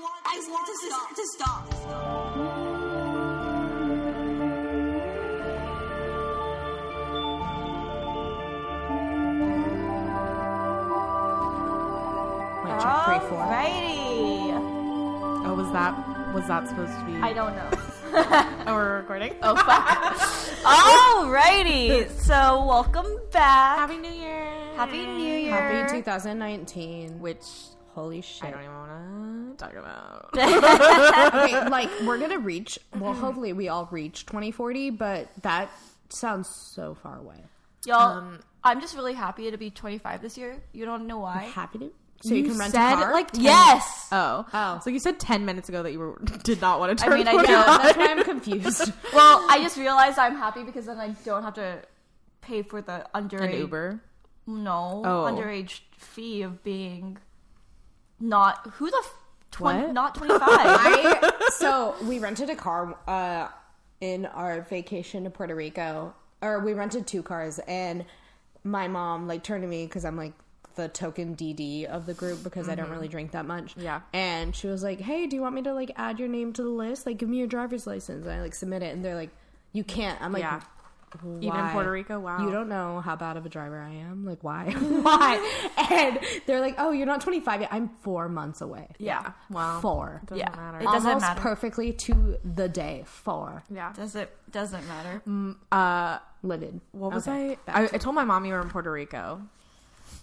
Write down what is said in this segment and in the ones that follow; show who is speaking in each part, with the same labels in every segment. Speaker 1: want to stop. To stop.
Speaker 2: Wait, check three, four.
Speaker 1: Alrighty.
Speaker 2: Oh, was that was that supposed to be?
Speaker 1: I don't know.
Speaker 2: Oh, we're recording.
Speaker 1: Oh fuck. Alrighty. So welcome back.
Speaker 2: Happy New Year.
Speaker 1: Happy New Year.
Speaker 3: Happy 2019.
Speaker 2: Which
Speaker 3: Holy
Speaker 2: I
Speaker 3: shit.
Speaker 2: don't even want to talk about.
Speaker 3: Okay, like, we're gonna reach, well, hopefully we all reach 2040, but that sounds so far away.
Speaker 1: Y'all, Um, I'm just really happy to be 25 this year. You don't know why. Uh,
Speaker 3: Happy to? So you, can rent
Speaker 2: said,
Speaker 3: a car?
Speaker 2: like,
Speaker 1: Yes.
Speaker 2: Oh,
Speaker 3: Oh.
Speaker 2: So you said ten minutes ago that you were, did not want to
Speaker 1: I
Speaker 2: turn.
Speaker 1: mean, I
Speaker 3: no,
Speaker 2: 45.
Speaker 3: that's why I'm confused.
Speaker 1: well, I just realized I'm happy because then I don't have to pay for the underage
Speaker 2: An Uber.
Speaker 1: No,
Speaker 2: Oh.
Speaker 1: underage fee of being not who the f-
Speaker 2: What?
Speaker 1: twen- not 25.
Speaker 3: I, so we rented a car uh, in our vacation to Puerto Rico, or we rented two cars, and my mom like turned to me because I'm like the token DD of the group because I don't really drink that much.
Speaker 2: Mm-hmm. Yeah.
Speaker 3: and she was like, "Hey, do you want me to like add your name to the list? Like, give me your driver's license." And I like submit it, and they're like, "You can't." I'm like.
Speaker 2: Yeah. Even in
Speaker 3: "Why?
Speaker 2: Puerto Rico, wow.
Speaker 3: You don't know how bad of a driver I am. Like, why? why? And they're like, oh, you're not 25 yet. I'm four months away.
Speaker 1: yeah.
Speaker 2: Wow.
Speaker 3: Four.
Speaker 2: Doesn't
Speaker 1: Yeah.
Speaker 2: matter.
Speaker 1: It doesn't
Speaker 3: almost
Speaker 1: matter.
Speaker 3: perfectly to the day. Four
Speaker 2: yeah.
Speaker 1: Does it doesn't matter.
Speaker 2: Uh,
Speaker 3: livid.
Speaker 2: what was
Speaker 3: Okay,
Speaker 2: I? I,
Speaker 3: back to-
Speaker 2: I told my mom you were in Puter Rico,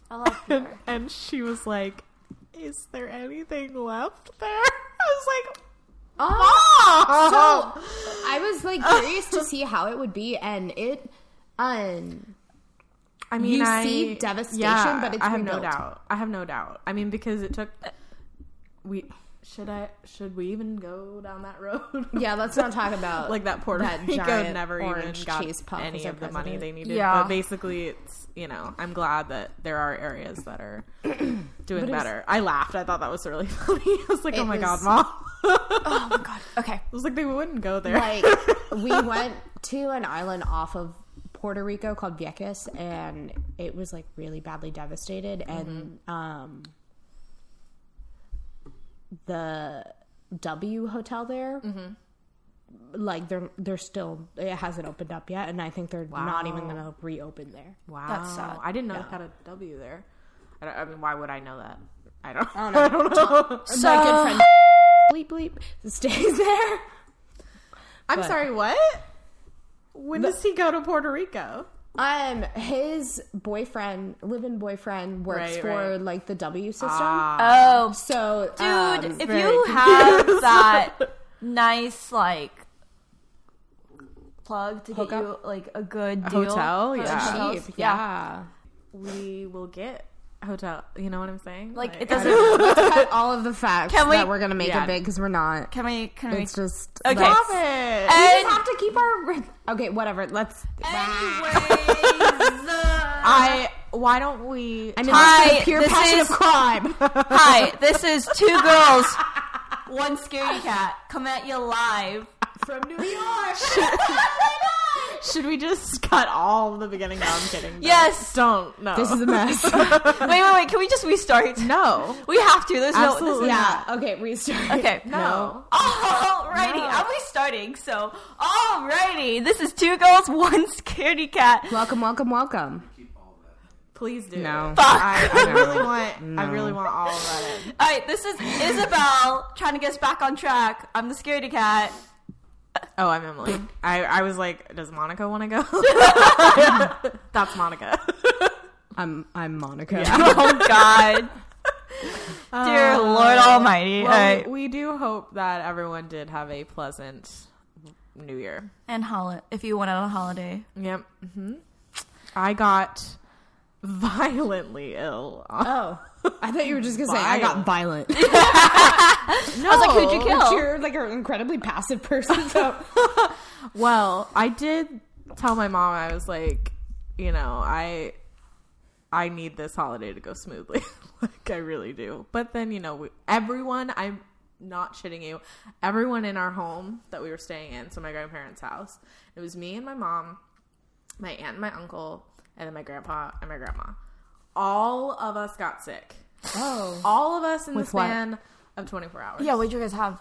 Speaker 1: I love
Speaker 2: and,
Speaker 1: Peter.
Speaker 2: and she was like, "Is there anything left there?" I was like,
Speaker 3: oh,
Speaker 2: "Oh."
Speaker 3: so I was like curious to see how it would be, and it. Um,
Speaker 2: I mean,
Speaker 3: you
Speaker 2: I,
Speaker 3: see devastation, but it's
Speaker 2: I have no
Speaker 3: rebuilt.
Speaker 2: doubt. I have no doubt. I mean, because it took. We should I should we even go down that road?
Speaker 3: yeah, let's not talk about
Speaker 2: like that Puerto
Speaker 3: That
Speaker 2: Rico
Speaker 3: giant
Speaker 2: never even
Speaker 3: orange
Speaker 2: got
Speaker 3: cheese puff
Speaker 2: any
Speaker 3: as our
Speaker 2: of the money
Speaker 3: president.
Speaker 2: they needed.
Speaker 1: Yeah.
Speaker 2: But basically, it's you know, I'm glad that there are areas that are doing
Speaker 3: was-
Speaker 2: better. I laughed. I thought that was really funny. I was like,
Speaker 3: It
Speaker 2: oh my god,
Speaker 3: was-
Speaker 2: mom.
Speaker 1: Oh my god. Okay.
Speaker 2: I was like, they wouldn't go there.
Speaker 3: like we went to an island off of Puerto Rico called Vieques, and it was like really badly devastated,
Speaker 2: Mm-hmm.
Speaker 3: and um, the W hotel there.
Speaker 2: Mm-hmm.
Speaker 3: Like they're they're still it hasn't opened up yet, and I think they're not even gonna reopen there.
Speaker 2: wow,
Speaker 1: That's sad.
Speaker 2: I didn't know
Speaker 3: Yeah.
Speaker 2: they had a W there. I, don't, I mean, why would I know that? I don't. I
Speaker 3: don't
Speaker 2: don't know.
Speaker 3: So my good friend bleep bleep stays there.
Speaker 2: I'm
Speaker 3: But-
Speaker 2: sorry. What? When does he go to Puerto Rico?
Speaker 3: Um, his boyfriend, living boyfriend, works
Speaker 2: Right,
Speaker 3: for
Speaker 2: right. Ah.
Speaker 3: like the W system.
Speaker 1: Oh,
Speaker 3: So,
Speaker 1: dude,
Speaker 3: um,
Speaker 1: if
Speaker 2: very
Speaker 1: you have that nice like plug to get
Speaker 3: Hookup?
Speaker 1: you like a good deal,
Speaker 2: hotel?
Speaker 1: for
Speaker 2: Yeah.
Speaker 1: hotels,
Speaker 3: cheap,
Speaker 1: yeah.
Speaker 3: yeah.
Speaker 2: we will get hotel. You know what I'm saying?
Speaker 1: Like it doesn't.
Speaker 3: Cut all of the facts
Speaker 1: Can we-
Speaker 3: that we're gonna make
Speaker 2: Yeah.
Speaker 3: it big because we're not.
Speaker 1: Can we? Can
Speaker 3: It's
Speaker 1: we?
Speaker 3: just
Speaker 1: Okay.
Speaker 3: like-
Speaker 2: Stop it.
Speaker 3: we
Speaker 1: And-
Speaker 3: just have to keep our. Okay, whatever. Let's.
Speaker 1: Anyways, uh,
Speaker 2: I. Why don't we?
Speaker 3: I mean,
Speaker 1: Hi,
Speaker 3: that's the pure
Speaker 1: this
Speaker 3: passion
Speaker 1: is-
Speaker 3: of crime.
Speaker 1: Hi, this is two girls, one scary cat. Come at you live.
Speaker 3: From New York.
Speaker 2: should we just cut all the beginning? No, I'm kidding. Don't-
Speaker 1: Yes.
Speaker 2: Don't. No.
Speaker 3: this is a mess.
Speaker 1: Wait, wait, wait. Can we just restart?
Speaker 2: no.
Speaker 1: We have to. There's
Speaker 2: Absolutely
Speaker 1: no.
Speaker 3: yeah. Okay, restart.
Speaker 1: This is, okay.
Speaker 2: No.
Speaker 1: Alrighty,
Speaker 2: No.
Speaker 1: I'm restarting. So, alrighty, this is two girls, one scaredy cat.
Speaker 3: Welcome, welcome, welcome.
Speaker 2: Please do.
Speaker 3: No.
Speaker 2: it. I, I really want. I really want all of that. in.
Speaker 1: All right, this is Isabel trying to get us back on track. I'm the scaredy cat.
Speaker 2: Oh, I'm Emily. I, I was like, does Monica want to go? That's Monica.
Speaker 3: I'm I'm Monica.
Speaker 1: Oh God, Uh, dear Lord Almighty. All
Speaker 2: Well,
Speaker 1: right.
Speaker 2: we, we do hope that everyone did have a pleasant New Year.
Speaker 1: And hol- if you went on a holiday,
Speaker 2: Yep.
Speaker 1: Mm-hmm.
Speaker 2: hmm I got violently ill.
Speaker 3: Oh, I thought you were just gonna say I got violent.
Speaker 2: no.
Speaker 1: I was like, who'd you
Speaker 3: But
Speaker 1: kill?
Speaker 3: You're like an incredibly passive person. So
Speaker 2: Well, I did tell my mom I was like, you know, I I need this holiday to go smoothly. like I really do. But then, you know, we, everyone I'm not shitting you. Everyone in our home that we were staying in, so my grandparents' house. It was me and my mom, my aunt, and my uncle, and then my grandpa and my grandma. All of us got sick.
Speaker 3: oh,
Speaker 2: All of us in the
Speaker 3: what?
Speaker 2: span of 24 hours.
Speaker 1: Yeah, what'd you guys have?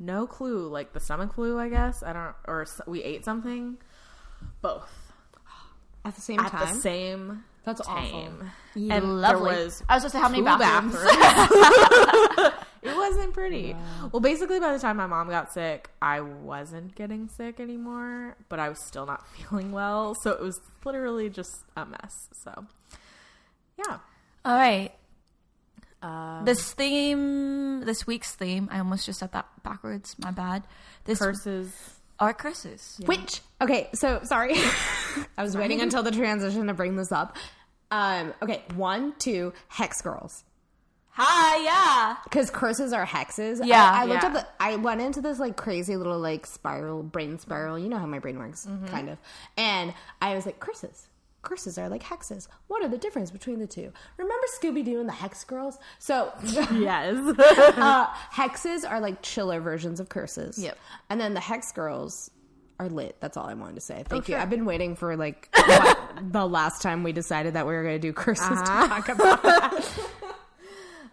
Speaker 2: No clue. Like the stomach flu, I guess. I don't, or s- we ate something. Both.
Speaker 3: At the same
Speaker 2: At
Speaker 3: time.
Speaker 2: the same
Speaker 3: That's awful.
Speaker 2: time.
Speaker 1: And lovely.
Speaker 2: There was
Speaker 1: I was supposed to have many
Speaker 2: two
Speaker 1: bathrooms.
Speaker 2: bathrooms. it wasn't pretty. Well, basically, by the time my mom got sick, I wasn't getting sick anymore, but I was still not feeling well. So it was literally just a mess. So, yeah.
Speaker 1: All right. this theme, this week's theme, I almost just said that backwards. My bad. This
Speaker 2: Curses.
Speaker 1: are curses.
Speaker 3: Which okay, so sorry. I was waiting until the transition to bring this up. Um, okay, one, two, hex girls.
Speaker 1: Hi,
Speaker 3: Because curses are hexes. I-
Speaker 1: Yeah,
Speaker 3: I, looked
Speaker 2: yeah.
Speaker 3: up the I went into this like crazy little like spiral, brain spiral. You know how my brain works, kind of. And I was like, curses. Curses are like hexes. What are the difference between the two? Remember Scooby Doo and the Hex Girls? So
Speaker 2: Yes.
Speaker 3: uh, hexes are like chiller versions of curses.
Speaker 2: Yep.
Speaker 3: And then the hex girls are lit. That's all I wanted to say. Thank you.
Speaker 2: sure.
Speaker 3: I've been waiting for like what, the last time we decided that we were going to do curses
Speaker 2: Uh-huh.
Speaker 3: to talk about. Uh,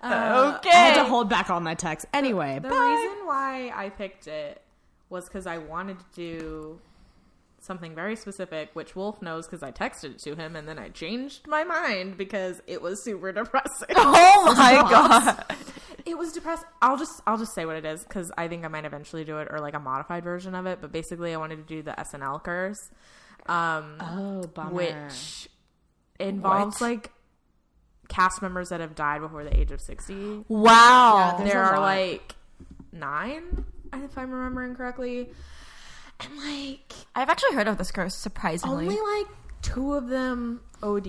Speaker 1: okay.
Speaker 3: I had to hold back all my texts. Anyway,
Speaker 2: The
Speaker 3: bye.
Speaker 2: reason why I picked it was because I wanted to do something very specific, which Wolf knows because I texted it to him, and then I changed my mind because it was super depressing.
Speaker 1: oh my god.
Speaker 2: it was depressing. I'll just I'll just say what it is because I think I might eventually do it or like a modified version of it. But basically, I wanted to do the SNL curse, um,
Speaker 3: oh, bummer.
Speaker 2: which involves
Speaker 1: What?
Speaker 2: like cast members that have died before the age of sixty.
Speaker 1: Wow.
Speaker 3: Yeah, There's
Speaker 2: there
Speaker 3: a
Speaker 2: are
Speaker 3: lot.
Speaker 2: like nine, if I'm remembering correctly. And like
Speaker 1: I've actually heard of this curse, surprisingly.
Speaker 2: only like two of them OD'd,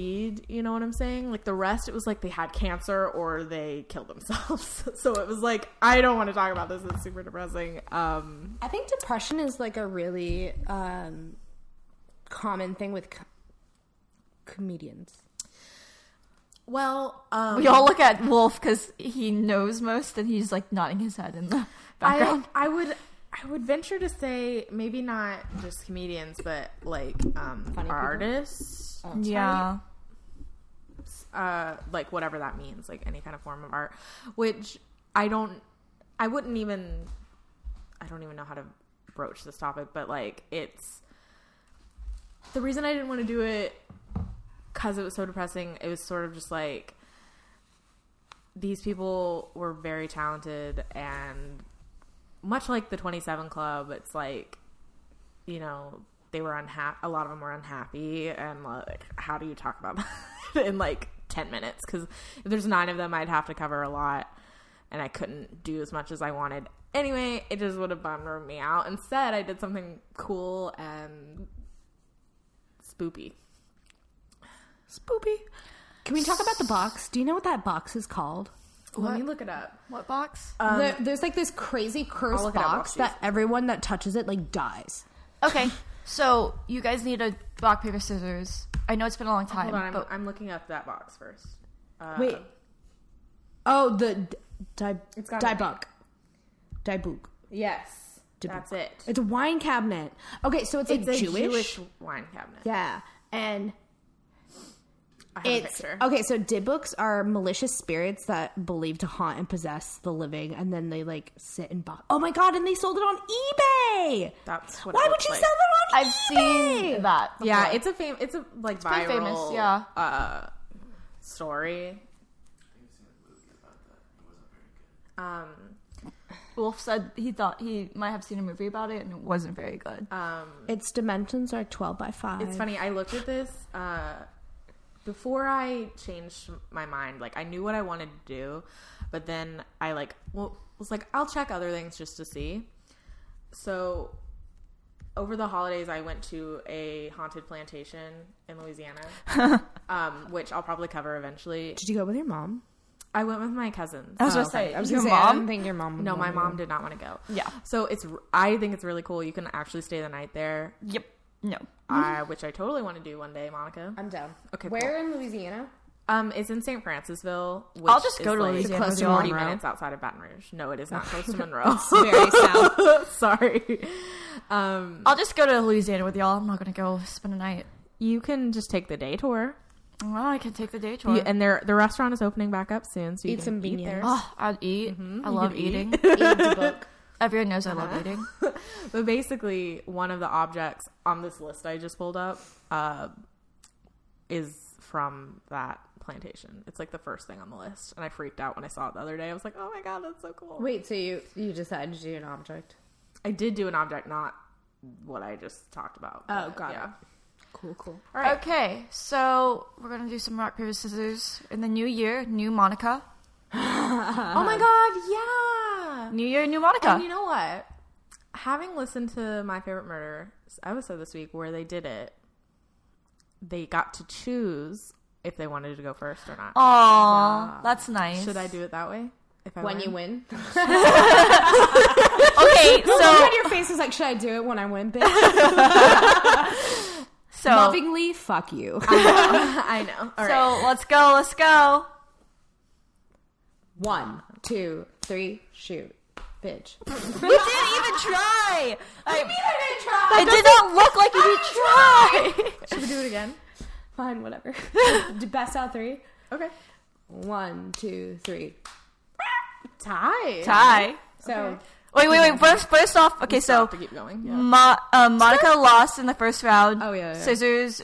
Speaker 2: you know what I'm saying? Like the rest, it was like they had cancer or they killed themselves. so it was like, I don't want to talk about this. It's super depressing. Um,
Speaker 3: I think depression is like a really um, common thing with co- comedians.
Speaker 2: well, um,
Speaker 1: we all Oh, look at Wolf because he knows most, and he's like nodding his head in the
Speaker 2: I,
Speaker 1: background.
Speaker 2: I would I would venture to say maybe not just comedians, but like um,
Speaker 3: Funny people?
Speaker 2: artists.
Speaker 1: um, yeah.
Speaker 2: uh, like whatever that means, like any kind of form of art, which I don't, I wouldn't even, I don't even know how to broach this topic, but like it's the reason I didn't want to do it because it was so depressing. It was sort of just like these people were very talented and much like the 27 club it's like you know they were unhappy a lot of them were unhappy and like how do you talk about that in like 10 minutes because if there's nine of them i'd have to cover a lot and i couldn't do as much as i wanted anyway it just would have bummed me out instead i did something cool and spoopy
Speaker 1: Spoopy.
Speaker 3: Can we talk about the box? Do you know what that box is called?
Speaker 2: let me look it up
Speaker 1: What box?
Speaker 3: There- there's like this crazy curse
Speaker 2: Um, I'll look it up while
Speaker 3: box
Speaker 2: she's-
Speaker 3: that everyone that touches it like dies.
Speaker 1: okay, so you guys need a rock paper scissors. I know it's been a long time,
Speaker 2: hold on I'm,
Speaker 1: but
Speaker 2: I'm looking up that box first uh,
Speaker 3: Wait. Oh, the d- di
Speaker 2: It's got a
Speaker 3: dibuk. Dibuk.
Speaker 2: yes that's it
Speaker 3: It's a wine cabinet. Okay, so it's like
Speaker 2: it's a
Speaker 3: Jewish.
Speaker 2: Jewish wine cabinet.
Speaker 3: Yeah. And
Speaker 2: I have a
Speaker 3: it's
Speaker 2: picture.
Speaker 3: okay, so dibuks are malicious spirits that believe to haunt and possess the living and then they like sit in box. Oh my god, and they sold it on eBay.
Speaker 2: That's what. it
Speaker 3: Why would
Speaker 2: looks
Speaker 3: you
Speaker 2: like.
Speaker 3: sell it on
Speaker 1: I've
Speaker 3: eBay?
Speaker 1: seen that. Before.
Speaker 2: Yeah, it's a fame. It's a like
Speaker 1: pretty
Speaker 2: viral.
Speaker 1: famous, yeah.
Speaker 2: Uh, story. Um,
Speaker 1: Wolf said he thought he might have seen a movie about it, and it wasn't very good.
Speaker 2: um,
Speaker 3: Its dimensions are 12 by 5.
Speaker 2: it's funny. I looked at this uh, before I changed my mind. Like I knew what I wanted to do, but then I like well was like I'll check other things just to see. So over the holidays, I went to a haunted plantation in Louisiana, um, which I'll probably cover eventually.
Speaker 3: Did you go with your mom?
Speaker 2: I went with my cousins. Um,
Speaker 1: I was gonna
Speaker 3: Okay.
Speaker 1: say
Speaker 3: I was
Speaker 1: your
Speaker 3: gonna say, I
Speaker 1: mom.
Speaker 3: didn't think your mom. would
Speaker 2: No, my
Speaker 3: want to
Speaker 2: mom
Speaker 3: go.
Speaker 2: did not want to go.
Speaker 1: Yeah.
Speaker 2: So it's I think it's really cool. You can actually stay the night there,
Speaker 1: yep. No.
Speaker 2: uh, which I totally want to do one day, Monica.
Speaker 3: I'm down.
Speaker 2: Okay,
Speaker 3: Where in Louisiana?
Speaker 2: Um, it's in St. Francisville. Which
Speaker 1: I'll just go
Speaker 2: is,
Speaker 1: to
Speaker 2: like,
Speaker 1: Louisiana.
Speaker 3: close
Speaker 1: with
Speaker 3: to
Speaker 1: y'all.
Speaker 3: Monroe.
Speaker 2: 40 minutes outside of Baton Rouge. No, it is not close to Monroe.
Speaker 3: Very south.
Speaker 2: Sorry. Um,
Speaker 1: I'll just go to Louisiana with y'all. I'm not gonna go spend a night.
Speaker 2: you can just take the day tour.
Speaker 1: Well, I can take the day tour.
Speaker 2: You- and their the restaurant is opening back up soon, so you
Speaker 3: Eat
Speaker 2: can
Speaker 3: some
Speaker 2: eat
Speaker 3: bean
Speaker 2: there.
Speaker 3: there.
Speaker 1: oh, I'd eat. I love eating.
Speaker 3: Eat the book.
Speaker 1: Everyone knows I love eating.
Speaker 2: But basically, one of the objects on this list I just pulled up uh, is from that plantation. It's like the first thing on the list, and I freaked out when I saw it the other day. I was like, "Oh my god, that's so cool!"
Speaker 3: Wait, so you you decided to do an object?
Speaker 2: I did do an object, not what I just talked about.
Speaker 3: Oh,
Speaker 2: but
Speaker 3: got it.
Speaker 2: yeah.
Speaker 3: Cool, cool.
Speaker 2: Right.
Speaker 1: Okay, so we're gonna do some rock paper scissors in the new year. New Monica.
Speaker 2: Oh my god, yeah.
Speaker 1: New year, new Monica.
Speaker 2: And you know what? Having listened to my favorite murder episode this week, where they did it, they got to choose if they wanted to go first or not.
Speaker 1: Aw, that's Oh, nice.
Speaker 2: Should I do it that way? If I
Speaker 3: When you win,
Speaker 1: Okay, so
Speaker 3: your face was like, "Should I do it when I win?" Bitch,
Speaker 1: so
Speaker 3: lovingly, fuck you.
Speaker 2: I know. All right.
Speaker 1: so let's go, let's go.
Speaker 3: One, two, three, shoot, bitch.
Speaker 1: We didn't even try. I,
Speaker 3: try.
Speaker 1: it did not look like you did try.
Speaker 2: Should we do it again?
Speaker 3: Fine, whatever. Best out three.
Speaker 2: Okay.
Speaker 3: One, two, three.
Speaker 2: Tie.
Speaker 1: Tie.
Speaker 3: So
Speaker 1: Wait, wait, wait. First, first off, okay. So
Speaker 2: Have to keep going. Yeah.
Speaker 1: Ma- uh, Monica lost in the first round.
Speaker 3: Oh, yeah, yeah.
Speaker 1: Scissors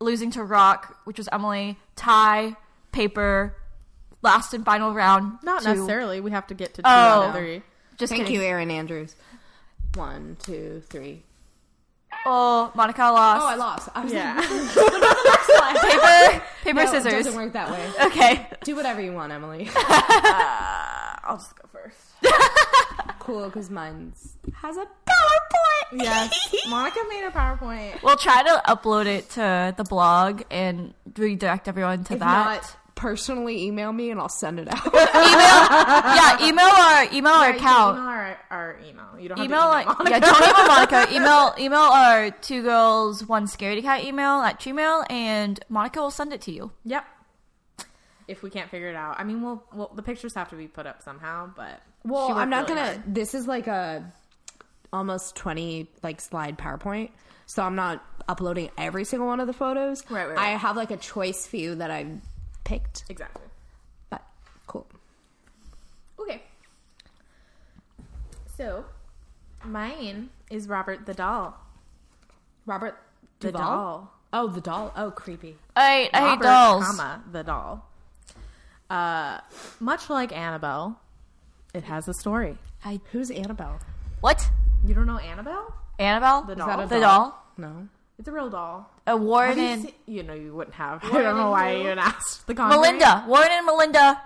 Speaker 1: losing to Rock, which was Emily. Tie, paper, last and final round.
Speaker 2: Not
Speaker 1: to-
Speaker 2: necessarily. We have to get to two
Speaker 1: Oh.
Speaker 2: out of three.
Speaker 1: Just
Speaker 3: thank
Speaker 1: kidding.
Speaker 3: you, Aaron Andrews. One, two, three.
Speaker 1: Oh, Monica lost.
Speaker 3: Oh, I lost. I was
Speaker 2: Yeah.
Speaker 1: paper, paper,
Speaker 3: like, no, it
Speaker 1: scissors.
Speaker 3: doesn't work that way.
Speaker 1: Okay.
Speaker 3: Do whatever you want, Emily.
Speaker 2: Uh, I'll just go first.
Speaker 3: cool, because mine's
Speaker 1: Has a PowerPoint.
Speaker 2: Yes. Monica made a PowerPoint.
Speaker 1: We'll try to upload it to the blog and redirect everyone to
Speaker 3: if
Speaker 1: that.
Speaker 3: not. Personally, email me and I'll send it out.
Speaker 1: yeah, email our email our account.
Speaker 2: Email our, our email. You don't have
Speaker 1: email
Speaker 2: to
Speaker 1: like
Speaker 2: email Monica.
Speaker 1: yeah, don't email Monica. Email email our two girls one scaredy cat email at Gmail, and Monica will send it to you.
Speaker 2: Yep. If we can't figure it out, I mean, we'll, we'll the pictures have to be put up somehow. But she
Speaker 3: Well,
Speaker 2: worked
Speaker 3: I'm not
Speaker 2: really
Speaker 3: gonna.
Speaker 2: hard.
Speaker 3: This is like a almost 20 like slide PowerPoint, so I'm not uploading every single one of the photos.
Speaker 2: Right, right,
Speaker 3: I
Speaker 2: right.
Speaker 3: have like a choice few that I picked,
Speaker 2: exactly.
Speaker 3: but cool.
Speaker 2: Okay. So, mine is Robert the doll.
Speaker 3: Robert
Speaker 2: The
Speaker 3: Duvall?
Speaker 2: doll.
Speaker 3: Oh, the doll. Oh, creepy.
Speaker 1: I I hate
Speaker 2: Robert,
Speaker 1: dolls.
Speaker 2: comma, the doll. Uh, much like Annabelle, it has a story.
Speaker 3: Who's Annabelle?
Speaker 1: What?
Speaker 2: You don't know Annabelle?
Speaker 1: Annabelle?
Speaker 2: The doll.
Speaker 1: The doll.
Speaker 3: No.
Speaker 2: It's a real doll.
Speaker 1: Uh, Warren
Speaker 2: Have you,
Speaker 1: and
Speaker 2: seen- you know you wouldn't have. I don't know why you even asked the Conjuring.
Speaker 1: Melinda. Warren and Melinda.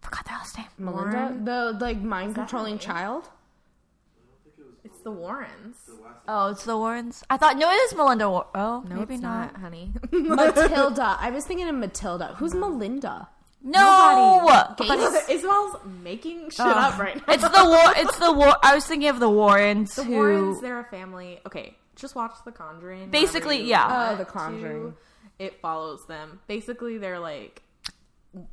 Speaker 1: Forgot their last name.
Speaker 3: Melinda, the like mind controlling child.
Speaker 2: It's the Warrens.
Speaker 1: Oh, it's the Warrens. I thought no, it is Melinda. War- oh,
Speaker 2: No,
Speaker 1: maybe
Speaker 2: it's
Speaker 1: not.
Speaker 2: not, honey.
Speaker 3: Matilda. I was thinking of Matilda. Who's Melinda?
Speaker 1: No,
Speaker 2: But Isabel's making shit up right now.
Speaker 1: it's the war. It's the war. I was thinking of the Warrens.
Speaker 2: The
Speaker 1: who
Speaker 2: Warrens, they're a family. Okay, just watch The Conjuring. whenever
Speaker 1: Basically,
Speaker 2: you
Speaker 1: yeah.
Speaker 2: want
Speaker 3: Oh, The
Speaker 2: to.
Speaker 3: Conjuring.
Speaker 2: It follows them. Basically, they're like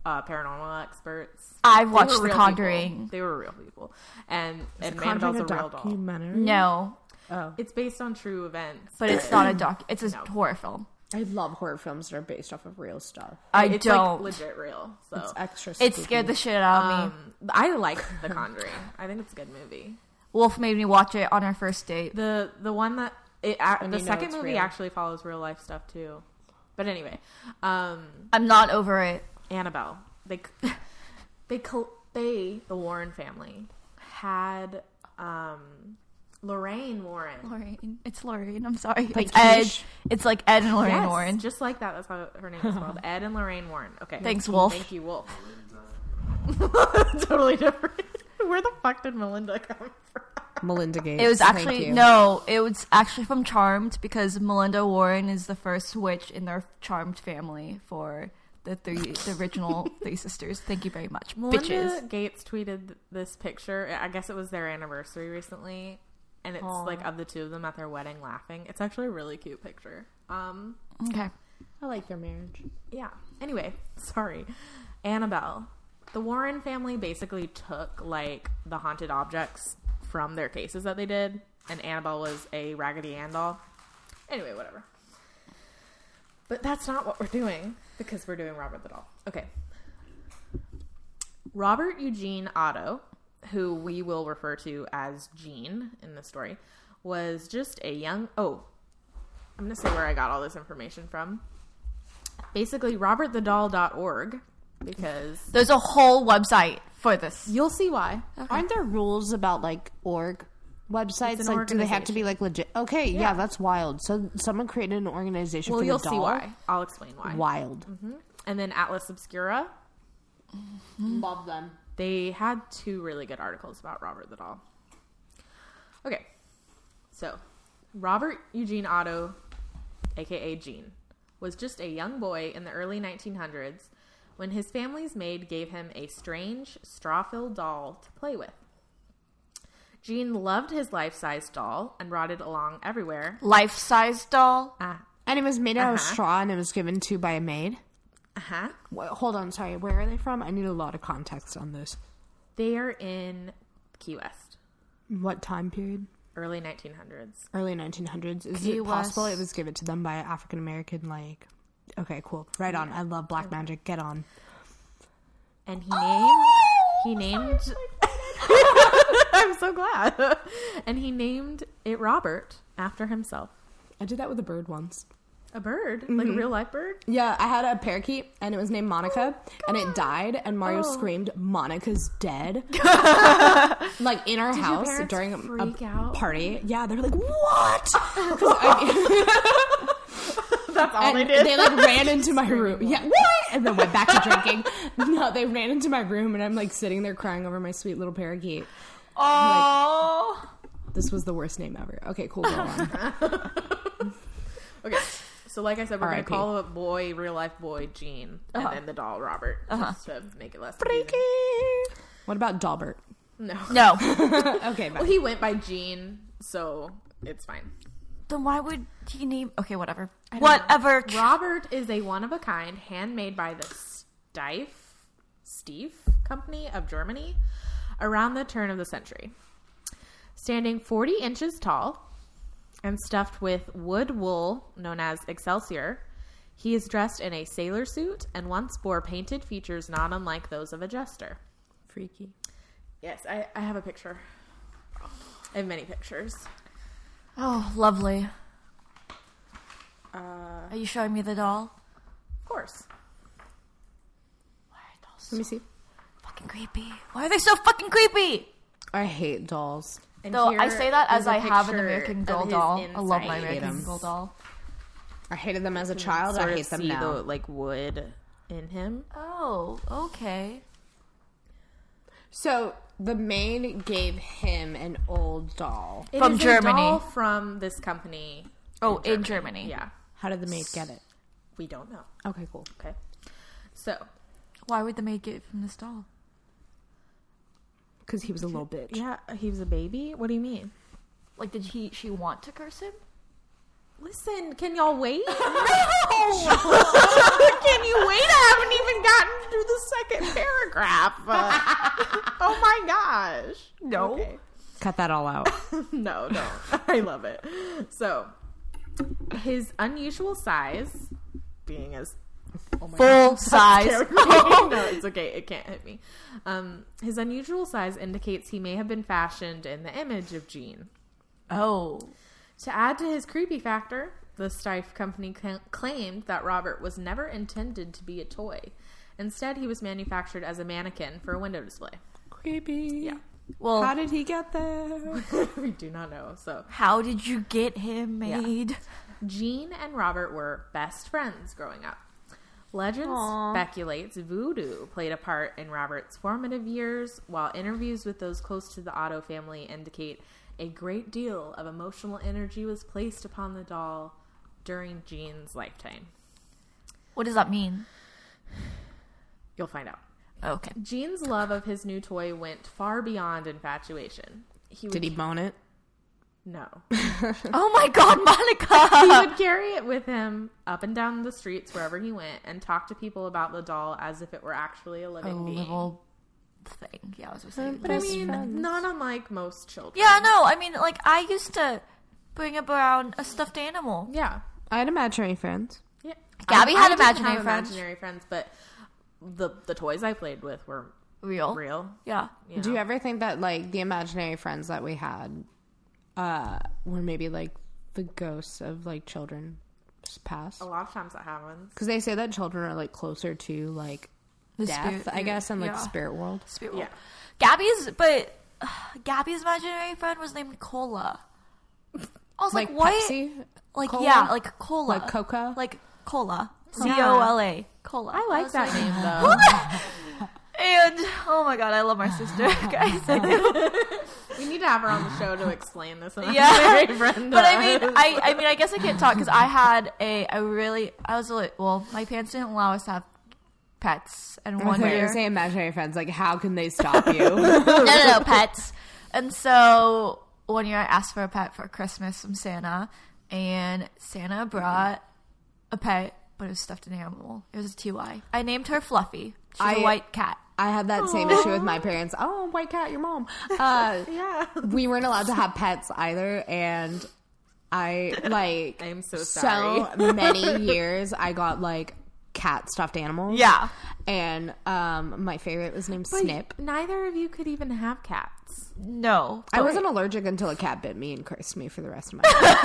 Speaker 2: uh, paranormal experts.
Speaker 1: I've
Speaker 2: They
Speaker 1: watched
Speaker 2: were
Speaker 1: The
Speaker 2: real
Speaker 1: Conjuring.
Speaker 2: people. They were real people, and and
Speaker 3: Conjuring
Speaker 2: Mandel's a
Speaker 3: a
Speaker 2: real doll.
Speaker 3: documentary.
Speaker 1: No,
Speaker 3: Oh,
Speaker 2: It's based on true events.
Speaker 1: but it's not a doc. It's a
Speaker 2: No.
Speaker 1: horror film.
Speaker 3: I love horror films that are based off of real stuff.
Speaker 1: I
Speaker 2: it's
Speaker 1: don't.
Speaker 2: like legit real. So
Speaker 3: It's extra.
Speaker 1: it
Speaker 3: spooky.
Speaker 1: scared the shit out of me.
Speaker 2: um, I like The Conjuring. I think it's a good movie.
Speaker 1: Wolf made me watch it on our first date.
Speaker 2: The the one that it a
Speaker 3: And
Speaker 2: the
Speaker 3: you know
Speaker 2: second
Speaker 3: it's
Speaker 2: movie
Speaker 3: real.
Speaker 2: actually follows real life stuff too. But anyway, um,
Speaker 1: I'm not over it.
Speaker 2: Annabelle. They c- they col- they the Warren family had um, Lorraine Warren.
Speaker 1: Lorraine, it's Lorraine. I'm sorry.
Speaker 3: Like
Speaker 1: it's Ed.
Speaker 3: Quiche?
Speaker 1: It's like Ed and Lorraine
Speaker 2: Yes,
Speaker 1: Warren.
Speaker 2: just like that. That's how her name is spelled. Ed and Lorraine Warren. Okay,
Speaker 1: Thanks, Wolf.
Speaker 2: Thank you, Wolf. totally different. Where the fuck did Melinda come from?
Speaker 3: Melinda Gates.
Speaker 1: It was
Speaker 3: thank
Speaker 1: actually
Speaker 3: you.
Speaker 1: no. It was actually from Charmed because Melinda Warren is the first witch in their Charmed family for the three, the original three sisters. Thank you very much,
Speaker 2: Melinda
Speaker 1: bitches.
Speaker 2: Gates tweeted this picture. I guess it was their anniversary recently, and it's
Speaker 1: Aw.
Speaker 2: like of the two of them at their wedding laughing. It's actually a really cute picture. Um,
Speaker 1: Okay.
Speaker 3: I like their marriage.
Speaker 2: yeah. Anyway, sorry, Annabelle. The Warren family basically took like the haunted objects from their cases that they did, and Annabelle was a Raggedy Ann doll. Anyway, whatever. But that's not what we're doing. because we're doing Robert the Doll. Okay. Robert Eugene Otto, who we will refer to as Gene in the story, was just a young. Oh, I'm going to say where I got all this information from. Basically, robertthedoll.org, because
Speaker 1: There's a whole website for this.
Speaker 2: you'll see why.
Speaker 3: Aren't there rules about like org websites?
Speaker 2: It's an
Speaker 3: Like, do they have to be like legit? Okay, yeah. that's wild. So someone created an organization
Speaker 2: Well,
Speaker 3: for
Speaker 2: you'll
Speaker 3: the doll.
Speaker 2: see why. I'll explain why.
Speaker 3: Wild.
Speaker 2: And then Atlas Obscura,
Speaker 3: Love them.
Speaker 2: they had two really good articles about Robert the Doll. Okay. So, Robert Eugene Otto, aka Gene, was just a young boy in the early 1900s when his family's maid gave him a strange straw-filled doll to play with. Gene loved his life-sized doll and rotted along everywhere.
Speaker 1: Life size doll.
Speaker 2: Ah,
Speaker 3: And it was made out of
Speaker 2: Uh-huh.
Speaker 3: straw, and it was given to by a maid.
Speaker 2: uh-huh.
Speaker 3: Wha- hold on, sorry. Where are they from? I need a lot of context on this.
Speaker 2: They are in Key West,
Speaker 3: What time period?
Speaker 2: early 1900s.
Speaker 3: Early 1900s. Is
Speaker 1: Key
Speaker 3: it possible
Speaker 1: West.
Speaker 3: it was given to them by an African American? Like, okay, cool. Right on. I love black magic. Get on.
Speaker 2: and he named he named Oh, I'm so glad. And he named it Robert after himself.
Speaker 3: I did that with a bird once.
Speaker 2: A bird, like a real life bird.
Speaker 3: Yeah, I had a parakeet and it was named Monica and it died and Mario
Speaker 2: Oh.
Speaker 3: screamed Monica's dead. like in our house
Speaker 2: parents
Speaker 3: during a, a
Speaker 2: freak out?
Speaker 3: party. Yeah, they were like, "What?" 'Cause I-
Speaker 2: That's all
Speaker 3: and
Speaker 2: they did.
Speaker 3: like ran into my room. Yeah, what? And then went back to drinking. no, they ran into my room and I'm like sitting there crying over my sweet little parakeet.
Speaker 1: Oh,
Speaker 3: This was the worst name ever. Okay, cool. Go on.
Speaker 2: okay. So like I Uh-huh. said, we're gonna
Speaker 3: R.I.P.
Speaker 2: call a boy real life boy Gene and then the doll Robert. Just to make it less confusing.
Speaker 3: what about Oh, Dalbert?
Speaker 2: No.
Speaker 1: no.
Speaker 3: Okay,
Speaker 2: Well
Speaker 3: bye.
Speaker 2: he went by Gene, so it's fine.
Speaker 1: then why would he name? Okay, whatever. Whatever.
Speaker 2: Robert is a one of a kind, handmade by the Steif Stief Company of Germany around the turn of the century. Standing 40 inches tall and stuffed with wood wool known as excelsior, he is dressed in a sailor suit and once bore painted features not unlike those of a jester.
Speaker 3: Freaky.
Speaker 2: Yes, I, I have a picture. I have many pictures.
Speaker 1: Oh, lovely.
Speaker 2: Uh,
Speaker 1: Are you showing me the doll?
Speaker 2: of course.
Speaker 1: Why are dolls
Speaker 3: Let me see.
Speaker 1: fucking creepy? Why are they so fucking creepy?
Speaker 3: I hate dolls.
Speaker 2: And
Speaker 1: No, I
Speaker 2: here
Speaker 1: say that
Speaker 2: is
Speaker 1: as
Speaker 2: a
Speaker 1: I have an
Speaker 2: picture
Speaker 1: American
Speaker 2: of
Speaker 1: Girl
Speaker 2: his
Speaker 1: doll. I love
Speaker 2: inside.
Speaker 1: my American
Speaker 3: Items.
Speaker 1: Girl doll.
Speaker 3: I hated them as a child.
Speaker 2: sort
Speaker 3: I
Speaker 2: of
Speaker 3: hate them
Speaker 2: see
Speaker 3: now.
Speaker 2: the like wood in him.
Speaker 1: Oh, okay.
Speaker 3: So the maid gave him an old doll.
Speaker 2: It
Speaker 1: From
Speaker 2: is a
Speaker 1: Germany.
Speaker 2: doll from this company.
Speaker 1: Oh, in Germany.
Speaker 2: Yeah,
Speaker 3: How did the maid get it?
Speaker 2: we don't know.
Speaker 3: Okay, cool.
Speaker 2: Okay, so
Speaker 1: Why would the maid get it from this doll?
Speaker 3: Because he was a little bitch.
Speaker 2: yeah, he was a baby. What do you mean?
Speaker 1: Like, did he? She want to curse him?
Speaker 2: Listen, can y'all wait? No! can you wait? I haven't even gotten through the second paragraph. oh my gosh.
Speaker 1: No.
Speaker 2: Okay.
Speaker 3: Cut that all out.
Speaker 2: No, don't. I love it. So, his unusual size, being as
Speaker 1: Full size.
Speaker 2: no, it's okay. It can't hit me. Um, his unusual size indicates he may have been fashioned in the image of Gene.
Speaker 1: oh,
Speaker 2: To add to his creepy factor, the Stife company cl- claimed that Robert was never intended to be a toy. Instead, he was manufactured as a mannequin for a window display.
Speaker 3: Creepy.
Speaker 2: Yeah.
Speaker 1: well.
Speaker 3: How
Speaker 1: How did,
Speaker 3: did he get there?
Speaker 2: we do not know. So,
Speaker 1: you get him
Speaker 2: Yeah.
Speaker 1: made?
Speaker 2: Jean and Robert were best friends growing up. Legend
Speaker 1: Aw.
Speaker 2: speculates voodoo played a part in Robert's formative years, while interviews with those close to the Otto family indicate a great deal of emotional energy was placed upon the doll during Jean's lifetime.
Speaker 1: What does that mean?
Speaker 2: You'll find out.
Speaker 1: Okay.
Speaker 2: Jean's love of his new toy went far beyond infatuation. He would,
Speaker 3: Did he bone it?
Speaker 2: No.
Speaker 1: Oh my God,
Speaker 2: he
Speaker 1: Monica.
Speaker 2: would carry it with him up and down the streets wherever he went and talk to people about the doll as if it were actually a
Speaker 1: A
Speaker 2: living being.
Speaker 1: Oh, little thing. Yeah, I was just saying.
Speaker 2: But I mean, not unlike most children.
Speaker 1: Yeah, no, I mean, like, I used to bring around a stuffed animal.
Speaker 2: Yeah.
Speaker 3: I had imaginary friends.
Speaker 2: Yeah.
Speaker 1: Gabby had
Speaker 2: didn't
Speaker 1: imaginary
Speaker 2: have
Speaker 1: friends.
Speaker 2: imaginary friends, but the the toys I played with were
Speaker 1: Real.
Speaker 2: real.
Speaker 1: Yeah.
Speaker 2: You
Speaker 3: Do
Speaker 2: know?
Speaker 3: you ever think that like the imaginary friends that we had uh were maybe like the ghosts of like children just past?
Speaker 2: a
Speaker 1: Oh.
Speaker 2: lot of times that happens.
Speaker 3: Because they say that children are like closer to like
Speaker 1: The
Speaker 3: death, I guess, and like
Speaker 1: yeah.
Speaker 3: spirit world.
Speaker 1: Spirit world.
Speaker 2: Yeah.
Speaker 1: Gabby's, but Gabby's imaginary friend was named Cola. I was like,
Speaker 3: Like,
Speaker 1: what?
Speaker 3: Pepsi,
Speaker 1: Like
Speaker 3: Cola?
Speaker 1: yeah, like Cola,
Speaker 3: Like Coca?
Speaker 1: like Cola, C O L A, Cola.
Speaker 2: I like
Speaker 1: was
Speaker 2: that name though.
Speaker 1: And oh my god, I love my sister, guys.
Speaker 2: we need to have her on the show to explain this.
Speaker 1: Yeah.
Speaker 2: imaginary friend
Speaker 1: But
Speaker 2: to
Speaker 1: I mean,
Speaker 2: us.
Speaker 1: I, I mean, I guess I can't talk because I had a, I really, I was like, well, my parents didn't allow us to have pets, and one
Speaker 3: When you
Speaker 1: year,
Speaker 3: say imaginary friends, like how can they stop you?
Speaker 1: no, no, no, pets. And so one year I asked for a pet for Christmas from Santa, and Santa brought a pet, but it was stuffed an animal. It was a TY. I named her Fluffy. She's a
Speaker 3: I-
Speaker 1: white cat.
Speaker 3: I had that same issue with my parents. Oh, white cat, your mom. Uh,
Speaker 2: yeah.
Speaker 3: we weren't allowed to have pets either, and I like.
Speaker 2: I'm so sorry.
Speaker 3: So many years, I got like cat stuffed animals.
Speaker 1: Yeah.
Speaker 3: and um, my favorite was named Snip.
Speaker 2: Neither of you could even have cats.
Speaker 1: No,
Speaker 3: I wasn't allergic until a cat bit me and cursed me for the rest of my life.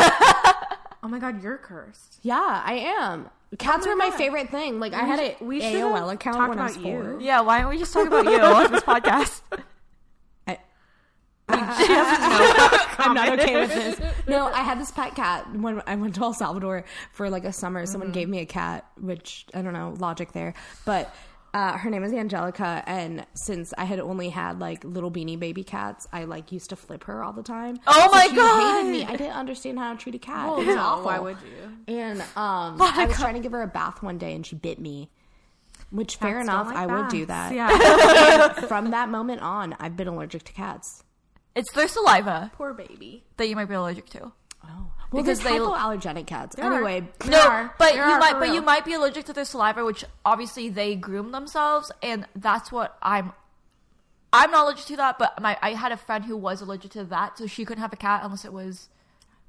Speaker 2: Oh my god, you're cursed.
Speaker 3: yeah, I am. Cats
Speaker 2: Oh my
Speaker 3: were my
Speaker 2: God.
Speaker 3: favorite thing. Like I
Speaker 2: We
Speaker 3: had
Speaker 2: should-
Speaker 3: a
Speaker 2: we should have
Speaker 3: AOL account
Speaker 2: talked
Speaker 3: when I was
Speaker 2: about you.
Speaker 3: four.
Speaker 1: Yeah, why don't we just talk about you on this podcast?
Speaker 3: I'm not okay with this. No, I had this pet cat when I went to El Salvador for like a summer. Someone gave me a cat, which I don't know, logic there. But uh, her name is Angelica, and since I had only had like little beanie baby cats, I like used to flip her all the time.
Speaker 1: Oh my
Speaker 3: she
Speaker 1: God.
Speaker 3: Hated me. I didn't understand how to treat a cat.
Speaker 2: Oh,
Speaker 3: it was
Speaker 2: no,
Speaker 3: awful.
Speaker 2: why would you?
Speaker 3: And um, I was trying to give her a bath one day, and she bit me. Which fair
Speaker 2: Cats don't
Speaker 3: enough,
Speaker 2: like
Speaker 3: I would do
Speaker 2: baths.
Speaker 3: that.
Speaker 2: Yeah,
Speaker 3: From that moment on, I've been allergic to cats.
Speaker 1: It's their saliva
Speaker 2: poor baby.
Speaker 1: that you might be allergic to.
Speaker 3: Oh, well,
Speaker 1: Because
Speaker 3: because
Speaker 1: they-
Speaker 3: they hypoallergenic cats.
Speaker 2: are.
Speaker 3: Anyway,
Speaker 1: No, but you
Speaker 2: There are,
Speaker 1: might,
Speaker 2: for
Speaker 1: but
Speaker 2: real.
Speaker 1: you might be allergic to their saliva, which obviously they groom themselves, and that's what I'm. I'm not allergic to that, but my I had a friend who was allergic to that, so she couldn't have a cat unless it was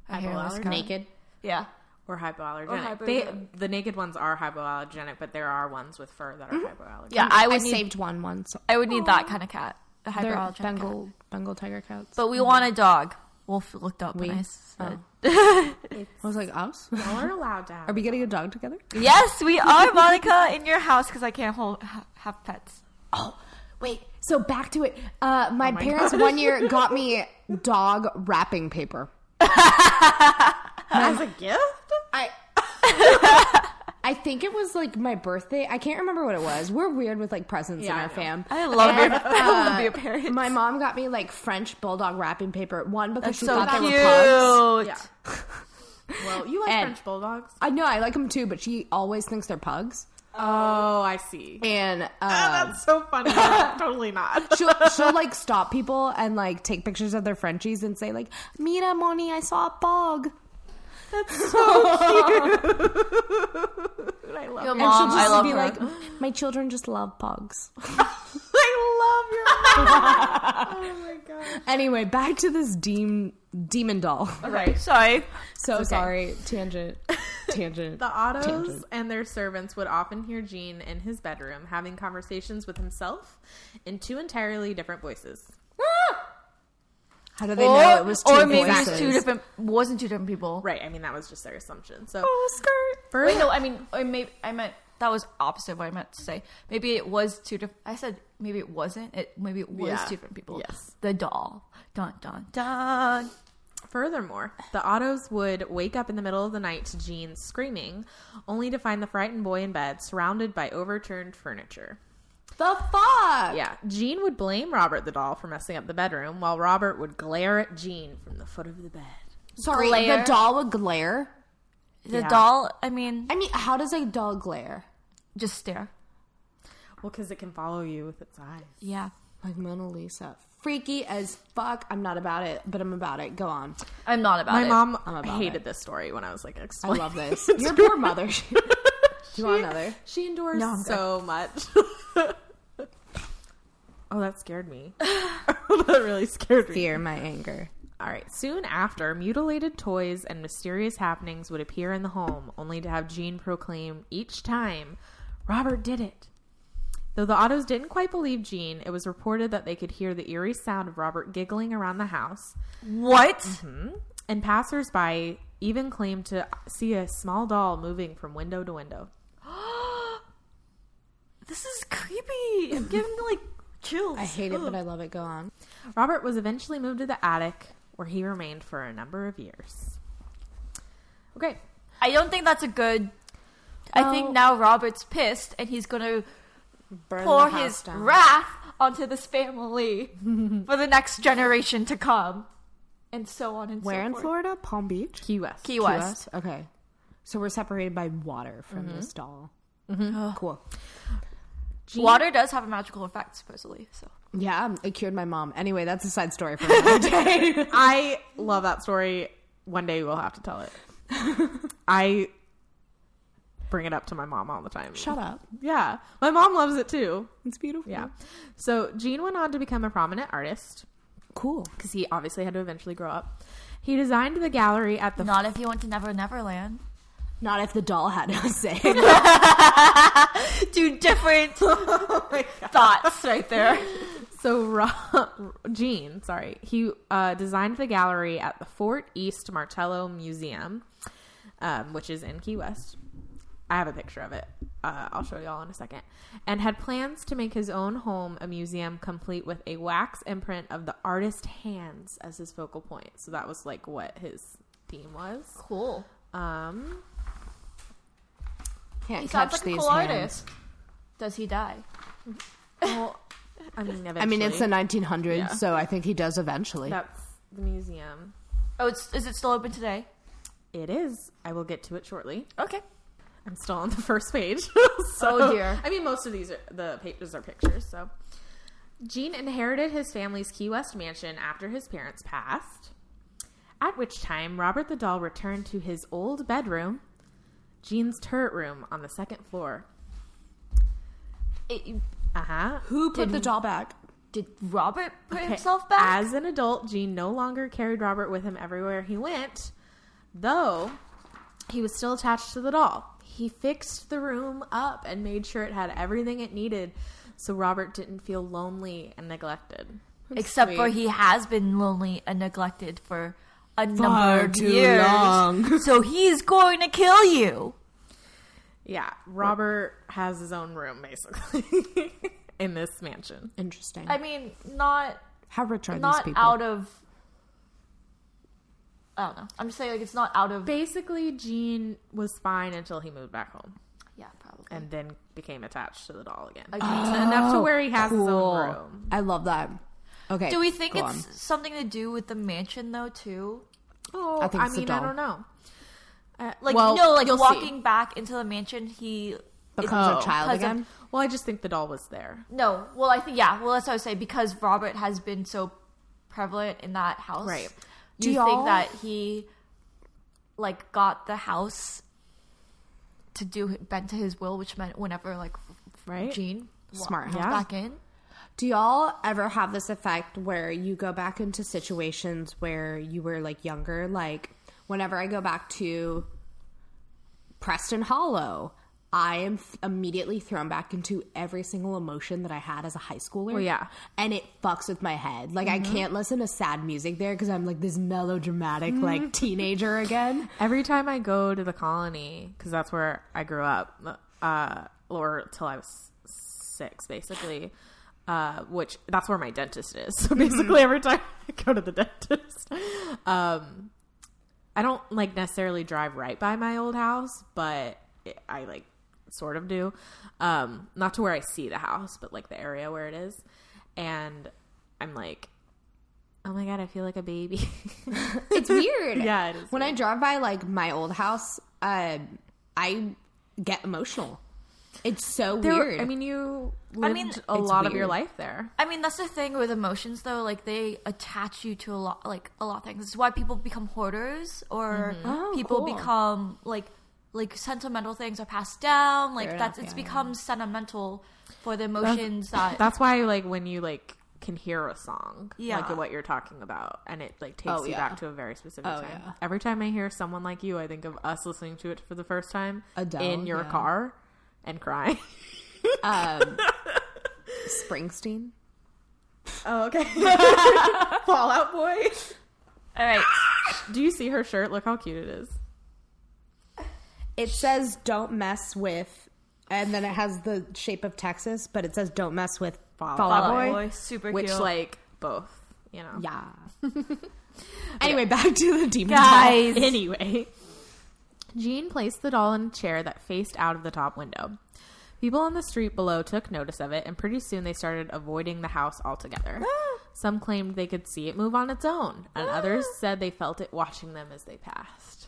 Speaker 1: a hairless
Speaker 2: Hypoallergenic.
Speaker 1: cat.
Speaker 3: naked.
Speaker 1: Yeah,
Speaker 2: Or hypoallergenic.
Speaker 1: hypoallergenic.
Speaker 2: They, the naked ones are hypoallergenic, but there are ones with fur that are hypoallergenic.
Speaker 1: yeah. I
Speaker 3: I
Speaker 1: would need.
Speaker 3: saved one once.
Speaker 1: I would need that kind of cat, a
Speaker 3: They're
Speaker 1: hyperallergenic cat.
Speaker 3: Bengal Bengal tiger cats.
Speaker 1: But we want a dog. Wolf looked up.
Speaker 3: We-
Speaker 1: and I said,
Speaker 3: I was like, us?
Speaker 2: Y'all are allowed to have.
Speaker 3: Are we getting a dog together?
Speaker 1: "Yes, we are Monica in your house because I can't hold ha- have pets."
Speaker 3: Oh, wait. So back to it. Uh, my, parents one year got me dog wrapping paper.
Speaker 2: as a gift?
Speaker 3: I. I think it was like my birthday. I can't remember what it was. We're weird with like presents
Speaker 2: Yeah,
Speaker 3: in
Speaker 2: I
Speaker 3: our
Speaker 2: know.
Speaker 3: fam.
Speaker 1: I love your,
Speaker 3: And,
Speaker 1: I love
Speaker 3: uh,
Speaker 1: your parents.
Speaker 3: My mom got me like French bulldog wrapping paper. One
Speaker 1: That's
Speaker 3: because she
Speaker 1: so
Speaker 3: thought
Speaker 1: cute.
Speaker 3: they were pugs.
Speaker 2: Yeah. Well, you like
Speaker 3: And-
Speaker 2: French bulldogs?
Speaker 3: I know I like them too, but she always thinks they're pugs.
Speaker 2: Oh, I see.
Speaker 3: And uh,
Speaker 2: That's so funny. totally not.
Speaker 3: she'll, she'll like stop people and like take pictures of their Frenchies and say like, "Mira, Moni, I saw a pug."
Speaker 2: I love.
Speaker 1: Your
Speaker 2: Your
Speaker 3: And
Speaker 1: Mom,
Speaker 3: she'll
Speaker 1: I
Speaker 3: just
Speaker 1: love
Speaker 3: be
Speaker 1: her.
Speaker 3: like, "My children just love pugs."
Speaker 2: I love your. mom. oh my god.
Speaker 3: anyway, back to this demon demon doll.
Speaker 2: Right.
Speaker 1: Sorry.
Speaker 3: So sorry, tangent, tangent.
Speaker 2: The Ottos
Speaker 3: Tangent.
Speaker 2: and their servants would often hear Gene in his bedroom having conversations with himself in two entirely different voices.
Speaker 3: How do they know it was two
Speaker 1: or maybe
Speaker 3: voices?
Speaker 1: it's two different wasn't two different people.
Speaker 2: Right. I mean, that was just their assumption. So
Speaker 3: Oh, skirt.
Speaker 2: first,
Speaker 1: Wait, no, I mean, or maybe I meant that was opposite of what I meant to say. Maybe it was two different. I said maybe it wasn't. It maybe it was
Speaker 2: Yeah.
Speaker 1: two different people.
Speaker 2: Yes.
Speaker 1: The doll. Dun dun dun.
Speaker 2: Furthermore, the Ottos would wake up in the middle of the night to Gene screaming, only to find the frightened boy in bed surrounded by overturned furniture.
Speaker 3: The fuck.
Speaker 2: Yeah, Gene would blame Robert the doll for messing up the bedroom, while Robert would glare at Gene from the foot of the bed.
Speaker 3: Sorry,
Speaker 1: Glare.
Speaker 3: the doll would glare.
Speaker 1: The
Speaker 2: Yeah.
Speaker 1: doll. I mean,
Speaker 3: I mean, how does a doll glare?
Speaker 1: just stare.
Speaker 2: Well, because it can follow you with its eyes.
Speaker 1: Yeah.
Speaker 3: Like Mona Lisa. Freaky as fuck. I'm not about it, but I'm about it. Go on.
Speaker 1: I'm not about
Speaker 2: My
Speaker 1: it.
Speaker 2: mom
Speaker 3: I'm about
Speaker 2: hated
Speaker 3: it.
Speaker 2: this story when I was like
Speaker 3: I
Speaker 2: explaining.
Speaker 3: love this. Your poor mother. Do you want another?
Speaker 2: She endures
Speaker 1: No, I'm good.
Speaker 2: so much. oh, that scared me. that really scared me.
Speaker 3: Fear my anger.
Speaker 2: All right. Soon after, mutilated toys and mysterious happenings would appear in the home, only to have Jean proclaim each time, Robert did it. Though the Ottos didn't quite believe Jean, it was reported that they could hear the eerie sound of Robert giggling around the house,
Speaker 1: What?
Speaker 3: Mm-hmm.
Speaker 2: and passersby even claimed to see a small doll moving from window to window.
Speaker 1: This is creepy. I'm getting like chills.
Speaker 3: I hate it, but I love it. Go on.
Speaker 2: Robert was eventually moved to the attic, where he remained for a number of years. Okay.
Speaker 1: I don't think that's a good. I think
Speaker 2: Well-
Speaker 1: now Robert's pissed and he's gonna
Speaker 3: Oh. Burn
Speaker 1: pour
Speaker 3: the house
Speaker 1: his
Speaker 3: down.
Speaker 1: wrath onto this family for the next generation to come, and so on and
Speaker 3: Where
Speaker 1: so
Speaker 3: in
Speaker 1: forth.
Speaker 3: Florida? Palm Beach?
Speaker 2: Key West.
Speaker 1: Key West.
Speaker 3: Okay. So we're separated by water from this doll. Cool.
Speaker 2: Jean-
Speaker 1: Water does have a magical effect, supposedly. So
Speaker 3: Yeah, it cured my mom. Anyway, that's a side story for another day.
Speaker 2: I love that story. One day we'll have to tell it. I bring it up to my mom all the time.
Speaker 3: Shut up.
Speaker 2: Yeah. My mom loves it too.
Speaker 3: It's beautiful.
Speaker 2: Yeah. So Gene went on to become a prominent artist
Speaker 3: Cool.
Speaker 2: because he obviously had to eventually grow up. He designed the gallery at the
Speaker 1: not if you went to Never Neverland.
Speaker 3: Not if the doll had no say.
Speaker 1: Two different
Speaker 3: Oh
Speaker 1: thoughts right there.
Speaker 2: So Ro- Gene, sorry, he uh, designed the gallery at the Fort East Martello Museum, um, which is in Key West. I have a picture of it. Uh, I'll show y'all in a second. And had plans to make his own home a museum complete with a wax imprint of the artist's hands as his focal point. So that was like what his theme was.
Speaker 1: Cool.
Speaker 2: Um,
Speaker 3: Can't
Speaker 1: He
Speaker 3: catch
Speaker 1: sounds like a
Speaker 3: these
Speaker 1: cool
Speaker 3: hands.
Speaker 1: artist. Does he die?
Speaker 2: well, I mean, eventually.
Speaker 3: I mean, it's the 1900s,
Speaker 2: Yeah.
Speaker 3: so I think he does eventually.
Speaker 2: that's the museum.
Speaker 1: Oh, it's, is it still open today?
Speaker 2: It is. I will get to it shortly.
Speaker 1: Okay.
Speaker 2: I'm still on the first page.
Speaker 1: Oh, dear.
Speaker 2: I mean, most of these are the pages are pictures. So, Gene inherited his family's Key West mansion after his parents passed. At which time, Robert the doll returned to his old bedroom, Gene's turret room on the second floor.
Speaker 1: It,
Speaker 2: Uh huh.
Speaker 3: Who put the doll back?
Speaker 1: did Robert put himself back?
Speaker 2: As an adult, Gene no longer carried Robert with him everywhere he went, though he was still attached to the doll. He fixed the room up and made sure it had everything it needed so Robert didn't feel lonely and neglected.
Speaker 1: Except for
Speaker 3: Sweet.
Speaker 1: he has been lonely and neglected for a number of
Speaker 3: too
Speaker 1: years.
Speaker 3: long.
Speaker 1: so he's going to kill you.
Speaker 2: Yeah, Robert has his own room basically in this mansion.
Speaker 3: Interesting.
Speaker 1: I mean, not
Speaker 3: How rich are these
Speaker 1: not
Speaker 3: people?
Speaker 1: out of. I don't know. I'm just saying, like, it's not out of.
Speaker 2: Basically, Gene was fine until he moved back home
Speaker 1: Yeah, probably. Uh,
Speaker 2: and then became attached to the doll again.
Speaker 1: Agreed.
Speaker 2: Enough to
Speaker 3: Oh,
Speaker 2: where he has his
Speaker 3: cool.
Speaker 2: own room.
Speaker 3: I love that. Okay.
Speaker 1: Do we think
Speaker 3: go
Speaker 1: it's
Speaker 3: on.
Speaker 1: something to do with the mansion, though? Too,
Speaker 2: Oh,
Speaker 3: I think
Speaker 2: I
Speaker 3: it's the
Speaker 2: mean, I
Speaker 3: doll.
Speaker 2: don't know. Uh,
Speaker 1: like,
Speaker 2: well,
Speaker 1: no, like
Speaker 2: you'll see.
Speaker 1: walking back into the mansion, he
Speaker 3: becomes
Speaker 2: Oh,
Speaker 3: a child
Speaker 1: because of-
Speaker 3: again?
Speaker 2: Well, I just think the doll was there.
Speaker 1: No, well, I think yeah. Well, that's what I was saying because Robert has been so prevalent in that house.
Speaker 2: Right.
Speaker 1: You
Speaker 3: Do
Speaker 1: think
Speaker 3: y'all-
Speaker 1: that he like got the house to do bent to his will, which meant whenever like
Speaker 2: Right.
Speaker 1: Gene wa-
Speaker 3: Smart.
Speaker 1: walked
Speaker 2: Yeah.
Speaker 1: back in.
Speaker 3: Do y'all ever have this effect where you go back into situations where you were like younger? Like whenever I go back to Preston Hollow, I am f- immediately thrown back into every single emotion that I had as a high schooler.
Speaker 2: Well, yeah.
Speaker 3: And it fucks with my head. Like I can't listen to sad music there because I'm like this melodramatic like teenager again.
Speaker 2: Every time I go to the colony, because that's where I grew up, uh, or till I was six, basically. Uh, which that's where my dentist is. So basically, every time I go to the dentist, um, I don't like necessarily drive right by my old house, but it, I like sort of do. Um, not to where I see the house, but like the area where it is, and I'm like, oh my god, I feel like a baby.
Speaker 3: It's weird.
Speaker 2: yeah, it is.
Speaker 3: When I drive by like my old house, uh, I get emotional. It's so
Speaker 2: There-
Speaker 3: weird.
Speaker 2: I mean, you lived
Speaker 1: mean,
Speaker 2: a
Speaker 3: It's
Speaker 2: lot of your
Speaker 3: weird.
Speaker 2: life there.
Speaker 1: I mean, that's the thing with emotions, though. Like they attach you to a lot, like a lot of things. It's why people become hoarders, or
Speaker 3: Oh,
Speaker 1: people
Speaker 3: cool.
Speaker 1: become like like sentimental things are passed down. Like
Speaker 3: Fair
Speaker 1: that's
Speaker 3: enough,
Speaker 1: it's
Speaker 3: yeah, yeah.
Speaker 1: become sentimental for the emotions that
Speaker 2: That's why, like, when you like can hear a song,
Speaker 1: Yeah.
Speaker 2: like what you're talking about, and it like takes
Speaker 3: Oh,
Speaker 2: you
Speaker 3: yeah.
Speaker 2: back to a very specific
Speaker 4: Oh,
Speaker 2: time.
Speaker 4: yeah.
Speaker 2: Every time I hear someone like you, I think of us listening to it for the first time
Speaker 3: Adele,
Speaker 2: in your
Speaker 4: yeah.
Speaker 2: car and crying.
Speaker 4: Um,
Speaker 3: Springsteen.
Speaker 2: Oh, okay. Fallout Boy.
Speaker 1: All right.
Speaker 2: Do you see her shirt? Look how cute it is.
Speaker 3: It says "Don't mess with," and then it has the shape of Texas, but it says "Don't mess with
Speaker 2: Fall-
Speaker 3: Fall,
Speaker 2: Fall
Speaker 3: Out
Speaker 1: Fall Out
Speaker 3: Boy."
Speaker 1: Boy, super
Speaker 2: Which,
Speaker 1: cute.
Speaker 2: like, both, you know.
Speaker 3: Yeah. anyway, back to the demon doll.
Speaker 1: guys.
Speaker 2: Anyway, Jean placed the doll in a chair that faced out of the top window. People on the street below took notice of it, and pretty soon they started avoiding the house altogether. Some claimed they could see it move on its own, and others said they felt it watching them as they passed.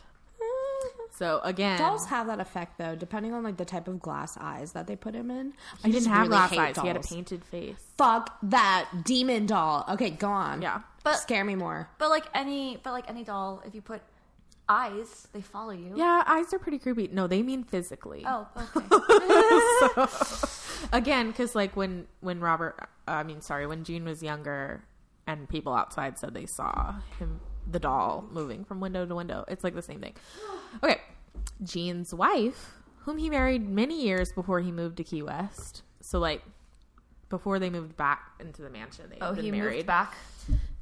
Speaker 2: So again,
Speaker 3: Dolls have that effect though, depending on like the type of glass eyes that they put him in.
Speaker 2: he didn't
Speaker 3: just
Speaker 2: have
Speaker 3: really
Speaker 2: glass
Speaker 3: hate
Speaker 2: eyes; he had a
Speaker 3: dolls.
Speaker 2: painted face.
Speaker 3: Fuck that demon doll. Okay, go on.
Speaker 2: Yeah,
Speaker 1: But-
Speaker 3: scare me more.
Speaker 1: but like any, but like any doll, if you put eyes, they follow you.
Speaker 2: yeah, eyes are pretty creepy. No, they mean physically.
Speaker 1: Oh, okay.
Speaker 2: again because like when when robert uh, i mean sorry when gene was younger and people outside said they saw him the doll moving from window to window it's like the same thing okay gene's wife whom he married many years before he moved to key west so like before they moved back into the mansion they
Speaker 1: oh,
Speaker 2: had been
Speaker 1: he
Speaker 2: married
Speaker 1: moved back.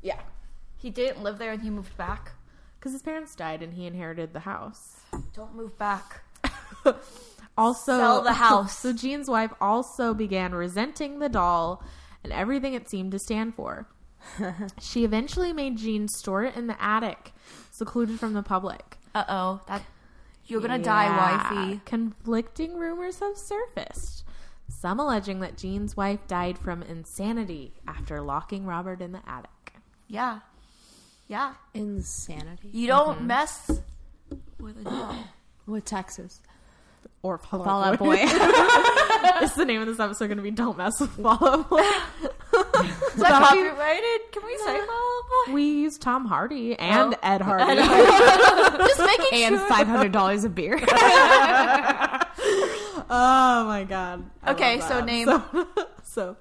Speaker 2: yeah
Speaker 1: He didn't live there, and he moved back.
Speaker 2: because his parents died and he inherited the house
Speaker 1: Don't move back.
Speaker 2: also
Speaker 1: Sell the house.
Speaker 2: so Jean's wife also began resenting the doll and everything it seemed to stand for. she eventually made Jean store it in the attic, secluded from the public.
Speaker 1: Uh oh, that you're gonna
Speaker 2: Yeah.
Speaker 1: die, wifey.
Speaker 2: Conflicting rumors have surfaced. Some alleging that Jean's wife died from insanity after locking Robert in the attic.
Speaker 1: Yeah, yeah.
Speaker 3: Insanity.
Speaker 1: You don't mess with a doll.
Speaker 3: With Texas.
Speaker 2: Or Fall,
Speaker 3: Fall Out
Speaker 2: Boy. Is the name of this episode going to be "Don't Mess with Fall Out Boy"?
Speaker 1: Is that copyrighted? Can we say Fall Out
Speaker 2: We use Tom Hardy and
Speaker 1: Oh.
Speaker 2: Ed Hardy.
Speaker 1: Boy? Just making
Speaker 3: And
Speaker 1: sure.
Speaker 3: five hundred dollars a beer.
Speaker 2: Oh my god. I
Speaker 1: Okay,
Speaker 2: love
Speaker 1: so
Speaker 2: that.
Speaker 1: name-
Speaker 2: So, so,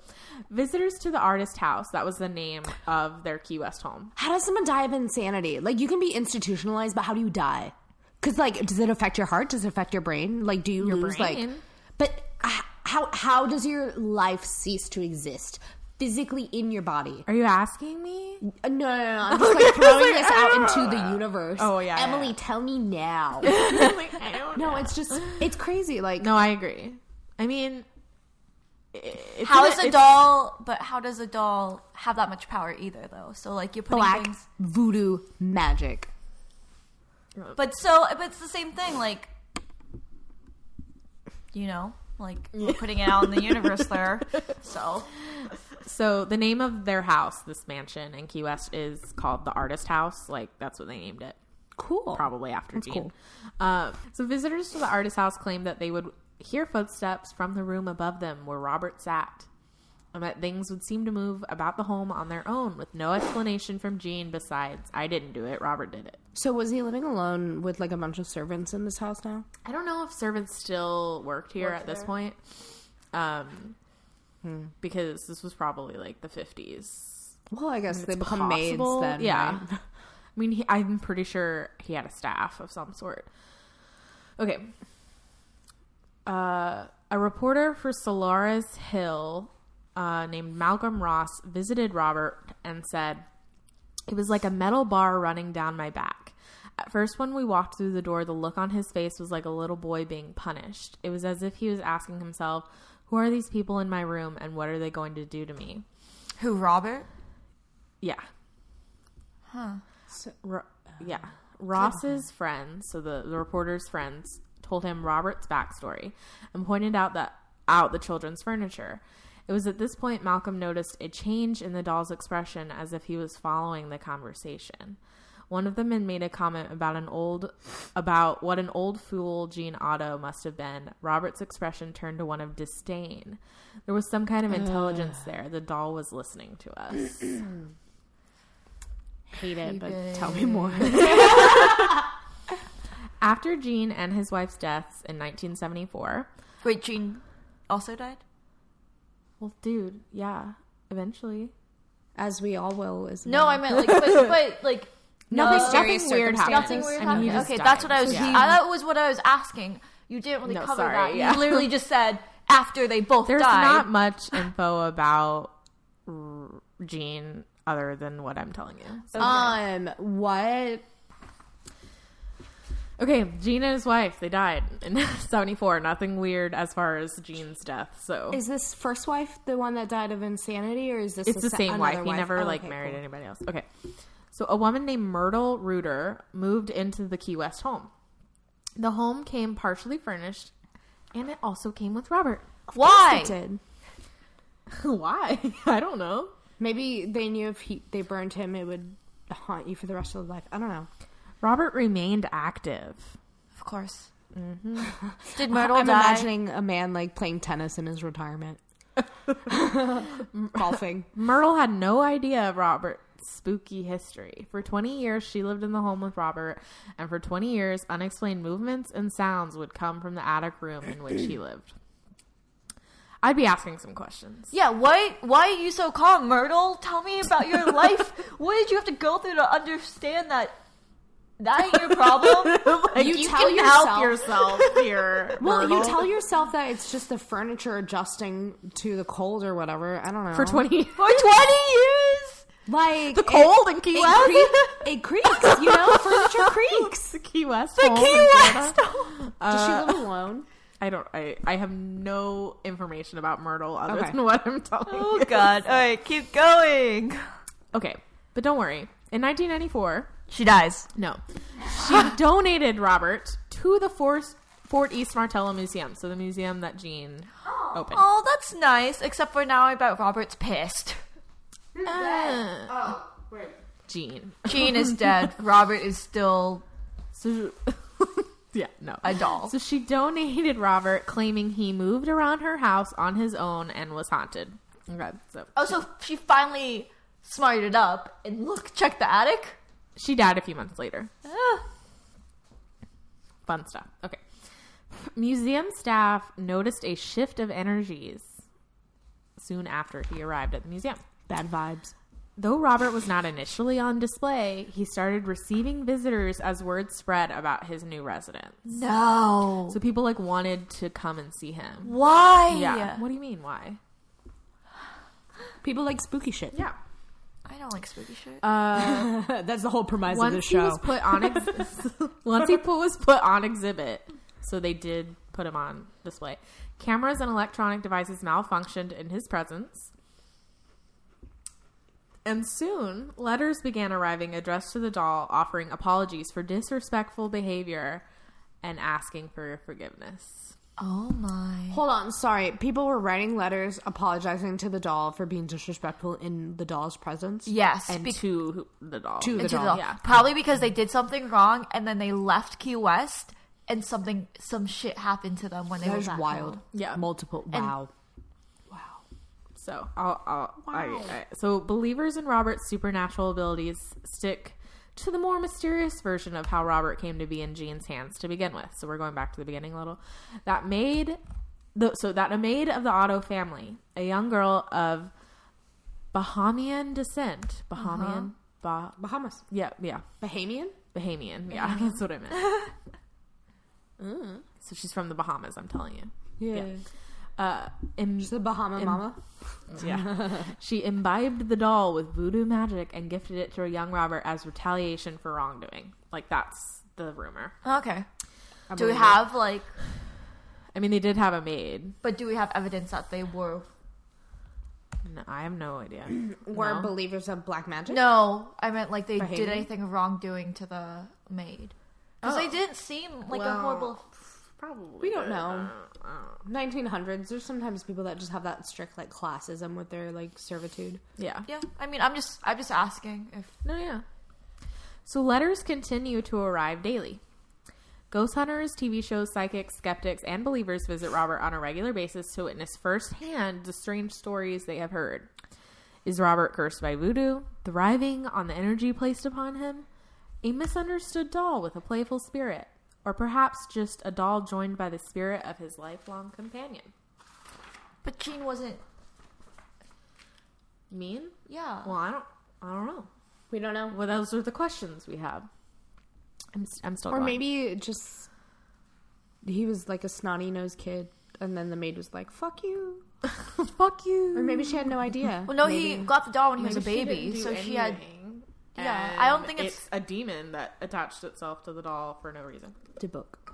Speaker 2: visitors to the artist house, that was the name of their Key West home.
Speaker 3: how does someone die of insanity? Like you can be institutionalized, but how do you die? Because like, does it affect your heart? Does it affect your brain? Like, do you lose like?
Speaker 2: brain.
Speaker 3: But h- how how does your life cease to exist physically in your body?
Speaker 2: Are you asking me?
Speaker 3: Uh, No, no, no. I'm just like throwing this out into the universe.
Speaker 2: "Ah." Oh, yeah,
Speaker 3: Emily,
Speaker 2: yeah.
Speaker 3: tell me now.
Speaker 2: Like, I don't
Speaker 3: no, it's just it's crazy. Like
Speaker 2: No, I agree. I mean i- it's
Speaker 1: How
Speaker 2: gonna-
Speaker 1: is a
Speaker 2: it's-
Speaker 1: doll? But how does a doll have that much power either, though? So like you're putting
Speaker 3: black
Speaker 1: things.
Speaker 3: voodoo magic.
Speaker 1: But so, but it's the same thing. Like, you know, like we're putting it out in the universe there. So
Speaker 2: So the name of their house, this mansion in Key West is called the Artist House. Like that's what they named it.
Speaker 3: Cool.
Speaker 2: Probably after Gene.
Speaker 3: cool.
Speaker 2: Uh, so visitors to the artist house claimed that they would hear footsteps from the room above them where Robert sat. and that things would seem to move about the home on their own with no explanation from Jean besides, I didn't do it, Robert did it.
Speaker 3: So was he living alone with like a bunch of servants in this house now?
Speaker 2: I don't know if servants still worked here at this point. Um, Because this was probably like the 50s.
Speaker 3: Well, I guess they
Speaker 2: It's
Speaker 3: become
Speaker 2: possible.
Speaker 3: maids then.
Speaker 2: Yeah.
Speaker 3: right?
Speaker 2: I mean, he, I'm pretty sure he had a staff of some sort. Okay. Uh, a reporter for Solaris Hill uh, named Malcolm Ross visited Robert and said, It was like a metal bar running down my back. At first, when we walked through the door, the look on his face was like a little boy being punished. It was as if he was asking himself, Who are these people in my room and what are they going to do to me?
Speaker 1: who, Robert?
Speaker 2: Yeah. Huh. Ro- yeah. Ross's friends, so the, the reporter's friends, told him Robert's backstory and pointed out that out the children's furniture. It was at this point Malcolm noticed a change in the doll's expression as if he was following the conversation. One of the men made a comment about an old about what an old fool Gene Otto must have been. Robert's expression turned to one of disdain. There was some kind of intelligence there. The doll was listening to us. Hate it, but
Speaker 3: Tell me more.
Speaker 2: After Gene and his wife's deaths in 1974,
Speaker 1: Wait, Jean also died.
Speaker 2: well, dude, yeah, eventually.
Speaker 3: as we all will. As
Speaker 1: No,
Speaker 3: well.
Speaker 1: I meant like, but, but like no-
Speaker 3: nothing, nothing
Speaker 2: serious
Speaker 3: weird
Speaker 2: circumstances.
Speaker 3: happened.
Speaker 1: nothing weird
Speaker 2: I mean,
Speaker 1: happened.
Speaker 2: you just
Speaker 1: Okay,
Speaker 2: died.
Speaker 1: that's what I was.
Speaker 3: Yeah.
Speaker 1: I- that was what I was asking. You didn't really
Speaker 2: No,
Speaker 1: cover
Speaker 2: sorry,
Speaker 1: that.
Speaker 2: yeah.
Speaker 1: You literally just said after they both
Speaker 2: There's
Speaker 1: died.
Speaker 2: not much info about R- Jean other than what I'm telling you. So-
Speaker 3: Um, what?
Speaker 2: okay, Jean and his wife, they died in 74. Nothing weird as far as Jean's death. So
Speaker 3: Is this first wife the one that died of insanity, or is this
Speaker 2: it's
Speaker 3: a
Speaker 2: the
Speaker 3: se-
Speaker 2: same wife.
Speaker 3: another
Speaker 2: He never
Speaker 3: Oh,
Speaker 2: like
Speaker 3: okay,
Speaker 2: married
Speaker 3: cool.
Speaker 2: anybody else. Okay. So a woman named Myrtle Reuter moved into the Key West home. The home came partially furnished and it also came with Robert.
Speaker 1: Why?
Speaker 3: Yes, they did.
Speaker 2: Why? I don't know.
Speaker 3: Maybe they knew if he, they burned him, it would haunt you for the rest of life. I don't know.
Speaker 2: Robert remained active.
Speaker 1: Of course.
Speaker 2: Mm-hmm.
Speaker 1: Did Myrtle
Speaker 3: I'm
Speaker 1: die?
Speaker 3: imagining a man like playing tennis in his retirement, golfing.
Speaker 2: Myrtle had no idea of Robert's spooky history. For 20 years, she lived in the home with Robert, and for 20 years, unexplained movements and sounds would come from the attic room in which he lived. I'd be asking some questions.
Speaker 1: Yeah, why why are you so calm, Myrtle? Tell me about your life. What did you have to go through to understand that that ain't your problem?
Speaker 2: Like,
Speaker 3: You
Speaker 2: you,
Speaker 3: tell
Speaker 2: can help yourself here.
Speaker 3: Well, you
Speaker 2: Myrtle.
Speaker 3: tell yourself that it's just the furniture adjusting to the cold or whatever. I don't know.
Speaker 2: for 20 years.
Speaker 1: For twenty years.
Speaker 3: like
Speaker 2: The cold in Key
Speaker 3: it,
Speaker 2: West.
Speaker 3: creak- it creaks, you know. Furniture creaks.
Speaker 2: The Key West.
Speaker 1: The
Speaker 2: home
Speaker 1: Key
Speaker 2: in Florida.
Speaker 1: West.
Speaker 3: Does she live alone?
Speaker 2: I don't. I, I have no information about Myrtle other
Speaker 3: Okay.
Speaker 2: than what I'm telling
Speaker 1: Oh
Speaker 2: you.
Speaker 1: God! All right, keep going.
Speaker 2: Okay, but don't worry. In 1994,
Speaker 1: She dies.
Speaker 2: no, she donated Robert to the Fort, Fort East Martello Museum, so the museum that Jean opened.
Speaker 1: Oh, that's nice. Except for now, I bet Robert's pissed.
Speaker 2: Ah.
Speaker 1: Oh,
Speaker 2: Jean.
Speaker 1: Jean is dead. Robert is still
Speaker 2: So, yeah, no.
Speaker 1: a doll.
Speaker 2: So she donated Robert, claiming he moved around her house on his own and was haunted. Okay, so
Speaker 1: Oh, so she finally smarted up and look, check the attic.
Speaker 2: she died a few months later.
Speaker 1: Ah.
Speaker 2: Fun stuff. Okay. Museum staff noticed a shift of energies soon after he arrived at the museum.
Speaker 3: Bad vibes.
Speaker 2: Though Robert was not initially on display, he started receiving visitors as word spread about his new residence.
Speaker 1: No.
Speaker 2: So people like wanted to come and see him.
Speaker 1: Why?
Speaker 2: Yeah. What do you mean why?
Speaker 3: People like spooky shit.
Speaker 2: Yeah.
Speaker 1: I don't like spooky shit.
Speaker 3: That's the whole premise of the
Speaker 2: Once he
Speaker 3: show.
Speaker 2: was put on ex- once he put, was put on exhibit, so they did put him on display. Cameras and electronic devices malfunctioned in his presence. And soon, letters began arriving addressed to the doll offering apologies for disrespectful behavior and asking for forgiveness.
Speaker 1: oh my.
Speaker 3: Hold on, sorry. People were writing letters apologizing to the doll for being disrespectful in the doll's presence.
Speaker 1: Yes.
Speaker 2: And
Speaker 1: be-
Speaker 2: to the doll.
Speaker 3: To the
Speaker 1: into the
Speaker 3: doll.
Speaker 2: yeah.
Speaker 1: Probably because they did something wrong and then they left Key West and something some shit happened to them when they
Speaker 3: That
Speaker 1: were
Speaker 3: is
Speaker 1: back
Speaker 3: wild.
Speaker 1: home.
Speaker 2: Yeah.
Speaker 3: Multiple. Wow.
Speaker 2: So I'll, I'll I- I- so believers in Robert's supernatural abilities stick to the more mysterious version of how Robert came to be in Jean's hands to begin with. So we're going back to the beginning a little. That maid, the, so that a maid of the Otto family, a young girl of Bahamian descent, Bahamian, bah,
Speaker 3: Bahamas.
Speaker 2: yeah, yeah,
Speaker 3: Bahamian?
Speaker 2: Bahamian, yeah, that's what I meant. So she's from the Bahamas. I'm telling you.
Speaker 3: Yeah.
Speaker 2: Uh, in,
Speaker 3: She's a Bahama mama.
Speaker 2: yeah. she imbibed the doll with voodoo magic and gifted it to a young Robert as retaliation for wrongdoing. Like that's the rumor.
Speaker 1: Okay. Do we
Speaker 3: believe it.
Speaker 1: have like
Speaker 2: I mean, they did have a maid.
Speaker 1: but do we have evidence that they were
Speaker 2: No, I have no idea.
Speaker 3: We're
Speaker 2: No.
Speaker 3: believers of black magic.
Speaker 1: No, I meant like they did
Speaker 3: Behaving?
Speaker 1: anything wrongdoing to the maid. Because they didn't seem like
Speaker 2: Oh.
Speaker 1: a
Speaker 2: Well,
Speaker 1: horrible
Speaker 2: Probably
Speaker 3: We don't know. 1900s, there's sometimes people that just have that strict, like, classism with their, like, servitude.
Speaker 2: Yeah.
Speaker 1: Yeah, I mean, I'm just, I'm just asking if
Speaker 2: No, yeah. So letters continue to arrive daily. Ghost hunters, TV shows, psychics, skeptics, and believers visit Robert on a regular basis to witness firsthand the strange stories they have heard. Is Robert cursed by voodoo, thriving on the energy placed upon him, a misunderstood doll with a playful spirit, or perhaps just a doll joined by the spirit of his lifelong companion?
Speaker 1: But Jean wasn't.
Speaker 2: mean?
Speaker 3: Uh.
Speaker 1: Yeah.
Speaker 2: Well, I don't. I don't know.
Speaker 3: We don't know.
Speaker 2: Well, those are the questions we have. I'm. s- I'm still.
Speaker 3: Or
Speaker 2: going.
Speaker 3: maybe just he was like a snotty nosed kid, and then the maid was like, "Fuck you,"
Speaker 2: fuck you.
Speaker 3: or maybe she had no idea.
Speaker 1: well, no, he
Speaker 3: Maybe-
Speaker 1: got the doll when he was a
Speaker 2: Oh, Maybe she
Speaker 1: baby,
Speaker 2: didn't do
Speaker 1: so she had.
Speaker 2: anything,
Speaker 1: Yeah,
Speaker 2: and
Speaker 1: I don't think it's-
Speaker 2: a demon that attached itself to the doll for no reason.
Speaker 3: to book,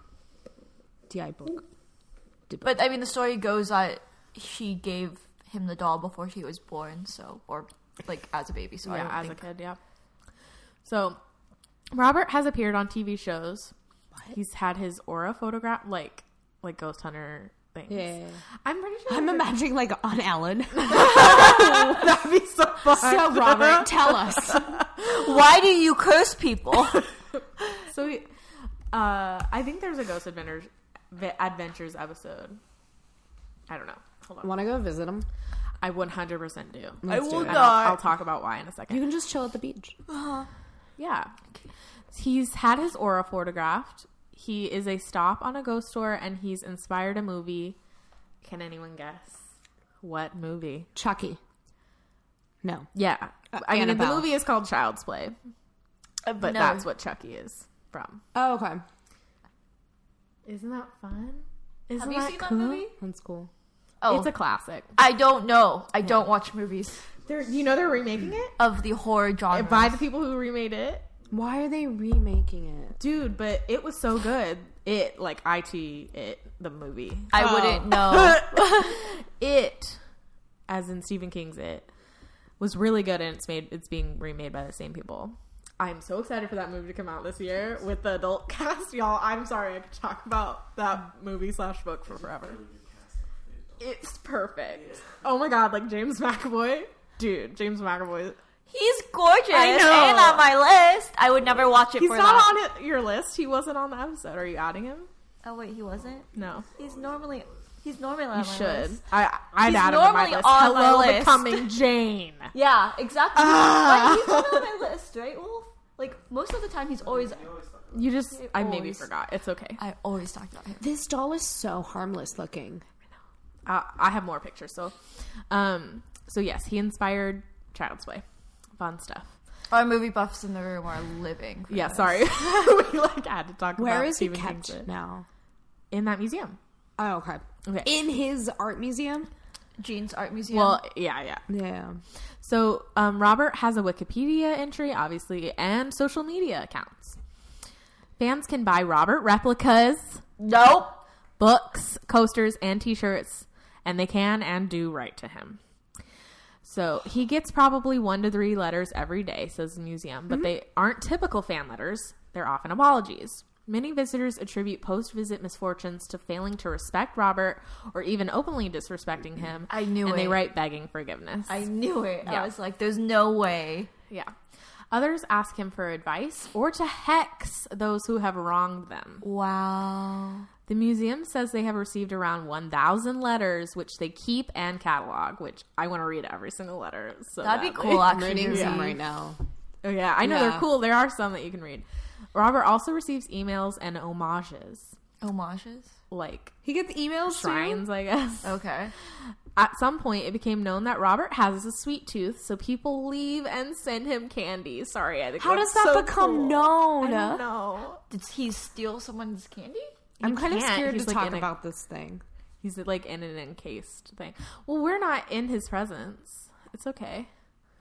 Speaker 3: di book.
Speaker 1: But I mean, the story goes that she gave him the doll before he was born, so or like as a baby. So I
Speaker 2: yeah,
Speaker 1: don't
Speaker 2: as
Speaker 1: think
Speaker 2: a kid, yeah. So Robert has appeared on TV shows. He's had his aura photograph, like like ghost hunter things.
Speaker 3: Yeah,
Speaker 2: I'm pretty sure.
Speaker 3: I'm imagining like on Ellen.
Speaker 2: that'd be so fun.
Speaker 3: so Robert, tell us.
Speaker 1: Why do you curse people?
Speaker 2: So he, uh, I think there's a Ghost Adventures v- Adventures episode. I don't know. Hold on.
Speaker 3: Want to go visit him?
Speaker 2: I 100% do.
Speaker 1: I
Speaker 3: Let's do
Speaker 1: will
Speaker 3: it.
Speaker 2: And I'll, I'll talk about why in a
Speaker 3: You
Speaker 2: second.
Speaker 3: can just chill at the beach.
Speaker 2: Yeah. He's had his aura photographed. He is a stop on a ghost store and he's inspired a movie. Can anyone guess what movie?
Speaker 3: Chucky. No.
Speaker 2: Yeah. I mean, the
Speaker 3: Annabelle.
Speaker 2: movie is called Child's Play, but
Speaker 1: No.
Speaker 2: that's what Chucky is from.
Speaker 3: Oh, okay.
Speaker 2: Isn't that fun? Isn't
Speaker 1: you seen that
Speaker 2: cool?
Speaker 1: movie?
Speaker 3: That's cool.
Speaker 1: Oh,
Speaker 2: It's a classic.
Speaker 1: I don't know. I don't watch movies
Speaker 2: They're, you know they're remaking it?
Speaker 1: of the horror genre.
Speaker 2: by the people who remade it.
Speaker 3: Why are they remaking it?
Speaker 2: Dude, but it was so good. It like IT it the movie.
Speaker 1: I wouldn't
Speaker 2: Oh.
Speaker 1: know.
Speaker 2: Um, It as in Stephen King's It was really good and it's made it's being remade by the same people. I'm so excited for that movie to come out this year with the adult cast, y'all. I'm sorry I could talk about that movie slash book for forever. It's perfect. Oh my god, like James McAvoy. Dude, James McAvoy
Speaker 1: He's gorgeous
Speaker 2: I know.
Speaker 1: and on my list. I would never watch it
Speaker 2: He's
Speaker 1: for
Speaker 2: not
Speaker 1: that.
Speaker 2: on it, your list. He wasn't on the episode. Are you adding him?
Speaker 1: Oh wait, he wasn't.
Speaker 2: No.
Speaker 1: He's normally he's normally on
Speaker 2: You
Speaker 1: my
Speaker 2: should.
Speaker 1: list.
Speaker 2: I I'd
Speaker 1: He's
Speaker 2: add him to my
Speaker 1: normally
Speaker 2: list.
Speaker 1: on my
Speaker 2: Hello,
Speaker 1: list.
Speaker 2: becoming Jane.
Speaker 1: Yeah, exactly.
Speaker 2: Ah.
Speaker 1: But he's not on my list, right, Wolf? Like most of the time, he's always.
Speaker 2: You just
Speaker 1: It
Speaker 2: I maybe
Speaker 1: always-
Speaker 2: forgot. It's okay.
Speaker 1: I always talk about him.
Speaker 3: This doll is so harmless looking.
Speaker 2: I, I have more pictures. So, um, so yes, he inspired Child's Play. Fun stuff.
Speaker 1: Our movie buffs in the room are living. for
Speaker 2: Yeah,
Speaker 1: this.
Speaker 2: sorry. we like had to talk about
Speaker 3: Where is he
Speaker 2: Stephen King's
Speaker 3: kept
Speaker 2: it.
Speaker 3: now?
Speaker 2: in that museum.
Speaker 3: Oh, okay.
Speaker 2: Okay.
Speaker 3: In his art museum?
Speaker 1: Jean's Art Museum.
Speaker 2: Well, yeah, yeah.
Speaker 3: Yeah.
Speaker 2: So um, Robert has a Wikipedia entry, obviously, and social media accounts. Fans can buy Robert replicas,
Speaker 1: nope.
Speaker 2: books, coasters, and T-shirts, and they can and do write to him. So he gets probably one to three letters every day, says the museum,
Speaker 1: Mm-hmm.
Speaker 2: but they aren't typical fan letters. They're often apologies. Many visitors attribute post visit misfortunes to failing to respect Robert or even openly disrespecting him.
Speaker 1: I knew
Speaker 2: and they
Speaker 1: it.
Speaker 2: write begging forgiveness.
Speaker 1: I knew it.
Speaker 2: Yeah.
Speaker 1: I was like, there's no way.
Speaker 2: Yeah. Others ask him for advice or to hex those who have wronged them.
Speaker 1: Wow.
Speaker 2: The museum says they have received around 1,000 letters, which they keep and catalog, which I want to read every single letter. So
Speaker 1: That'd be
Speaker 2: badly.
Speaker 1: cool,
Speaker 3: I'm
Speaker 1: actually.
Speaker 3: reading
Speaker 1: to
Speaker 3: some
Speaker 1: see.
Speaker 3: right now.
Speaker 2: Oh, yeah, I know
Speaker 3: Yeah.
Speaker 2: they're cool. There are some that you can read. Robert also receives emails and homages,
Speaker 1: Homages?
Speaker 2: like
Speaker 3: He gets emails
Speaker 2: shrines, I guess.
Speaker 1: Okay.
Speaker 2: At some point, it became known that Robert has a sweet tooth, so people leave and send him candy. Sorry, I think
Speaker 3: How
Speaker 2: that's
Speaker 3: does that
Speaker 2: so
Speaker 3: become
Speaker 2: cool.
Speaker 3: known?
Speaker 2: I know.
Speaker 1: Did he steal someone's candy?
Speaker 3: I'm kind of
Speaker 2: can't.
Speaker 3: scared
Speaker 2: He's,
Speaker 3: to
Speaker 2: like,
Speaker 3: talk
Speaker 2: in a-
Speaker 3: about this thing.
Speaker 2: He's like in an encased thing. Well, we're not in his presence. It's okay.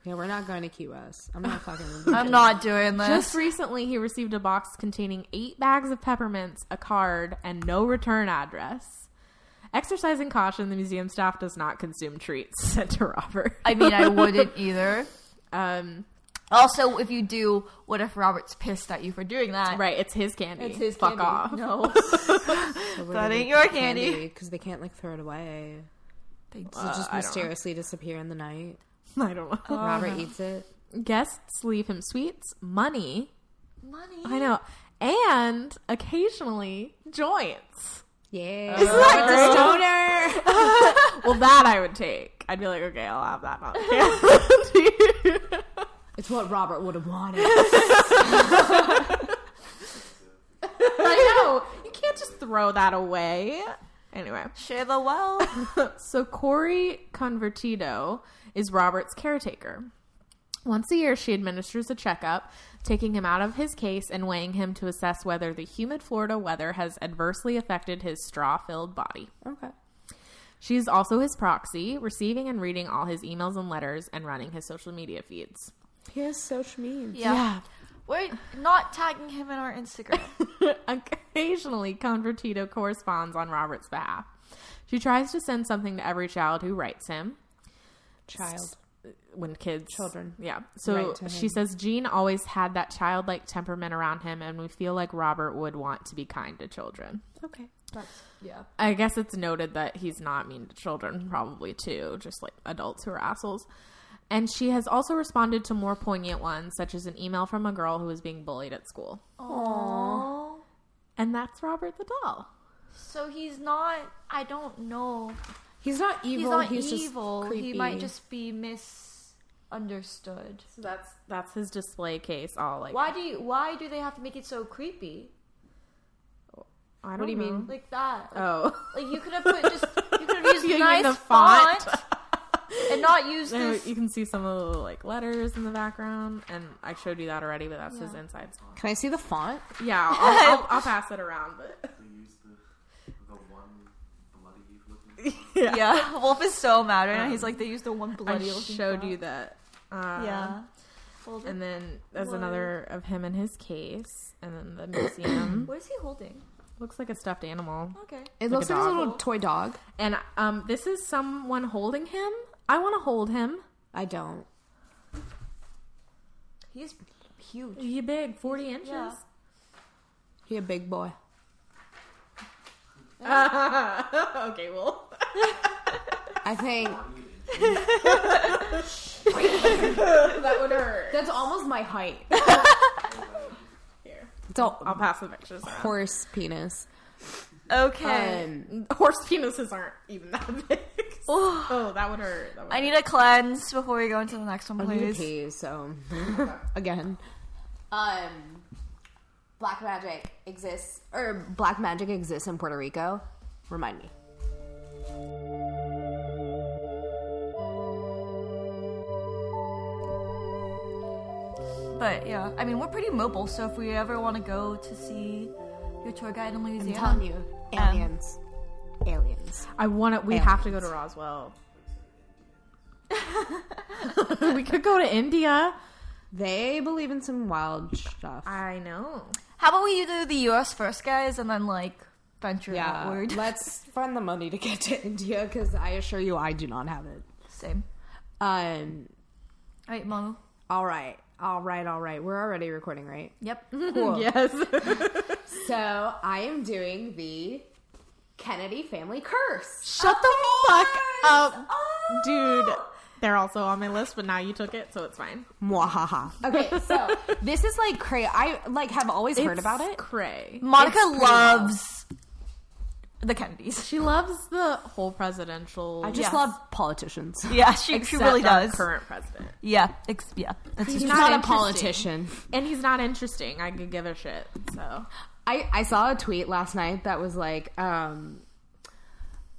Speaker 3: Yeah, we're not going to Key West. I'm not fucking.
Speaker 1: I'm not doing this.
Speaker 2: Just recently, he received a box containing eight bags of peppermints, a card, and no return address. Exercising caution, the museum staff does not consume treats sent to Robert.
Speaker 1: I mean, I wouldn't either.
Speaker 2: um,
Speaker 1: Also, if you do, what if Robert's pissed at you for doing that?
Speaker 2: right, it's his candy.
Speaker 1: It's his
Speaker 2: Fuck
Speaker 1: candy.
Speaker 2: off.
Speaker 1: No.
Speaker 3: that
Speaker 1: ain't your candy.
Speaker 3: because they can't like throw it away.
Speaker 1: They
Speaker 3: Does it just
Speaker 2: I don't know.
Speaker 3: mysteriously disappear in the night?
Speaker 2: I don't know.
Speaker 1: Uh.
Speaker 3: Robert eats it.
Speaker 2: Guests leave him sweets, money.
Speaker 1: money.
Speaker 2: I know, and occasionally joints.
Speaker 3: Yeah,
Speaker 2: that stoner? well, that I would take. I'd be like, okay, I'll have that. on account.
Speaker 3: it's what Robert would have wanted.
Speaker 2: I know you can't just throw that away. Anyway,
Speaker 1: Share the wealth.
Speaker 2: so Corey Convertido is Robert's caretaker. Once a year, she administers a checkup, taking him out of his case and weighing him to assess whether the humid Florida weather has adversely affected his straw filled body.
Speaker 3: Okay.
Speaker 2: She is also his proxy, receiving and reading all his emails and letters and running his social media feeds.
Speaker 3: He has social means.
Speaker 1: Yeah. We're not tagging him in our Instagram.
Speaker 2: Occasionally, Convertito corresponds on Robert's behalf. She tries to send something to every child who writes him.
Speaker 3: Child.
Speaker 2: when kids
Speaker 3: Children.
Speaker 2: yeah so
Speaker 3: Right to
Speaker 2: she
Speaker 3: him.
Speaker 2: says gene always had that childlike temperament around him and we feel like robert would want to be kind to children
Speaker 3: Okay. That's, yeah.
Speaker 2: i guess it's noted that he's not mean to children probably too just like adults who are assholes and she has also responded to more poignant ones such as an email from a girl who was being bullied at school
Speaker 1: Aww.
Speaker 2: and that's robert the doll
Speaker 1: So he's not. I don't know.
Speaker 3: He's not evil.
Speaker 1: He's not
Speaker 3: just
Speaker 1: evil. He
Speaker 3: creepy.
Speaker 1: might just be misunderstood.
Speaker 2: so that's that's his display case all like
Speaker 1: Why do you? Why do they have to make it so creepy?
Speaker 2: I don't
Speaker 3: do you
Speaker 2: know.
Speaker 3: mean?
Speaker 1: Like that. Like,
Speaker 2: oh
Speaker 1: you could have put just. You could have used
Speaker 2: You mean
Speaker 1: nice
Speaker 2: the font?
Speaker 1: font. and not use
Speaker 2: There,
Speaker 1: this.
Speaker 2: you can see some of the like letters in the background, and I showed you that already, but that's his
Speaker 1: Yeah.
Speaker 2: inside song.
Speaker 3: Can I see the font?
Speaker 2: Yeah, I'll, I'll, I'll pass it around, but
Speaker 4: They use the the one bloody looking
Speaker 2: yeah,
Speaker 1: Yeah, Wolf is so mad right now. He's
Speaker 2: Um,
Speaker 1: like, they used the one
Speaker 2: I
Speaker 1: bloody. looking
Speaker 2: showed
Speaker 1: font.
Speaker 2: you that. Uh,
Speaker 1: Yeah. Hold it.
Speaker 2: and then there's
Speaker 1: What?
Speaker 2: another of him in his case, and then the museum
Speaker 1: what is he holding?
Speaker 2: looks like a stuffed animal,
Speaker 1: Okay.
Speaker 2: Like
Speaker 3: It looks
Speaker 2: a
Speaker 3: like a
Speaker 2: dog.
Speaker 3: little toy dog.
Speaker 2: and um, this is someone holding him. I want to hold him.
Speaker 3: I don't.
Speaker 1: He's huge.
Speaker 2: He big, forty inches.
Speaker 1: Yeah.
Speaker 3: He a big boy.
Speaker 2: okay, well,
Speaker 3: I think
Speaker 2: that would hurt.
Speaker 3: that's almost my height.
Speaker 2: Here,
Speaker 3: It's a
Speaker 2: I'll pass the pictures around.
Speaker 3: horse penis.
Speaker 1: Okay.
Speaker 3: Um,
Speaker 2: Horse penises aren't even that big.
Speaker 1: Um,
Speaker 2: oh, that would hurt. That would
Speaker 1: I need a cleanse before we go into the next one,
Speaker 3: I need to
Speaker 1: please.
Speaker 3: pee, so again. Um, black magic exists, or black magic exists in Puerto Rico. Remind me.
Speaker 1: But yeah, I mean, we're pretty mobile, so if we ever want to go to see your tour guide in
Speaker 3: I'm
Speaker 1: Louisiana,
Speaker 3: telling you,
Speaker 1: Um,
Speaker 3: aliens, aliens.
Speaker 2: I want to. We
Speaker 3: Aliens.
Speaker 2: have to go to Roswell. we could go to India.
Speaker 3: They believe in some wild stuff.
Speaker 2: I know.
Speaker 1: How about we do the U.S. first, guys, and then like venture
Speaker 3: yeah,
Speaker 1: outward?
Speaker 3: let's find the money to get to India because I assure you, I do not have it.
Speaker 1: Same.
Speaker 3: Um.
Speaker 1: All right, Mom.
Speaker 3: All right. All right. All right. We're already recording, right?
Speaker 1: Yep.
Speaker 3: Cool.
Speaker 2: Yes.
Speaker 3: So I am doing the Kennedy family curse.
Speaker 2: Shut the fuck up,
Speaker 1: Um,
Speaker 3: Oh!
Speaker 2: dude. They're also on my list, but now you took it, so it's fine.
Speaker 3: Mwahaha. Okay, so this is like crazy. I like have always heard
Speaker 2: It's
Speaker 3: about it.
Speaker 2: Cray.
Speaker 1: Monica
Speaker 3: It's pretty
Speaker 1: loves the Kennedys.
Speaker 2: She loves the whole presidential.
Speaker 3: I just
Speaker 1: Yes.
Speaker 3: love politicians.
Speaker 1: Yeah, she, she
Speaker 2: except
Speaker 1: really
Speaker 2: our
Speaker 1: does.
Speaker 2: Current president,
Speaker 1: Yeah, ex- yeah. That's
Speaker 2: He's
Speaker 1: just-
Speaker 2: not interesting. and he's not interesting. I could give a shit. So
Speaker 3: I, I saw a tweet last night that was like, um,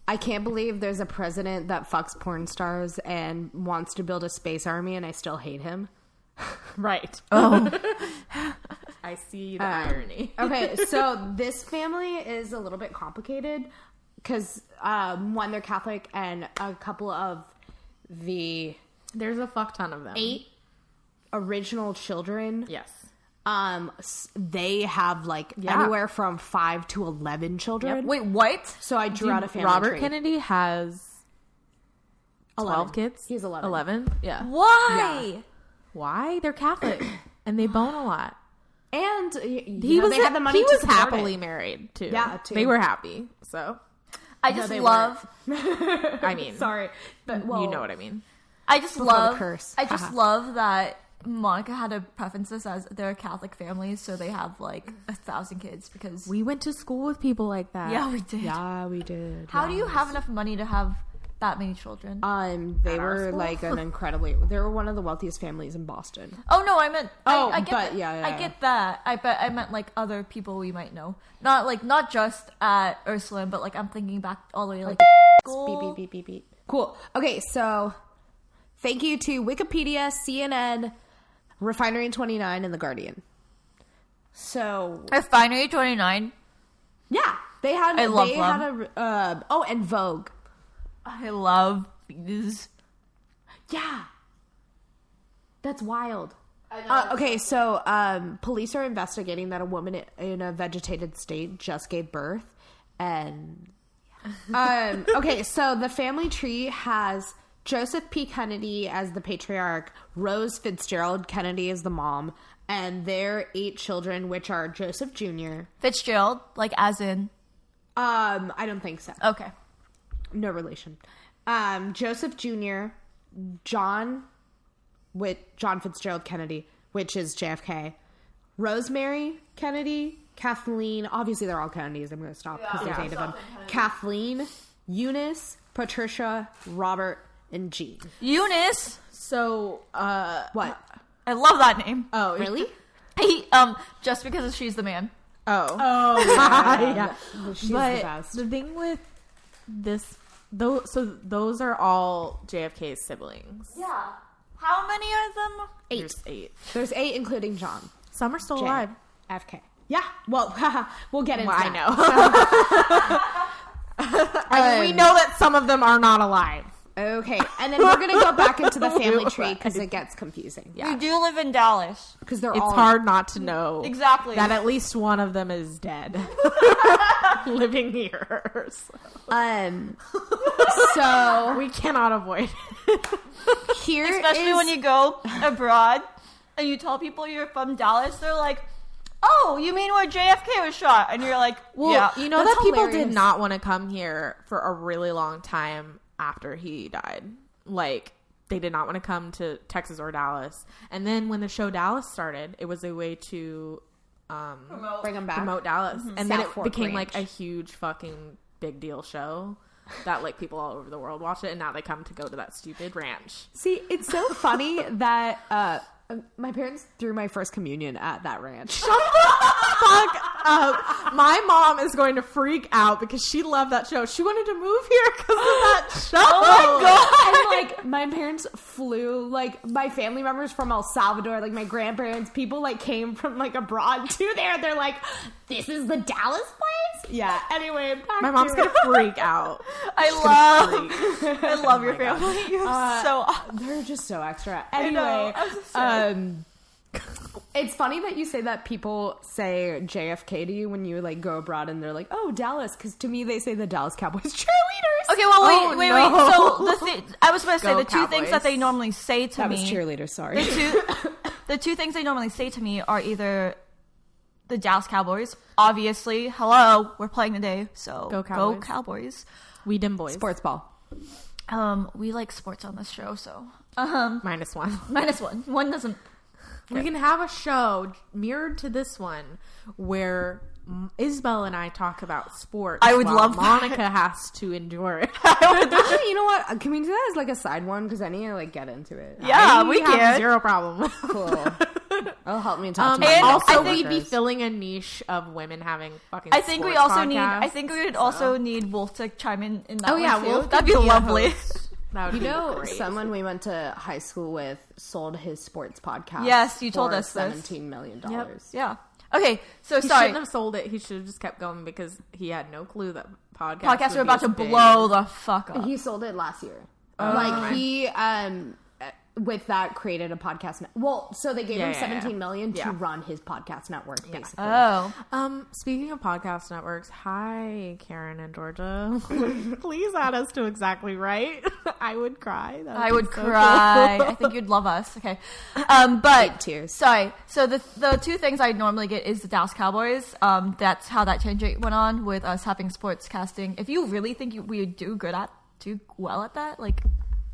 Speaker 3: I can't believe there's a president that fucks porn stars and wants to build a space army, and I still hate him.
Speaker 2: right. Oh, Uh, I see the irony.
Speaker 3: okay, so this family is a little bit complicated because um, one, they're Catholic, and a couple of the
Speaker 2: There's a fuck ton of them.
Speaker 3: eight original children,
Speaker 2: Yes.
Speaker 3: um, s- they have like
Speaker 2: Yeah.
Speaker 3: anywhere from five to eleven children.
Speaker 1: Wait, what?
Speaker 3: So I drew out a family
Speaker 2: Robert
Speaker 3: tree.
Speaker 2: Kennedy has 12
Speaker 3: 11.
Speaker 2: kids.
Speaker 3: He's 11.
Speaker 2: Yeah.
Speaker 1: Why?
Speaker 2: Why? They're Catholic and they bone a lot.
Speaker 3: And y- you
Speaker 2: He
Speaker 3: know,
Speaker 2: was
Speaker 3: they had the money
Speaker 2: he
Speaker 3: to
Speaker 2: was
Speaker 3: support
Speaker 2: happily
Speaker 3: it.
Speaker 2: married too.
Speaker 3: Yeah, too.
Speaker 2: They were happy. So,
Speaker 1: I just
Speaker 3: they
Speaker 1: love.
Speaker 2: I mean,
Speaker 3: Sorry, but well,
Speaker 2: you know what I mean.
Speaker 1: I just
Speaker 3: the
Speaker 1: love.
Speaker 3: curse.
Speaker 1: I just
Speaker 3: Haha.
Speaker 1: love that Monica had to preference this as they're a Catholic family, so they have like a thousand kids because.
Speaker 2: We went to school with people like that.
Speaker 1: yeah, we did.
Speaker 3: Yeah, we did.
Speaker 1: How do you have enough money to have that many children.
Speaker 3: Um, they
Speaker 2: At our
Speaker 3: were
Speaker 2: school?
Speaker 3: like an incredibly. They were one of the wealthiest families in Boston.
Speaker 1: oh no, I meant.
Speaker 3: Oh,
Speaker 1: I, I get
Speaker 3: but-
Speaker 1: that-
Speaker 3: yeah, yeah,
Speaker 1: I
Speaker 3: yeah.
Speaker 1: get that. I bet I meant like other people we might know, not like not just at Ursuline, but like I'm thinking back all the way like
Speaker 3: Beep
Speaker 1: school.
Speaker 3: beep beep beep beep. Cool. Okay, so thank you to Wikipedia, CNN, Refinery Twenty Nine, and The Guardian. So
Speaker 1: Refinery twenty nine.
Speaker 3: yeah, they had.
Speaker 1: I love
Speaker 3: they
Speaker 1: them.
Speaker 3: had a. Uh, oh, and Vogue.
Speaker 1: I love these.
Speaker 3: Yeah. That's wild. Uh, okay, so um, police are investigating that a woman in a vegetated state just gave birth, and um, okay, so the family tree has Joseph P. Kennedy as the patriarch, Rose Fitzgerald Kennedy as the mom, and their eight children, which are Joseph Jr.
Speaker 1: Fitzgerald, like as in
Speaker 3: Um, I don't think so
Speaker 1: okay.
Speaker 3: no relation. Um, Joseph Jr., John, with John Fitzgerald Kennedy, which is JFK, Rosemary Kennedy, Kathleen. Obviously, they're all Kennedys. I'm going to stop because there's eight of them. Kathleen, Eunice, Patricia, Robert, and Jean.
Speaker 1: Eunice.
Speaker 2: So, uh,
Speaker 3: What?
Speaker 1: I love that name.
Speaker 2: oh,
Speaker 3: Really?
Speaker 1: He, um, just because she's the man.
Speaker 2: Oh,
Speaker 3: yeah. She's
Speaker 2: but
Speaker 3: the best.
Speaker 2: the thing with this, though, so those are all JFK's siblings.
Speaker 1: Yeah. How many of them?
Speaker 3: Eight.
Speaker 2: There's eight.
Speaker 3: There's eight, including John.
Speaker 2: Some are still
Speaker 3: J.
Speaker 2: alive.
Speaker 3: FK. Yeah. Well, we'll get into
Speaker 2: Well, I
Speaker 3: that.
Speaker 2: know. I mean, we know that some of them are not alive.
Speaker 3: Okay. And then we're going to go back into the family
Speaker 2: You're
Speaker 3: tree because it gets confusing.
Speaker 2: Yeah.
Speaker 1: We do live in Dallas.
Speaker 3: Because they're
Speaker 2: It's
Speaker 3: all
Speaker 2: hard not to know
Speaker 1: Exactly.
Speaker 2: that at least one of them is dead, living here. So
Speaker 3: Um. So
Speaker 2: we cannot avoid it.
Speaker 3: here,
Speaker 1: Especially
Speaker 3: is-
Speaker 1: when you go abroad and you tell people you're from Dallas, they're like, "Oh, you mean where JFK was shot?" And you're like,
Speaker 2: Well,
Speaker 1: yeah.
Speaker 2: you know
Speaker 3: That's
Speaker 2: that people did
Speaker 3: hilarious.
Speaker 2: not want to come here for a really long time after he died. Like they did not want to come to Texas or Dallas. And then when the show Dallas started, it was a way to um,
Speaker 3: bring them back.
Speaker 2: promote Dallas,
Speaker 1: Mm-hmm.
Speaker 2: and then
Speaker 3: South
Speaker 2: it
Speaker 3: Fork
Speaker 2: became like a
Speaker 3: Ranch.
Speaker 2: huge fucking big deal show that like people all over the world watch it, and now they come to go to that stupid ranch.
Speaker 3: See, it's so funny that uh, my parents threw my first communion at that ranch.
Speaker 2: fuck up. My mom is going to freak out because she loved that show. She wanted to move here because of that show. Oh my god!
Speaker 3: and like my parents flew like my family members from El Salvador, like my grandparents, people like came from like abroad to there. They're like, this is the Dallas place. Yeah. Anyway, back
Speaker 2: My mom's
Speaker 3: to-
Speaker 2: gonna freak out.
Speaker 1: I love, I love your family. You're so awesome.
Speaker 3: They're just so extra.
Speaker 1: know.
Speaker 3: Anyway,
Speaker 1: I'm so sorry.
Speaker 3: um, it's funny that you say that people say JFK to you when you like go abroad and they're like, "Oh, Dallas," because to me they say the Dallas Cowboys cheerleaders.
Speaker 1: Okay, well, wait,
Speaker 2: Oh,
Speaker 1: wait,
Speaker 2: no.
Speaker 1: wait. So the thi- I was going to say
Speaker 2: Go
Speaker 1: the two things
Speaker 2: Cowboys.
Speaker 1: that they normally say to
Speaker 3: that
Speaker 1: me.
Speaker 3: was cheerleaders.
Speaker 1: the
Speaker 3: Sorry.
Speaker 1: two the two things they normally say to me are either the Dallas Cowboys, obviously, hello, we're playing today, so
Speaker 2: Go Cowboys.
Speaker 1: Cowboys.
Speaker 2: We dim boys.
Speaker 3: Sports ball.
Speaker 1: Um, we like sports on this show, so
Speaker 2: Minus one.
Speaker 1: minus one. One doesn't.
Speaker 2: We can have a show mirrored to this one where M- Isabel and I talk about sports.
Speaker 1: I would
Speaker 2: while
Speaker 1: love that.
Speaker 2: Monica has to endure it.
Speaker 3: Actually, you know what? Uh, Can we do that as like a side one? Because I need to like get into it.
Speaker 1: Yeah,
Speaker 2: I
Speaker 1: we
Speaker 2: have
Speaker 1: can.
Speaker 2: Zero problem.
Speaker 3: Cool. It'll help me talk
Speaker 2: Um,
Speaker 3: to my
Speaker 1: And
Speaker 2: also,
Speaker 1: I
Speaker 2: we'd
Speaker 1: think-
Speaker 2: be filling a niche of women having fucking.
Speaker 1: I think we
Speaker 2: sports
Speaker 1: also need. I
Speaker 2: podcasts.
Speaker 1: think we would also need Wolf to chime in in that
Speaker 2: Oh
Speaker 1: one,
Speaker 2: yeah,
Speaker 1: too.
Speaker 2: Wolf
Speaker 1: that'd be
Speaker 2: could be a
Speaker 1: lovely.
Speaker 2: host. That would
Speaker 3: You
Speaker 2: be
Speaker 3: know,
Speaker 2: great.
Speaker 3: someone we went to high school with sold his sports podcast.
Speaker 1: Yes, you told
Speaker 3: for
Speaker 1: us this.
Speaker 3: seventeen million dollars.
Speaker 1: yeah. Okay, so
Speaker 2: He
Speaker 1: sorry,
Speaker 2: shouldn't have sold it. He should have just kept going because he had no clue that podcasts
Speaker 1: podcasts
Speaker 2: would
Speaker 1: are about
Speaker 2: be
Speaker 1: to
Speaker 2: as big.
Speaker 1: blow the fuck up.
Speaker 3: He sold it last year.
Speaker 2: Oh,
Speaker 3: like he um with that created a podcast. Ne- well, so they gave
Speaker 2: Yeah,
Speaker 3: him
Speaker 2: yeah, yeah.
Speaker 3: seventeen million
Speaker 2: Yeah.
Speaker 3: to run his podcast network basically.
Speaker 1: oh,
Speaker 2: Um, speaking of podcast networks, hi Karen and Georgia. Please add us to exactly right. I would cry. That
Speaker 1: I
Speaker 2: be
Speaker 1: would
Speaker 2: so
Speaker 1: cry.
Speaker 2: cool.
Speaker 1: I think you'd love us. Okay, um, but
Speaker 3: Big tears.
Speaker 1: Sorry. So the the two things I normally get is the Dallas Cowboys. Um, that's how that change rate went on with us having sports casting. If you really think you, we do good at do well at that, like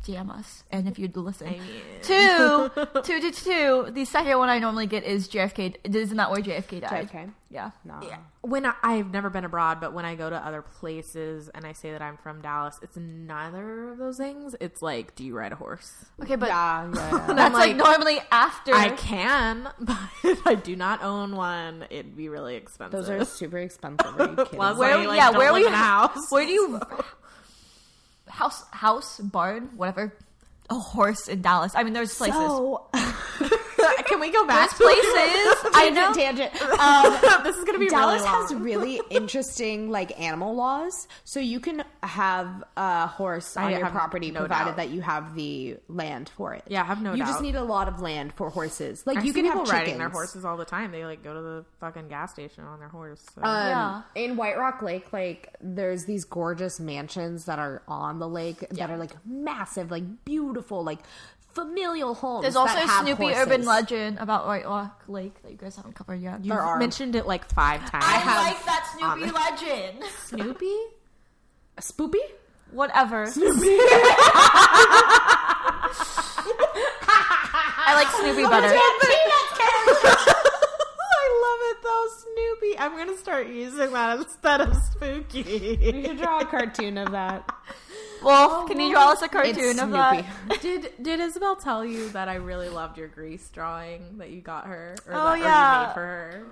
Speaker 1: DM us, and if you'd listen.
Speaker 2: I mean,
Speaker 1: Two, two, two, two. The second one I normally get is JFK. Isn't that where JFK died?
Speaker 3: JFK?
Speaker 1: Yeah.
Speaker 3: Nah.
Speaker 2: when I, I've never been abroad, but when I go to other places and I say that I'm from Dallas, it's neither of those things. It's like, do you ride a horse?
Speaker 1: Okay, but
Speaker 3: yeah, yeah, yeah.
Speaker 1: that's like,
Speaker 2: I'm like,
Speaker 1: normally after.
Speaker 2: I can, but I do not own one. It'd be really expensive.
Speaker 3: Those are super expensive. Are you kidding?
Speaker 2: Plus,
Speaker 1: Where-
Speaker 2: I, like,
Speaker 1: yeah,
Speaker 2: don't
Speaker 1: where
Speaker 2: live
Speaker 1: we-
Speaker 2: in a house.
Speaker 1: Where do you house house barn whatever a horse in Dallas? I mean, there's places.
Speaker 3: So,
Speaker 2: can we go
Speaker 1: there's
Speaker 2: back? to
Speaker 1: places. I
Speaker 3: tangent,
Speaker 1: know.
Speaker 3: tangent. Um,
Speaker 2: this is gonna be
Speaker 3: Dallas
Speaker 2: really long.
Speaker 3: has really interesting like animal laws, so you can have a horse on
Speaker 2: I
Speaker 3: your
Speaker 2: have
Speaker 3: property
Speaker 2: no
Speaker 3: provided
Speaker 2: doubt.
Speaker 3: that you have the land for it.
Speaker 2: Yeah, I have no
Speaker 3: You just
Speaker 2: doubt.
Speaker 3: need a lot of land for horses. Like
Speaker 2: I
Speaker 3: you
Speaker 2: see
Speaker 3: can have
Speaker 2: people
Speaker 3: chickens.
Speaker 2: riding their horses all the time. They like go to the fucking gas station on their horse. So.
Speaker 3: Um,
Speaker 1: Yeah.
Speaker 3: In White Rock Lake, like there's these gorgeous mansions that are on the lake that are like massive, like beautiful, like familial homes.
Speaker 1: There's
Speaker 3: that
Speaker 1: also a
Speaker 3: have
Speaker 1: Snoopy
Speaker 3: horses.
Speaker 1: urban legend about White Rock Lake that you guys haven't covered yet.
Speaker 3: There are
Speaker 2: mentioned it like five times.
Speaker 1: I like that
Speaker 3: um,
Speaker 1: Snoopy legend.
Speaker 2: Snoopy.
Speaker 3: Spoopy.
Speaker 1: Whatever. I like
Speaker 3: Oh
Speaker 1: Snoopy better.
Speaker 2: I love it though, Snoopy. I'm gonna start using that instead of spooky.
Speaker 3: You draw a cartoon of that.
Speaker 1: Wolf, can you draw us a cartoon
Speaker 3: Oh It's
Speaker 1: of
Speaker 3: Snoopy.
Speaker 1: that?
Speaker 2: did Did Isabel tell you that I really loved your grease drawing that you got her? Or
Speaker 1: Oh,
Speaker 2: that, or
Speaker 1: yeah.
Speaker 2: you made for her.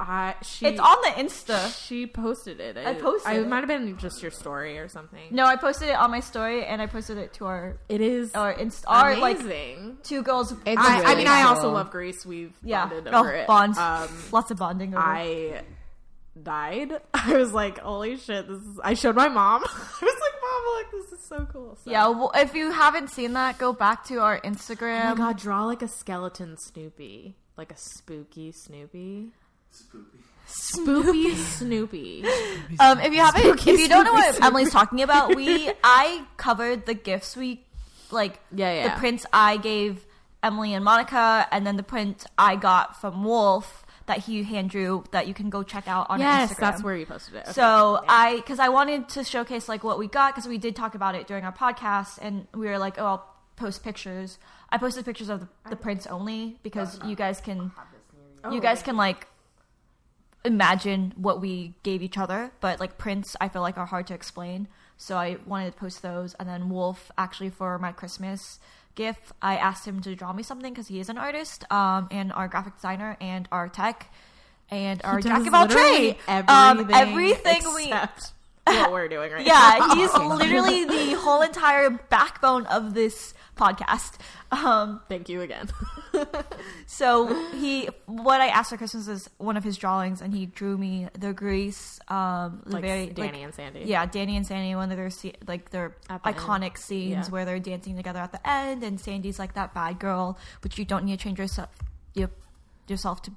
Speaker 2: I she
Speaker 1: It's on the Insta.
Speaker 2: she posted it.
Speaker 1: I posted
Speaker 2: I,
Speaker 1: it.
Speaker 2: it might have been just your story or something.
Speaker 1: No, I posted it on my story and I posted it to our
Speaker 2: it is
Speaker 1: our Insta our like
Speaker 2: amazing.
Speaker 1: two girls. um,
Speaker 3: It's
Speaker 2: I, I
Speaker 3: really
Speaker 2: mean, I also
Speaker 3: cool.
Speaker 2: love Greece. We've
Speaker 1: yeah,
Speaker 2: bonded
Speaker 1: oh,
Speaker 2: over it.
Speaker 1: bond.
Speaker 2: Um,
Speaker 1: Lots of bonding. Over. it.
Speaker 2: I died. I was like, holy shit! This is. I showed my mom. I was like, mom, look, this is so cool. So,
Speaker 1: Yeah, well, if you haven't seen that, go back to our Instagram.
Speaker 2: Oh my god, draw like a skeleton Snoopy, like a spooky Snoopy,
Speaker 4: Spooky.
Speaker 2: spooky Snoopy.
Speaker 1: Um, if you haven't, if you don't know what Emily's talking about, we I covered the gifts we like.
Speaker 2: Yeah, yeah.
Speaker 1: The prints I gave Emily and Monica, and then the print I got from Wolf that he hand drew that you can go check out on
Speaker 2: Yes,
Speaker 1: Instagram.
Speaker 2: that's where you posted it. Okay.
Speaker 1: So I, because I wanted to showcase like what we got, because we did talk about it during our podcast, and we were like, oh, I'll post pictures. I posted pictures of the, the prints only because you guys can, you guys can like imagine what we gave each other, but like prints, I feel like are hard to explain. So I wanted to post those, and then Wolf actually for my Christmas gift, I asked him to draw me something because he is an artist, um, and our graphic designer and our tech. And our
Speaker 2: Does
Speaker 1: jack of all
Speaker 2: literally
Speaker 1: trades, um, everything we
Speaker 2: except what we're doing right
Speaker 1: yeah,
Speaker 2: now.
Speaker 1: he's literally the whole entire backbone of this podcast. Um,
Speaker 2: Thank you again.
Speaker 1: so he, what I asked for Christmas is one of his drawings, and he drew me the Grease, um, the
Speaker 2: like
Speaker 1: very
Speaker 2: Danny
Speaker 1: like-
Speaker 2: and Sandy.
Speaker 1: Yeah, Danny and Sandy, one of their sce- like their
Speaker 2: At the end.
Speaker 1: iconic scenes
Speaker 2: Yeah.
Speaker 1: where they're dancing together at the end, and Sandy's like that bad girl, which you don't need to change yourself, you, yourself to.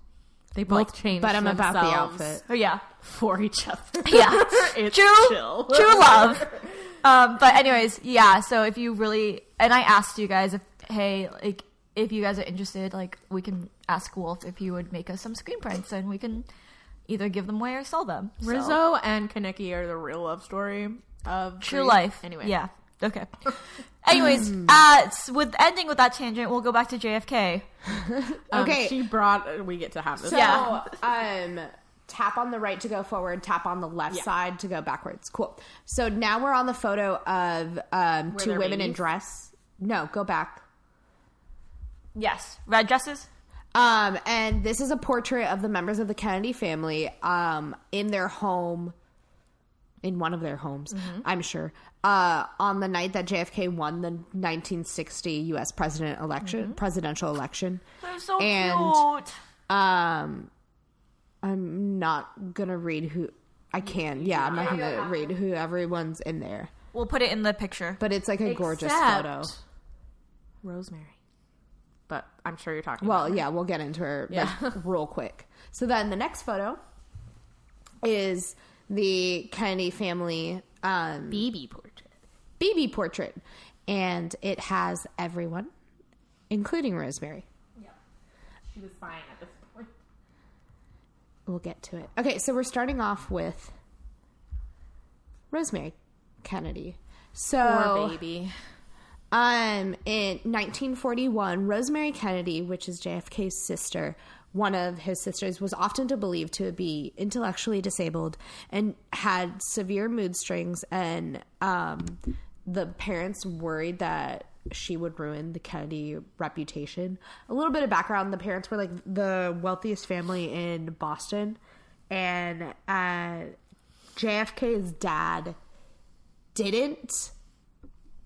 Speaker 2: they both
Speaker 1: Like,
Speaker 2: changed.
Speaker 3: But I'm about the
Speaker 2: themselves
Speaker 3: outfit.
Speaker 1: Oh yeah,
Speaker 2: for each other.
Speaker 1: yeah.
Speaker 2: It's
Speaker 1: true,
Speaker 2: chill.
Speaker 1: true love. Um, but anyways, yeah. So if you really, and I asked you guys if, hey, like, if you guys are interested, like, we can ask Wolf if he would make us some screen prints, and we can either give them away or sell them. So,
Speaker 2: Rizzo and Kaneki are the real love story of
Speaker 1: true
Speaker 2: Grease.
Speaker 1: life.
Speaker 2: Anyway,
Speaker 1: yeah. Okay. Anyways, uh, s- with ending with that tangent, we'll go back to JFK.
Speaker 2: Um,
Speaker 3: Okay.
Speaker 2: she brought. We get to have this.
Speaker 3: So,
Speaker 1: Yeah.
Speaker 3: um, tap on the right to go forward, tap on the left side to go backwards. Cool. So now we're on the photo of um, two
Speaker 2: there
Speaker 3: women in
Speaker 2: babies?
Speaker 3: dress. No, go back.
Speaker 1: Yes, red dresses.
Speaker 3: Um, and this is a portrait of the members of the Kennedy family um, in their home, in one of their homes,
Speaker 1: Mm-hmm.
Speaker 3: I'm sure, uh, on the night that JFK won the 1960 U.S. president election, presidential election.
Speaker 1: Mm-hmm. They're so
Speaker 3: And-
Speaker 1: cute.
Speaker 3: Um, I'm not gonna read who I can. Yeah, I'm not gonna read who everyone's in there,
Speaker 1: We'll put it in the picture.
Speaker 3: but it's like a gorgeous
Speaker 2: Except
Speaker 3: photo.
Speaker 2: Rosemary. But I'm sure you're talking.
Speaker 3: Well,
Speaker 2: about
Speaker 3: yeah, we'll get into her like,
Speaker 2: Yeah.
Speaker 3: real quick. So then the next photo is the Kennedy family um,
Speaker 2: baby portrait.
Speaker 3: baby portrait, and it has everyone, including Rosemary.
Speaker 2: She was fine at this point.
Speaker 3: We'll get to it. Okay, so we're starting off with Rosemary Kennedy. So
Speaker 2: Poor baby.
Speaker 3: Um, in 1941, Rosemary Kennedy, which is JFK's sister, one of his sisters, was often to believe to be intellectually disabled and had severe mood strings. And um, the parents worried that she would ruin the Kennedy reputation. A little bit of background: the parents were like the wealthiest family in Boston, and uh, JFK's dad didn't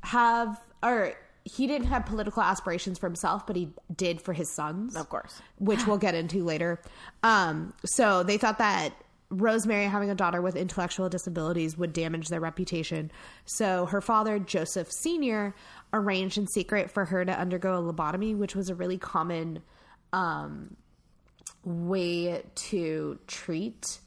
Speaker 3: have or he didn't have political aspirations for himself, but he did for his sons,
Speaker 2: Of course.
Speaker 3: which we'll get into later. Um, so they thought that Rosemary having a daughter with intellectual disabilities would damage their reputation. So her father, Joseph Sr., arranged in secret for her to undergo a lobotomy, which was a really common um, way to treat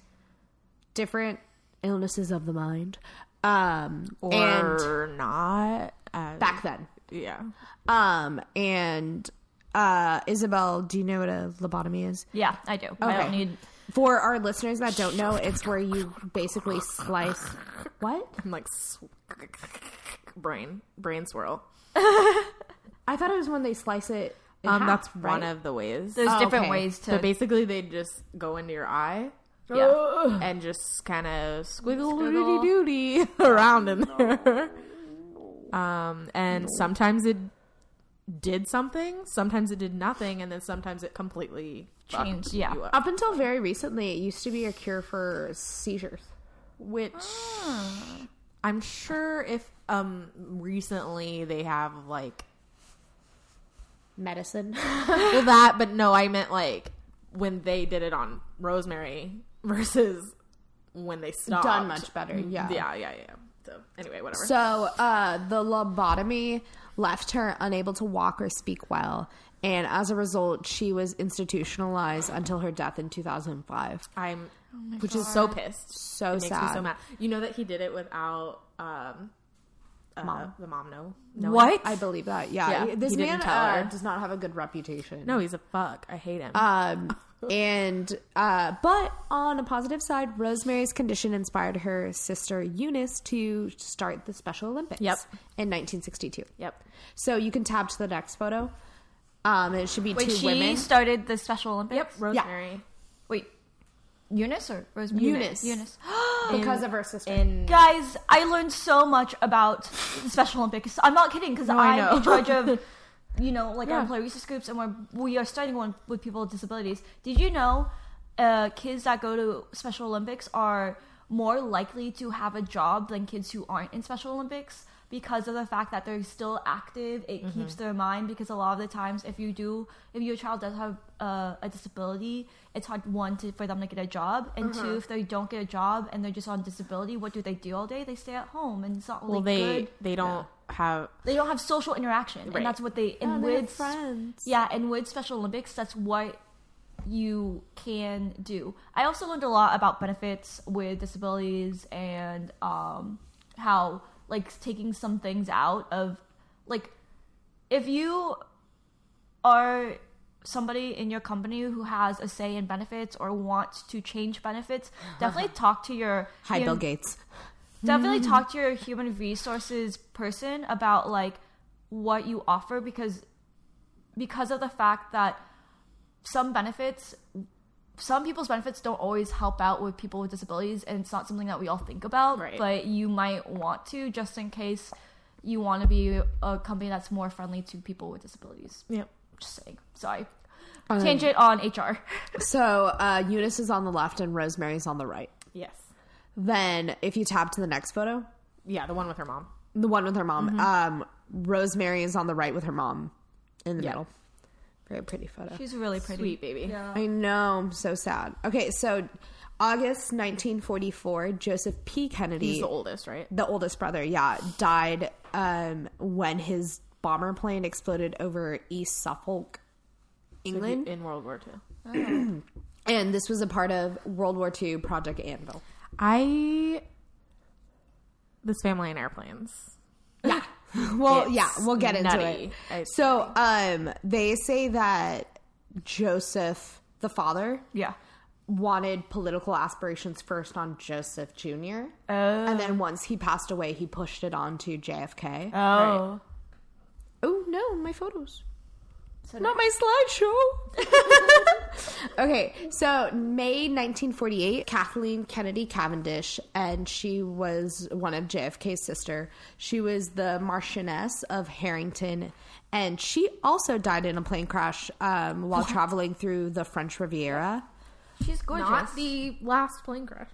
Speaker 3: different illnesses of the mind. Um, and
Speaker 2: Or not. Uh,
Speaker 3: back then.
Speaker 2: yeah.
Speaker 3: Um, and uh, Isabel, do you know what a lobotomy is?
Speaker 1: Yeah, I do. I don't need.
Speaker 3: For our listeners that don't know, it's where you basically slice. What?
Speaker 2: I'm like, s- brain. Brain swirl.
Speaker 3: I thought it was when they slice it. in
Speaker 2: Um,
Speaker 3: half,
Speaker 2: that's one
Speaker 3: right?
Speaker 2: of the ways.
Speaker 1: There's
Speaker 3: Oh,
Speaker 1: different
Speaker 3: okay.
Speaker 1: ways to.
Speaker 2: So basically, they just go into your eye
Speaker 1: Yeah.
Speaker 2: and just kind of squiggle
Speaker 1: Squiggle.
Speaker 2: doody doody around in there. Um, and sometimes it did something, sometimes it did nothing, and then sometimes it completely fucked
Speaker 1: Changed, yeah.
Speaker 2: you up.
Speaker 3: Up until very recently, it used to be a cure for seizures.
Speaker 2: Which
Speaker 1: Ah.
Speaker 2: I'm sure if um recently they have like
Speaker 3: Medicine.
Speaker 2: well that, but no, I meant like when they did it on Rosemary versus when they stopped. Mm-hmm.
Speaker 3: Done much better. Yeah.
Speaker 2: Yeah, yeah, yeah. So anyway, whatever.
Speaker 3: So uh, the lobotomy left her unable to walk or speak well. And as a result, she was institutionalized until her death in 2005.
Speaker 2: I'm, which is so pissed.
Speaker 3: So
Speaker 2: it makes me
Speaker 3: sad.
Speaker 2: so mad. You know that he did it without um, uh,
Speaker 3: Mom.
Speaker 2: the mom. No, no,
Speaker 1: what?
Speaker 3: I believe that. Yeah,
Speaker 2: Yeah,
Speaker 3: this
Speaker 2: he didn't
Speaker 3: man
Speaker 2: tell her.
Speaker 3: uh, does not have a good reputation.
Speaker 2: No, he's a fuck. I hate him.
Speaker 3: Um, and uh, but on a positive side, Rosemary's condition inspired her sister Eunice to start the Special Olympics.
Speaker 2: Yep.
Speaker 3: in 1962.
Speaker 2: yep.
Speaker 3: So you can tab to the next photo. Um, it should be
Speaker 1: Wait,
Speaker 3: two
Speaker 1: she
Speaker 3: women.
Speaker 1: started the Special Olympics.
Speaker 2: Yep. Rosemary
Speaker 1: Wait, Eunice or Rosemary?
Speaker 3: Eunice.
Speaker 1: Eunice.
Speaker 3: because of her sister.
Speaker 2: in
Speaker 1: Guys, I learned so much about the Special Olympics. I'm not kidding because
Speaker 2: I
Speaker 1: I'm
Speaker 2: know.
Speaker 1: in charge of, you know, like our
Speaker 2: Yeah.
Speaker 1: employee research groups, and we're we are starting one with people with disabilities. Did you know, uh, kids that go to Special Olympics are more likely to have a job than kids who aren't in Special Olympics because of the fact that they're still active. It
Speaker 2: Mm-hmm.
Speaker 1: keeps their mind because a lot of the times, if you do, if your child does have uh, a disability, it's hard one to, for them to get a job, and
Speaker 2: Mm-hmm.
Speaker 1: two, if they don't get a job and they're just on disability, what do they do all day? They stay at home, and it's not really
Speaker 2: well, they
Speaker 1: good.
Speaker 2: they don't have
Speaker 1: They don't have social interaction,
Speaker 2: Right.
Speaker 1: and that's what they. And
Speaker 3: Oh, they have
Speaker 1: with
Speaker 3: friends.
Speaker 1: yeah, and with Special Olympics, that's what you can do. I also learned a lot about benefits with disabilities and um, how like taking some things out of like if you are somebody in your company who has a say in benefits or wants to change benefits, definitely talk to your
Speaker 3: Hi, Bill
Speaker 1: human-
Speaker 3: Gates.
Speaker 1: definitely talk to your human resources person about like what you offer because because of the fact that some benefits some people's benefits don't always help out with people with disabilities and it's not something that we all think about
Speaker 2: Right.
Speaker 1: but you might want to just in case you want to be a company that's more friendly to people with disabilities
Speaker 2: yep.
Speaker 1: just saying sorry tangent on hr
Speaker 3: So uh, Eunice is on the left and Rosemary's on the right.
Speaker 2: Yes.
Speaker 3: Then, if you tab to the next photo,
Speaker 2: Yeah, the one with her mom.
Speaker 3: the one with her mom,
Speaker 2: Mm-hmm.
Speaker 3: um, Rosemary is on the right with her mom in the middle. Very pretty photo.
Speaker 1: she's really pretty
Speaker 2: Sweet baby.
Speaker 3: I know. I'm so sad. Okay, so August 1944, Joseph P. Kennedy,
Speaker 2: He's the oldest, right?
Speaker 3: the oldest brother, yeah, died um, when his bomber plane exploded over East Suffolk, England.
Speaker 2: In World War Two.
Speaker 3: and this was a part of World War II Project Anvil.
Speaker 2: I this family in airplanes.
Speaker 3: Well,
Speaker 2: It's
Speaker 3: yeah, we'll get into
Speaker 2: nutty.
Speaker 3: it.
Speaker 2: It's
Speaker 3: So, um, they say that Joseph, the father,
Speaker 1: yeah
Speaker 3: wanted political aspirations first on Joseph Jr.
Speaker 2: Oh.
Speaker 3: And then once he passed away, he pushed it on to JFK.
Speaker 1: oh
Speaker 3: Oh no, my photos.
Speaker 1: So
Speaker 3: Not my slideshow. okay, so May 1948, Kathleen Kennedy Cavendish, and she was one of JFK's sister. She was the Marchioness of Harrington, and she also died in a plane crash um, while traveling through the French Riviera.
Speaker 1: she's gorgeous.
Speaker 2: Not the last plane crash.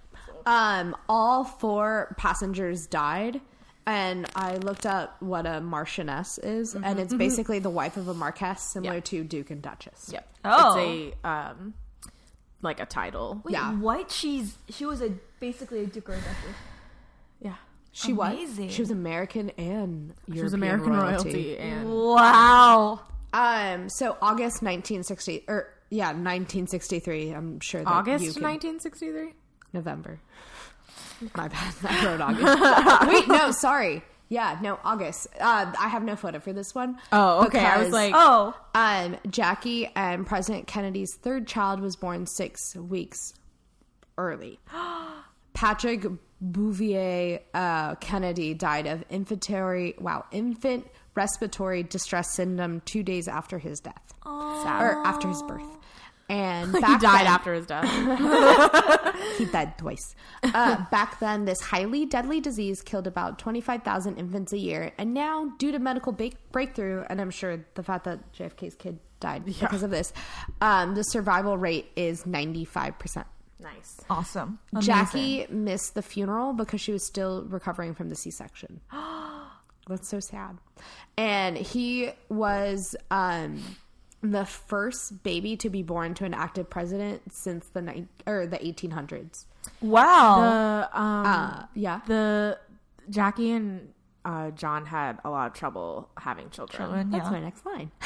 Speaker 3: Um, all four passengers died. And I looked up what a marchioness is, and it's basically the wife of a marquess, similar
Speaker 2: Mm-hmm, Yeah.
Speaker 3: to duke and duchess.
Speaker 2: Yep.
Speaker 1: Oh.
Speaker 2: It's a um, like a title.
Speaker 1: Wait,
Speaker 3: Yeah.
Speaker 1: what? She's she was a basically a duke or a duchess.
Speaker 2: Yeah.
Speaker 3: She
Speaker 1: Amazing.
Speaker 3: was. She was American and European
Speaker 2: She was American royalty,
Speaker 3: royalty.
Speaker 2: and
Speaker 1: Wow.
Speaker 3: Um. So August 1960, or yeah, 1963. I'm sure that
Speaker 2: August
Speaker 3: you can-
Speaker 2: 1963.
Speaker 3: November. My bad. I wrote August. Wait, no, sorry. Yeah, no, August. Uh, I have no photo for this one.
Speaker 2: Oh, okay. I was
Speaker 3: because,
Speaker 2: like,
Speaker 1: Oh,
Speaker 3: um, Jackie and President Kennedy's third child was born six weeks early. Patrick Bouvier uh, Kennedy died of infantry, wow, infant respiratory distress syndrome two days after his death,
Speaker 2: sad.
Speaker 3: or after his birth. And
Speaker 2: he
Speaker 3: back
Speaker 2: died
Speaker 3: then-
Speaker 2: after his death.
Speaker 3: he died twice. Uh, back then, this highly deadly disease killed about 25,000 infants a year. And now, due to medical ba- breakthrough, and I'm sure the fact that JFK's kid died because of this, um, the survival rate is 95%.
Speaker 2: nice.
Speaker 1: awesome.
Speaker 3: Jackie missed the funeral because she was still recovering from the C section. That's so sad. And he was um, the first baby to be born to an active president since the ni- or the 1800s.
Speaker 1: Wow.
Speaker 2: The um,
Speaker 3: Uh, yeah.
Speaker 2: the Jackie and uh, John had a lot of trouble having children.
Speaker 1: Children,
Speaker 3: That's
Speaker 1: yeah.
Speaker 3: my next line.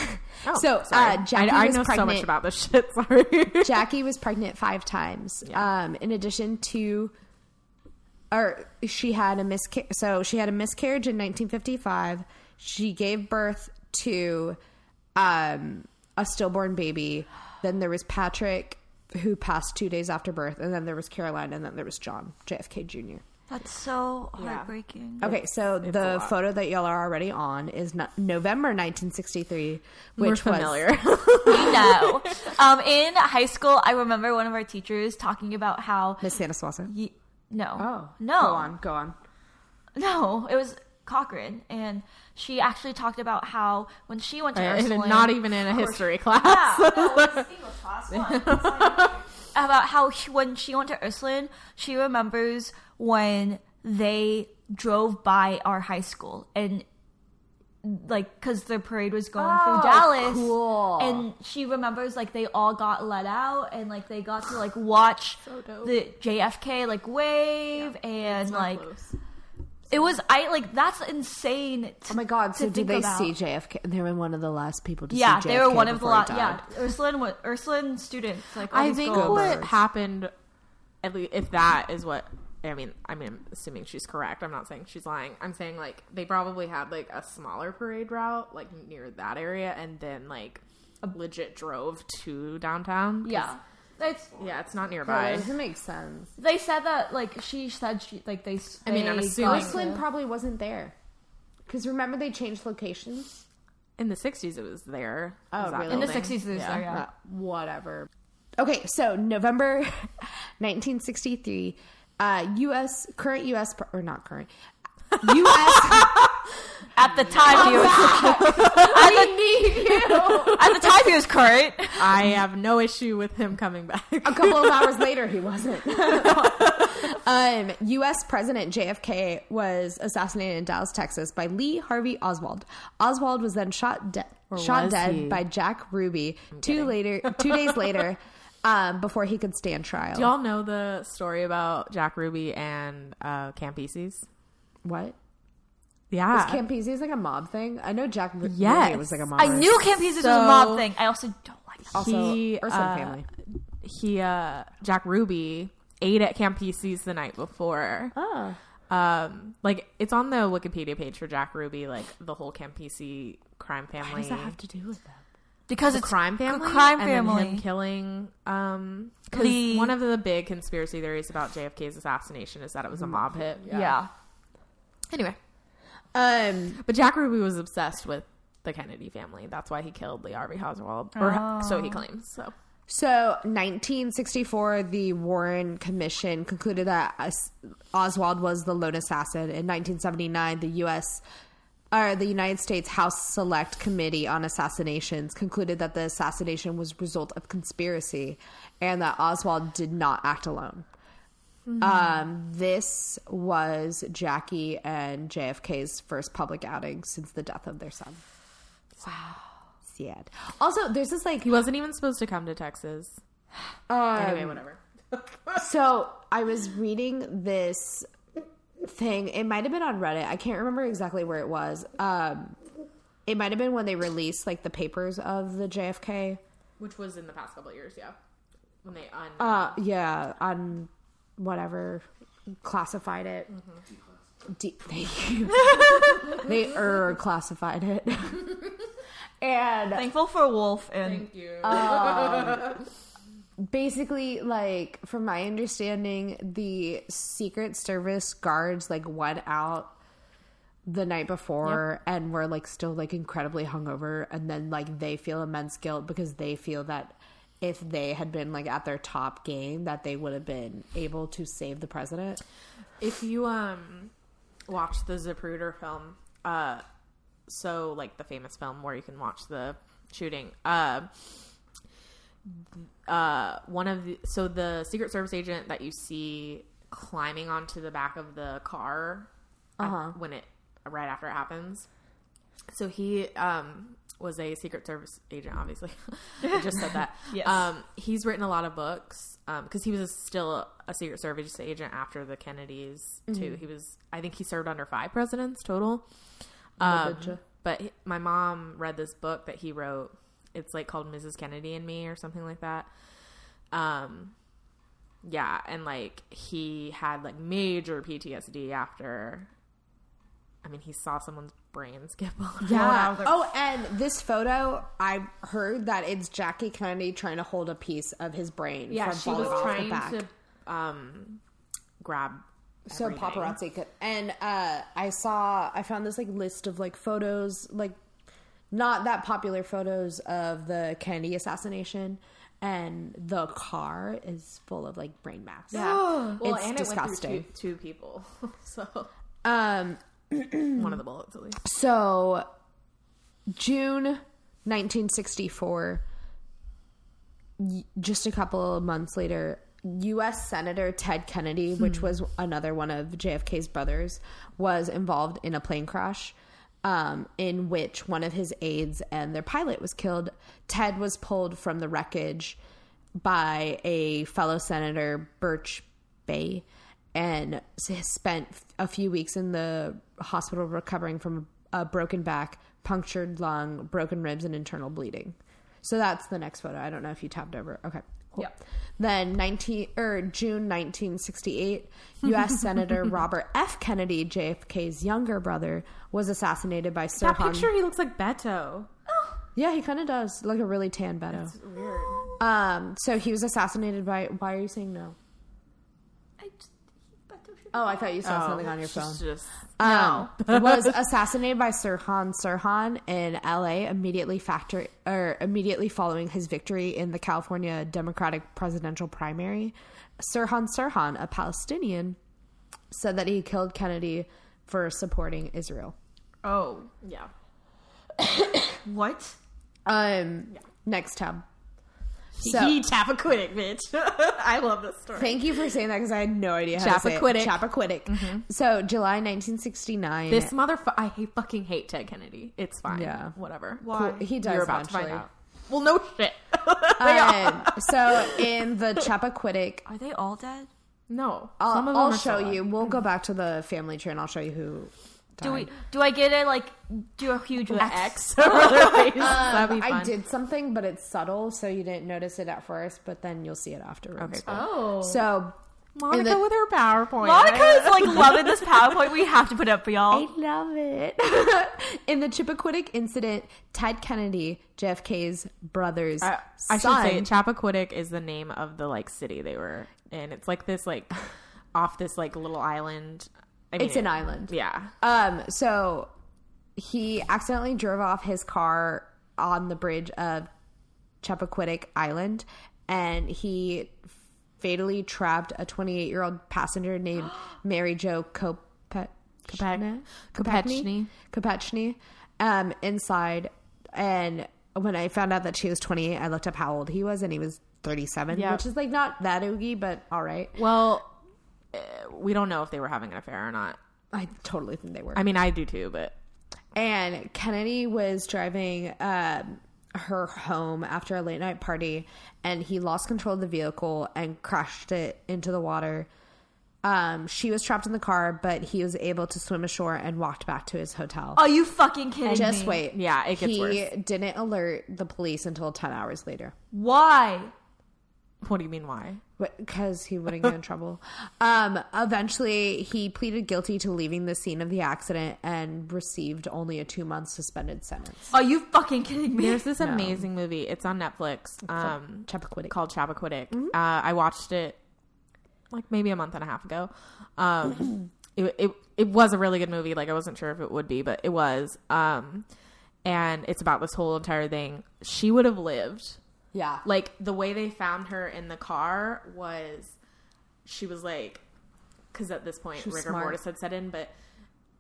Speaker 2: Oh,
Speaker 3: so
Speaker 2: sorry.
Speaker 3: uh, Jackie
Speaker 2: I, I
Speaker 3: was
Speaker 2: know
Speaker 3: pregnant.
Speaker 2: so much about this shit. Sorry.
Speaker 3: Jackie was pregnant five times. Um, in addition to, or she had a miscarriage. So she had a miscarriage in 1955. She gave birth to um, a stillborn baby. Then there was Patrick, who passed two days after birth, and then there was Caroline, and then there was John JFK Jr.
Speaker 1: That's so heartbreaking.
Speaker 3: Okay, so
Speaker 2: a
Speaker 3: the
Speaker 2: lot.
Speaker 3: photo that y'all are already on is no- November 1963, which
Speaker 2: We're
Speaker 3: was
Speaker 2: familiar.
Speaker 1: no. Um, in high school, I remember one of our teachers talking about how.
Speaker 3: Miss Santa Swanson.
Speaker 1: Ye- no.
Speaker 3: Oh
Speaker 1: No.
Speaker 3: Go on, go on.
Speaker 1: No, it was Cochrane. And she actually talked about how when she went to
Speaker 2: And
Speaker 1: Ursuline.
Speaker 2: not even Uh, in a history class.
Speaker 1: Yeah, no, it's English class, one. It's like- about how she, when she went to Ursuline, she remembers when they drove by our high school and like because their parade was going through Dallas,
Speaker 3: Oh, cool.
Speaker 1: and she remembers like they all got let out and like they got to like watch
Speaker 2: dope.
Speaker 1: the JFK like wave and like
Speaker 2: Close.
Speaker 1: it was I like that's insane. To,
Speaker 3: Oh my god!
Speaker 1: to
Speaker 3: So did
Speaker 1: think
Speaker 3: they
Speaker 1: about.
Speaker 3: see JFK? They were one of the last people to
Speaker 1: Yeah,
Speaker 3: see JFK.
Speaker 1: they were one of the
Speaker 3: before
Speaker 1: lot.
Speaker 3: he
Speaker 1: Yeah,
Speaker 3: died.
Speaker 1: Ursuline, wa- Ursuline students. Like all
Speaker 2: I
Speaker 1: these
Speaker 2: think
Speaker 1: girls.
Speaker 2: what
Speaker 3: birds.
Speaker 2: happened, at least if that is what I mean, I mean, I'm assuming she's correct. I'm not saying she's lying. I'm saying like they probably had like a smaller parade route like near that area, and then like a legit drove to downtown. 'Cause-
Speaker 1: Yeah, it's
Speaker 2: yeah, it's not
Speaker 3: That
Speaker 2: nearby.
Speaker 3: doesn't make sense.
Speaker 1: They said that like she said she like they.
Speaker 2: I mean, I'm
Speaker 1: they
Speaker 2: assuming-
Speaker 1: got
Speaker 3: Ursuline
Speaker 1: to-
Speaker 3: probably wasn't there because remember they changed locations.
Speaker 2: In the '60s, it was there. It
Speaker 3: Oh,
Speaker 2: was that
Speaker 3: really?
Speaker 1: in the
Speaker 2: building.
Speaker 1: sixties. Yeah.
Speaker 2: Yeah.
Speaker 1: yeah.
Speaker 3: Uh, whatever. Okay, so November 1963, uh, U.S. current U.S. pr- or not current U.S.
Speaker 1: At the time he was. at, the, at the time he was current.
Speaker 2: I have no issue with him coming back.
Speaker 3: a couple of hours later, he wasn't. um, U.S. President JFK was assassinated in Dallas, Texas, by Lee Harvey Oswald. Oswald was then shot de- shot
Speaker 2: was
Speaker 3: dead
Speaker 2: he?
Speaker 3: by Jack Ruby two later, two days later, um, before he could stand trial.
Speaker 2: Y'all know the story about Jack Ruby and uh, Campeses?
Speaker 3: what?
Speaker 2: Yeah,
Speaker 3: Campese's like a mob thing. I know Jack Ru-
Speaker 2: Yes.
Speaker 3: Ruby was like a mob.
Speaker 1: I knew Campese's was a mob
Speaker 2: So-
Speaker 1: thing. I also don't like. it.
Speaker 3: Also,
Speaker 2: He,
Speaker 3: Ursuline
Speaker 2: uh,
Speaker 3: family.
Speaker 2: he uh Jack Ruby ate at Campese's the night before.
Speaker 3: Oh.
Speaker 2: Um like it's on the Wikipedia page for Jack Ruby, like the whole Campese crime family.
Speaker 3: to do with that?
Speaker 1: Because
Speaker 2: the
Speaker 1: it's
Speaker 2: crime family,
Speaker 1: crime
Speaker 2: and then
Speaker 1: family.
Speaker 2: him killing. Um,
Speaker 1: Lee.
Speaker 2: because one of the big conspiracy theories about JFK's assassination is that it was a mob hit.
Speaker 1: yeah.
Speaker 2: Anyway,
Speaker 3: Um,
Speaker 2: but Jack Ruby was obsessed with the Kennedy family. That's why he killed Lee Harvey Oswald, or
Speaker 3: Oh.
Speaker 2: so he claims. So
Speaker 3: So, 1964, the Warren Commission concluded that Os- Oswald was the lone assassin. In 1979, the U.S. or the United States House Select Committee on Assassinations concluded that the assassination was a result of conspiracy, and that Oswald did not act alone. Um, this was Jackie and JFK's first public outing since the death of their son. Wow. Sad. Also, there's this like
Speaker 2: he wasn't even supposed to come to Texas. Um, anyway, whatever.
Speaker 3: So I was reading this thing. It might have been on Reddit. I can't remember exactly where it was. Um, it might have been when they released like the papers of the JFK.
Speaker 2: Which was in the past couple of years, yeah. When they un
Speaker 3: Uh, yeah, on whatever classified it. De- thank you. they er classified it. and
Speaker 1: Thankful for Wolf and
Speaker 2: thank you.
Speaker 3: basically like from my understanding the secret service guards like went out the night before and were like still like incredibly hungover and then like they feel immense guilt because they feel that if they had been like at their top game that they would have been able to save the president
Speaker 2: if you um watch the Zapruder film, uh so like the famous film where you can watch the shooting, uh uh one of the so the Secret Service agent that you see climbing onto the back of the car at- when it right after it happens. So he um, was a Secret Service agent, obviously. I just said that.
Speaker 1: Yes.
Speaker 2: Um, he's written a lot of books because he was a, still a Secret Service agent after the Kennedys, too. He was, I think he served under five presidents total. Um,
Speaker 3: betcha.
Speaker 2: but he- my mom read this book that he wrote. It's like called Mrs. Kennedy and Me or something like that. Um, yeah, and like he had like major PTSD after. I mean, he saw someone's brains get blown.
Speaker 3: yeah oh and this photo i heard that it's jackie kennedy trying to hold a piece of his brain from
Speaker 2: she
Speaker 3: falling
Speaker 2: was
Speaker 3: off the
Speaker 2: trying
Speaker 3: back.
Speaker 2: to um, grab.
Speaker 3: so
Speaker 2: everything.
Speaker 3: paparazzi could and uh i saw i found this like list of like photos like not that popular photos of the kennedy assassination and the car is full of like brain mass
Speaker 2: Yeah, well,
Speaker 3: It's
Speaker 2: and it
Speaker 3: disgusting.
Speaker 2: went through two, two people, so
Speaker 3: um
Speaker 2: one of the bullets at least.
Speaker 3: so june 1964 y- just a couple of months later U.S. Senator Ted Kennedy, which was another one of JFK's brothers, was involved in a plane crash um, in which one of his aides and their pilot was killed. Ted was pulled from the wreckage by a fellow senator, Birch Bay, and s- spent a few weeks in the hospital recovering from a broken back, punctured lung, broken ribs, and internal bleeding. So that's the next photo. I don't know if you tabbed over. Okay. Cool.
Speaker 2: Yep.
Speaker 3: Then 19 or June 1968, U.S. Senator Robert F. Kennedy, JFK's younger brother, was assassinated by
Speaker 2: That
Speaker 3: Sohan.
Speaker 2: picture, he looks like Beto.
Speaker 3: Yeah, he kind of does like a really tan Beto.
Speaker 2: It's weird.
Speaker 3: Um, so he was assassinated by. Why are you saying no?
Speaker 1: I just,
Speaker 3: Oh, I thought you saw something on your phone.
Speaker 2: It's just-
Speaker 3: um, was assassinated by Sirhan Sirhan in L.A. immediately factor or immediately following his victory in the California Democratic presidential primary. Sirhan Sirhan, a Palestinian, said that he killed Kennedy for supporting Israel.
Speaker 1: oh,
Speaker 2: yeah.
Speaker 1: what?
Speaker 3: Um, next tab. So
Speaker 2: he Chappaquiddick, bitch. I love this story.
Speaker 3: thank you for saying that because I had no idea how to say
Speaker 2: Chappaquiddick. Mm-hmm.
Speaker 3: it. Chappaquiddick. So July 1969.
Speaker 2: This motherfucker, I hate, fucking hate Ted Kennedy. It's fine.
Speaker 3: Yeah.
Speaker 2: Whatever.
Speaker 3: Cool. He does
Speaker 2: You're about to
Speaker 3: eventually.
Speaker 2: find out. Well, no shit.
Speaker 3: Um, so in the Chappaquiddick
Speaker 1: Are they all dead?
Speaker 2: no.
Speaker 3: I'll,
Speaker 2: Some of them
Speaker 3: I'll
Speaker 2: are
Speaker 3: show
Speaker 2: still
Speaker 3: you. We'll go back to the family tree and I'll show you who. Died.
Speaker 1: Do we? Do I get it? Like, do a huge
Speaker 2: alive.
Speaker 1: X?
Speaker 2: X over their face. That'd be fun.
Speaker 3: Um, I did something, but it's subtle, so you didn't notice it at first. But then you'll see it
Speaker 2: Okay,
Speaker 3: afterwards.
Speaker 2: cool.
Speaker 3: So
Speaker 2: Monica
Speaker 3: the-
Speaker 2: with her PowerPoint.
Speaker 1: Monica is like loving this PowerPoint we have to put up for
Speaker 3: I
Speaker 1: y'all.
Speaker 3: love it. In the Chippequidic incident, Ted Kennedy, JFK's brother's
Speaker 2: I, I
Speaker 3: son,
Speaker 2: should say Chappaquiddick is the name of the like city they were in. It's like this like off this like little island. I mean, Uh,
Speaker 3: it's an island.
Speaker 2: Yeah.
Speaker 3: Um, so he accidentally drove off his car on the bridge of Chappaquiddick Island, and he fatally trapped a 28 year old passenger named Mary Jo Kopechne. Kopechne.
Speaker 2: Kopechne.
Speaker 3: Kopechne, um, inside. And when I found out that she was 28, I looked up how old he was, and he was 37,
Speaker 2: Yeah.
Speaker 3: which is like not that oogie, but all right.
Speaker 2: Well, eh, we don't know if they were having an affair or not.
Speaker 3: I totally think they were.
Speaker 2: I mean, I do too, but
Speaker 3: and Kennedy was driving um, her home after a late night party, and he lost control of the vehicle and crashed it into the water. Um, she was trapped in the car, but he was able to swim ashore and walked back to his hotel.
Speaker 1: Are you fucking kidding
Speaker 3: Just
Speaker 1: me?
Speaker 3: wait.
Speaker 2: Oh, Yeah, it gets
Speaker 3: he
Speaker 2: worse.
Speaker 3: didn't alert the police until 10 hours later
Speaker 1: Why?
Speaker 2: what do you mean why?
Speaker 3: because he wouldn't get in trouble. Um, eventually, he pleaded guilty to leaving the scene of the accident and received only a two month suspended sentence.
Speaker 1: Are you fucking kidding me?
Speaker 2: There's this amazing movie. It's on Netflix. Um,
Speaker 3: Chappaquiddick.
Speaker 2: called Chappaquiddick.
Speaker 3: Mm-hmm.
Speaker 2: Uh, I watched it like maybe a month and a half ago. Um, it, it it was a really good movie. Like I wasn't sure if it would be, but it was. Um, and it's about this whole entire thing. She would have lived.
Speaker 3: Yeah.
Speaker 2: Like the way they found her in the car was, she was like, because at this point
Speaker 3: was
Speaker 2: rigor
Speaker 3: smart.
Speaker 2: mortis had set in, but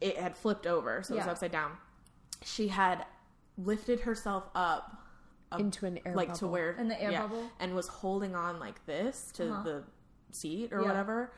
Speaker 2: it had flipped over, so it was
Speaker 3: Yeah.
Speaker 2: upside down. She had lifted herself up a-
Speaker 3: Into an air
Speaker 2: Um, like to
Speaker 3: bubble.
Speaker 2: where
Speaker 1: In the air bubble?
Speaker 2: and was holding on like this to the seat or
Speaker 1: Yeah.
Speaker 2: whatever.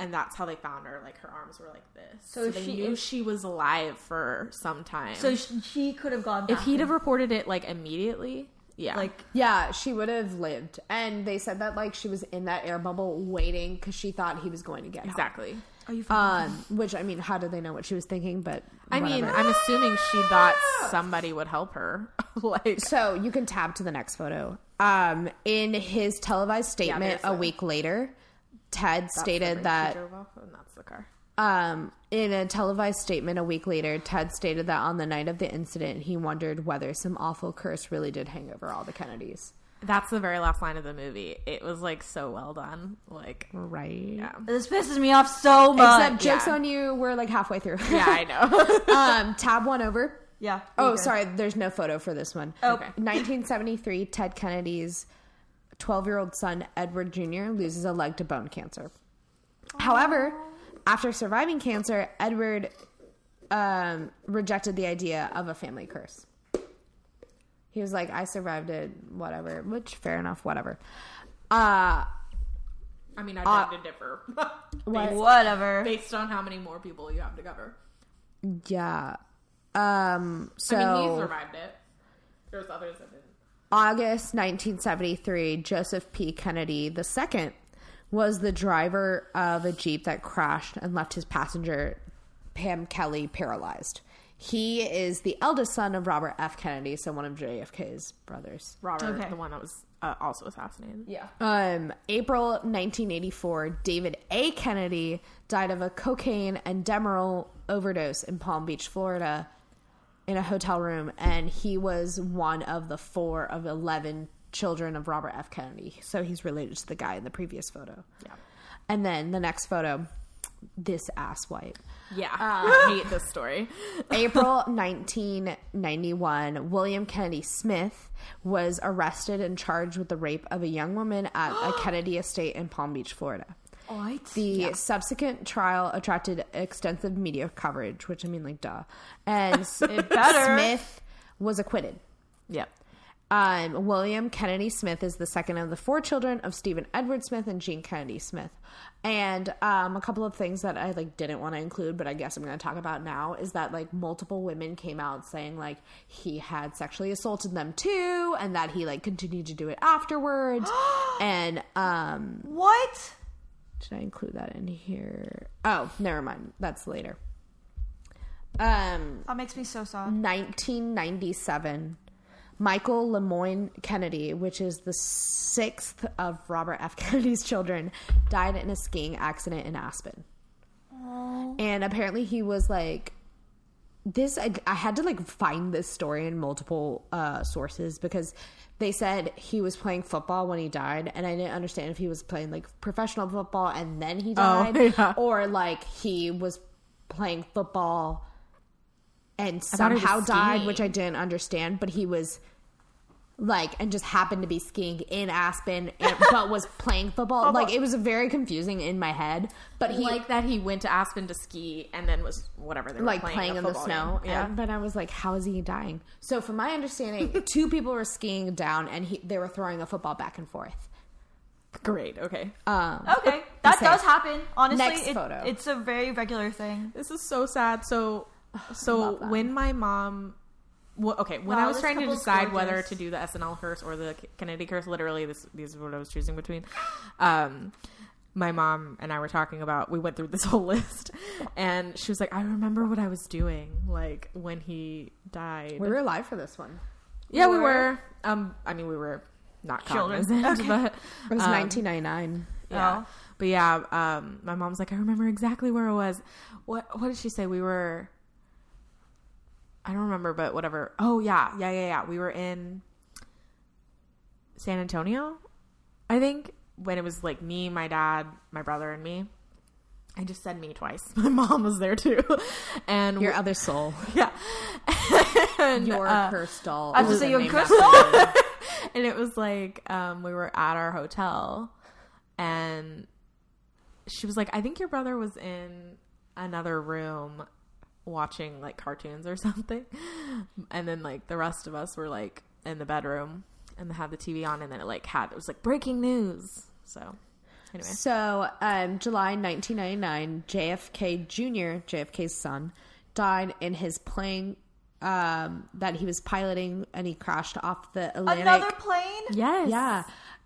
Speaker 2: And that's how they found her. Like her arms were like this.
Speaker 1: So
Speaker 2: So,
Speaker 1: if
Speaker 2: they
Speaker 1: she-
Speaker 2: knew
Speaker 1: if-
Speaker 2: she was alive for some time.
Speaker 1: So she, she could have gone.
Speaker 2: if
Speaker 1: back
Speaker 2: he'd
Speaker 1: and,
Speaker 2: have reported it like immediately, yeah,
Speaker 1: like,
Speaker 3: Yeah, she would have lived. And they said that like she was in that air bubble waiting because she thought he was going to get help.
Speaker 2: exactly.
Speaker 1: are you? Fucking
Speaker 3: Um, which I mean, how did they know what she was thinking? But
Speaker 2: I mean,
Speaker 3: whatever.
Speaker 2: I'm assuming she thought somebody would help her. like
Speaker 3: so you can tab to the next photo. Um, in his televised statement
Speaker 2: there's
Speaker 3: a
Speaker 2: the-
Speaker 3: week later, Ted stated that
Speaker 2: she drove off, and that's the car.
Speaker 3: Um, in a televised statement a week later, Ted stated that on the night of the incident, he wondered whether some awful curse really did hang over all the Kennedys.
Speaker 2: That's the very last line of the movie. It was like so well done. Like
Speaker 3: Right.
Speaker 2: yeah,
Speaker 1: this pisses me off so much.
Speaker 3: Except jokes
Speaker 2: Uh, yeah.
Speaker 3: on you were like halfway through.
Speaker 2: yeah, I know.
Speaker 3: um, tab one over.
Speaker 1: yeah.
Speaker 3: Oh,
Speaker 1: you good.
Speaker 3: sorry. There's no photo for this one.
Speaker 1: Oh.
Speaker 3: 1973, Ted Kennedy's 12 year old son, Edward Jr., loses a leg to bone cancer. However, after surviving cancer, Edward um, rejected the idea of a family curse. He was like, I survived it, whatever, which fair enough, whatever. Uh,
Speaker 2: I mean, I beg to differ.
Speaker 3: what-
Speaker 1: Whatever.
Speaker 2: based on how many more people you have to cover.
Speaker 3: yeah. Um, so.
Speaker 2: I mean, he survived it. There's others that didn't.
Speaker 3: August 1973, Joseph P. Kennedy II was the driver of a Jeep that crashed and left his passenger, Pam Kelly, paralyzed. He is the eldest son of Robert F. Kennedy, so one of JFK's brothers.
Speaker 2: Robert,
Speaker 1: Okay.
Speaker 2: the one that was uh, also assassinated.
Speaker 1: Yeah.
Speaker 3: Um, April 1984, David A. Kennedy died of a cocaine and Demerol overdose in Palm Beach, Florida, in a hotel room, and he was one of the four of 11 children of Robert F. Kennedy. So he's related to the guy in the previous photo.
Speaker 2: Yeah.
Speaker 3: And then the next photo, this asswipe.
Speaker 2: Yeah. Uh, I hate this story.
Speaker 3: April 1991, William Kennedy Smith was arrested and charged with the rape of a young woman at a Kennedy estate in Palm Beach, Florida.
Speaker 1: What?
Speaker 3: The subsequent trial attracted extensive media coverage, which I mean, like, duh. And
Speaker 1: better.
Speaker 3: Smith was acquitted.
Speaker 2: Yep.
Speaker 3: Um, William Kennedy Smith is the second of the four children of Stephen Edward Smith and Jean Kennedy Smith. And um, a couple of things that I like didn't want to include, but I guess I'm going to talk about now is that like multiple women came out saying like he had sexually assaulted them too, and that he like continued to do it afterwards. and um,
Speaker 1: What?
Speaker 3: did I include that in here? Oh, never mind. That's later. Um,
Speaker 1: That makes me so sad.
Speaker 3: 1997, Michael Lemoyne Kennedy, which is the sixth of Robert F. Kennedy's children, died in a skiing accident in Aspen. And apparently he was like, this, I, I had to like find this story in multiple uh, sources because they said he was playing football when he died. And I didn't understand if he was playing like professional football and then he died
Speaker 2: yeah.
Speaker 3: or like he was playing football and
Speaker 2: thought he was
Speaker 3: somehow died,
Speaker 2: skiing.
Speaker 3: which I didn't understand, but he was like and just happened to be skiing in Aspen and, but was playing football. Like it was very confusing in my head, but he
Speaker 2: like that he went to Aspen to ski and then was whatever they were
Speaker 3: like
Speaker 2: playing,
Speaker 3: playing,
Speaker 2: a
Speaker 3: in the
Speaker 2: football
Speaker 3: snow.
Speaker 2: game. Yeah.
Speaker 3: And- but I was like, how is he dying? So, from my understanding, two people were skiing down and he, they were throwing a football back and forth.
Speaker 2: Great. Okay.
Speaker 3: Um,
Speaker 1: Okay, that
Speaker 3: Insane.
Speaker 1: does happen. Honestly,
Speaker 3: Next
Speaker 1: it-
Speaker 3: photo.
Speaker 1: it's a very regular thing.
Speaker 2: This is so sad. So, so
Speaker 3: Love that.
Speaker 2: when my mom, well, okay, when
Speaker 1: Wow,
Speaker 2: I was
Speaker 1: this
Speaker 2: trying to
Speaker 1: couple's
Speaker 2: decide whether
Speaker 1: gorgeous.
Speaker 2: to do the SNL curse or the K- Kennedy curse, literally, this these are what I was choosing between. Um, my mom and I were talking about. We went through this whole list, and she was like, "I remember what I was doing, like when he died."
Speaker 3: we were alive for this one.
Speaker 2: yeah, we
Speaker 1: were-
Speaker 2: were. Um, I mean, we were not
Speaker 1: Children.
Speaker 2: cognizant, but
Speaker 3: It was
Speaker 2: um,
Speaker 3: 1999.
Speaker 2: yeah.
Speaker 1: Oh.
Speaker 2: But yeah, um, my mom's like, I remember exactly where it was. What what did she say? We were I don't remember, but whatever. Oh yeah, yeah, yeah, yeah. We were in San Antonio, I think, when it was like me, my dad, my brother, and me. I just said me twice. My mom was there too. And
Speaker 3: Your other soul.
Speaker 2: yeah. And,
Speaker 3: Your
Speaker 2: uh,
Speaker 3: cursed doll.
Speaker 1: I was just
Speaker 3: Ooh,
Speaker 1: saying, your
Speaker 3: named
Speaker 1: cursed
Speaker 3: after you.
Speaker 2: and it was like um, we were at our hotel and she was like i think your brother was in another room watching like cartoons or something and then like the rest of us were like in the bedroom and had the tv on and then it like had it was like breaking news so anyway
Speaker 3: So, um, July 1999, JFK Jr., JFK's son, died in his plane um, that he was piloting, and he crashed off the Atlantic.
Speaker 1: Another plane?
Speaker 2: yes
Speaker 3: Yeah,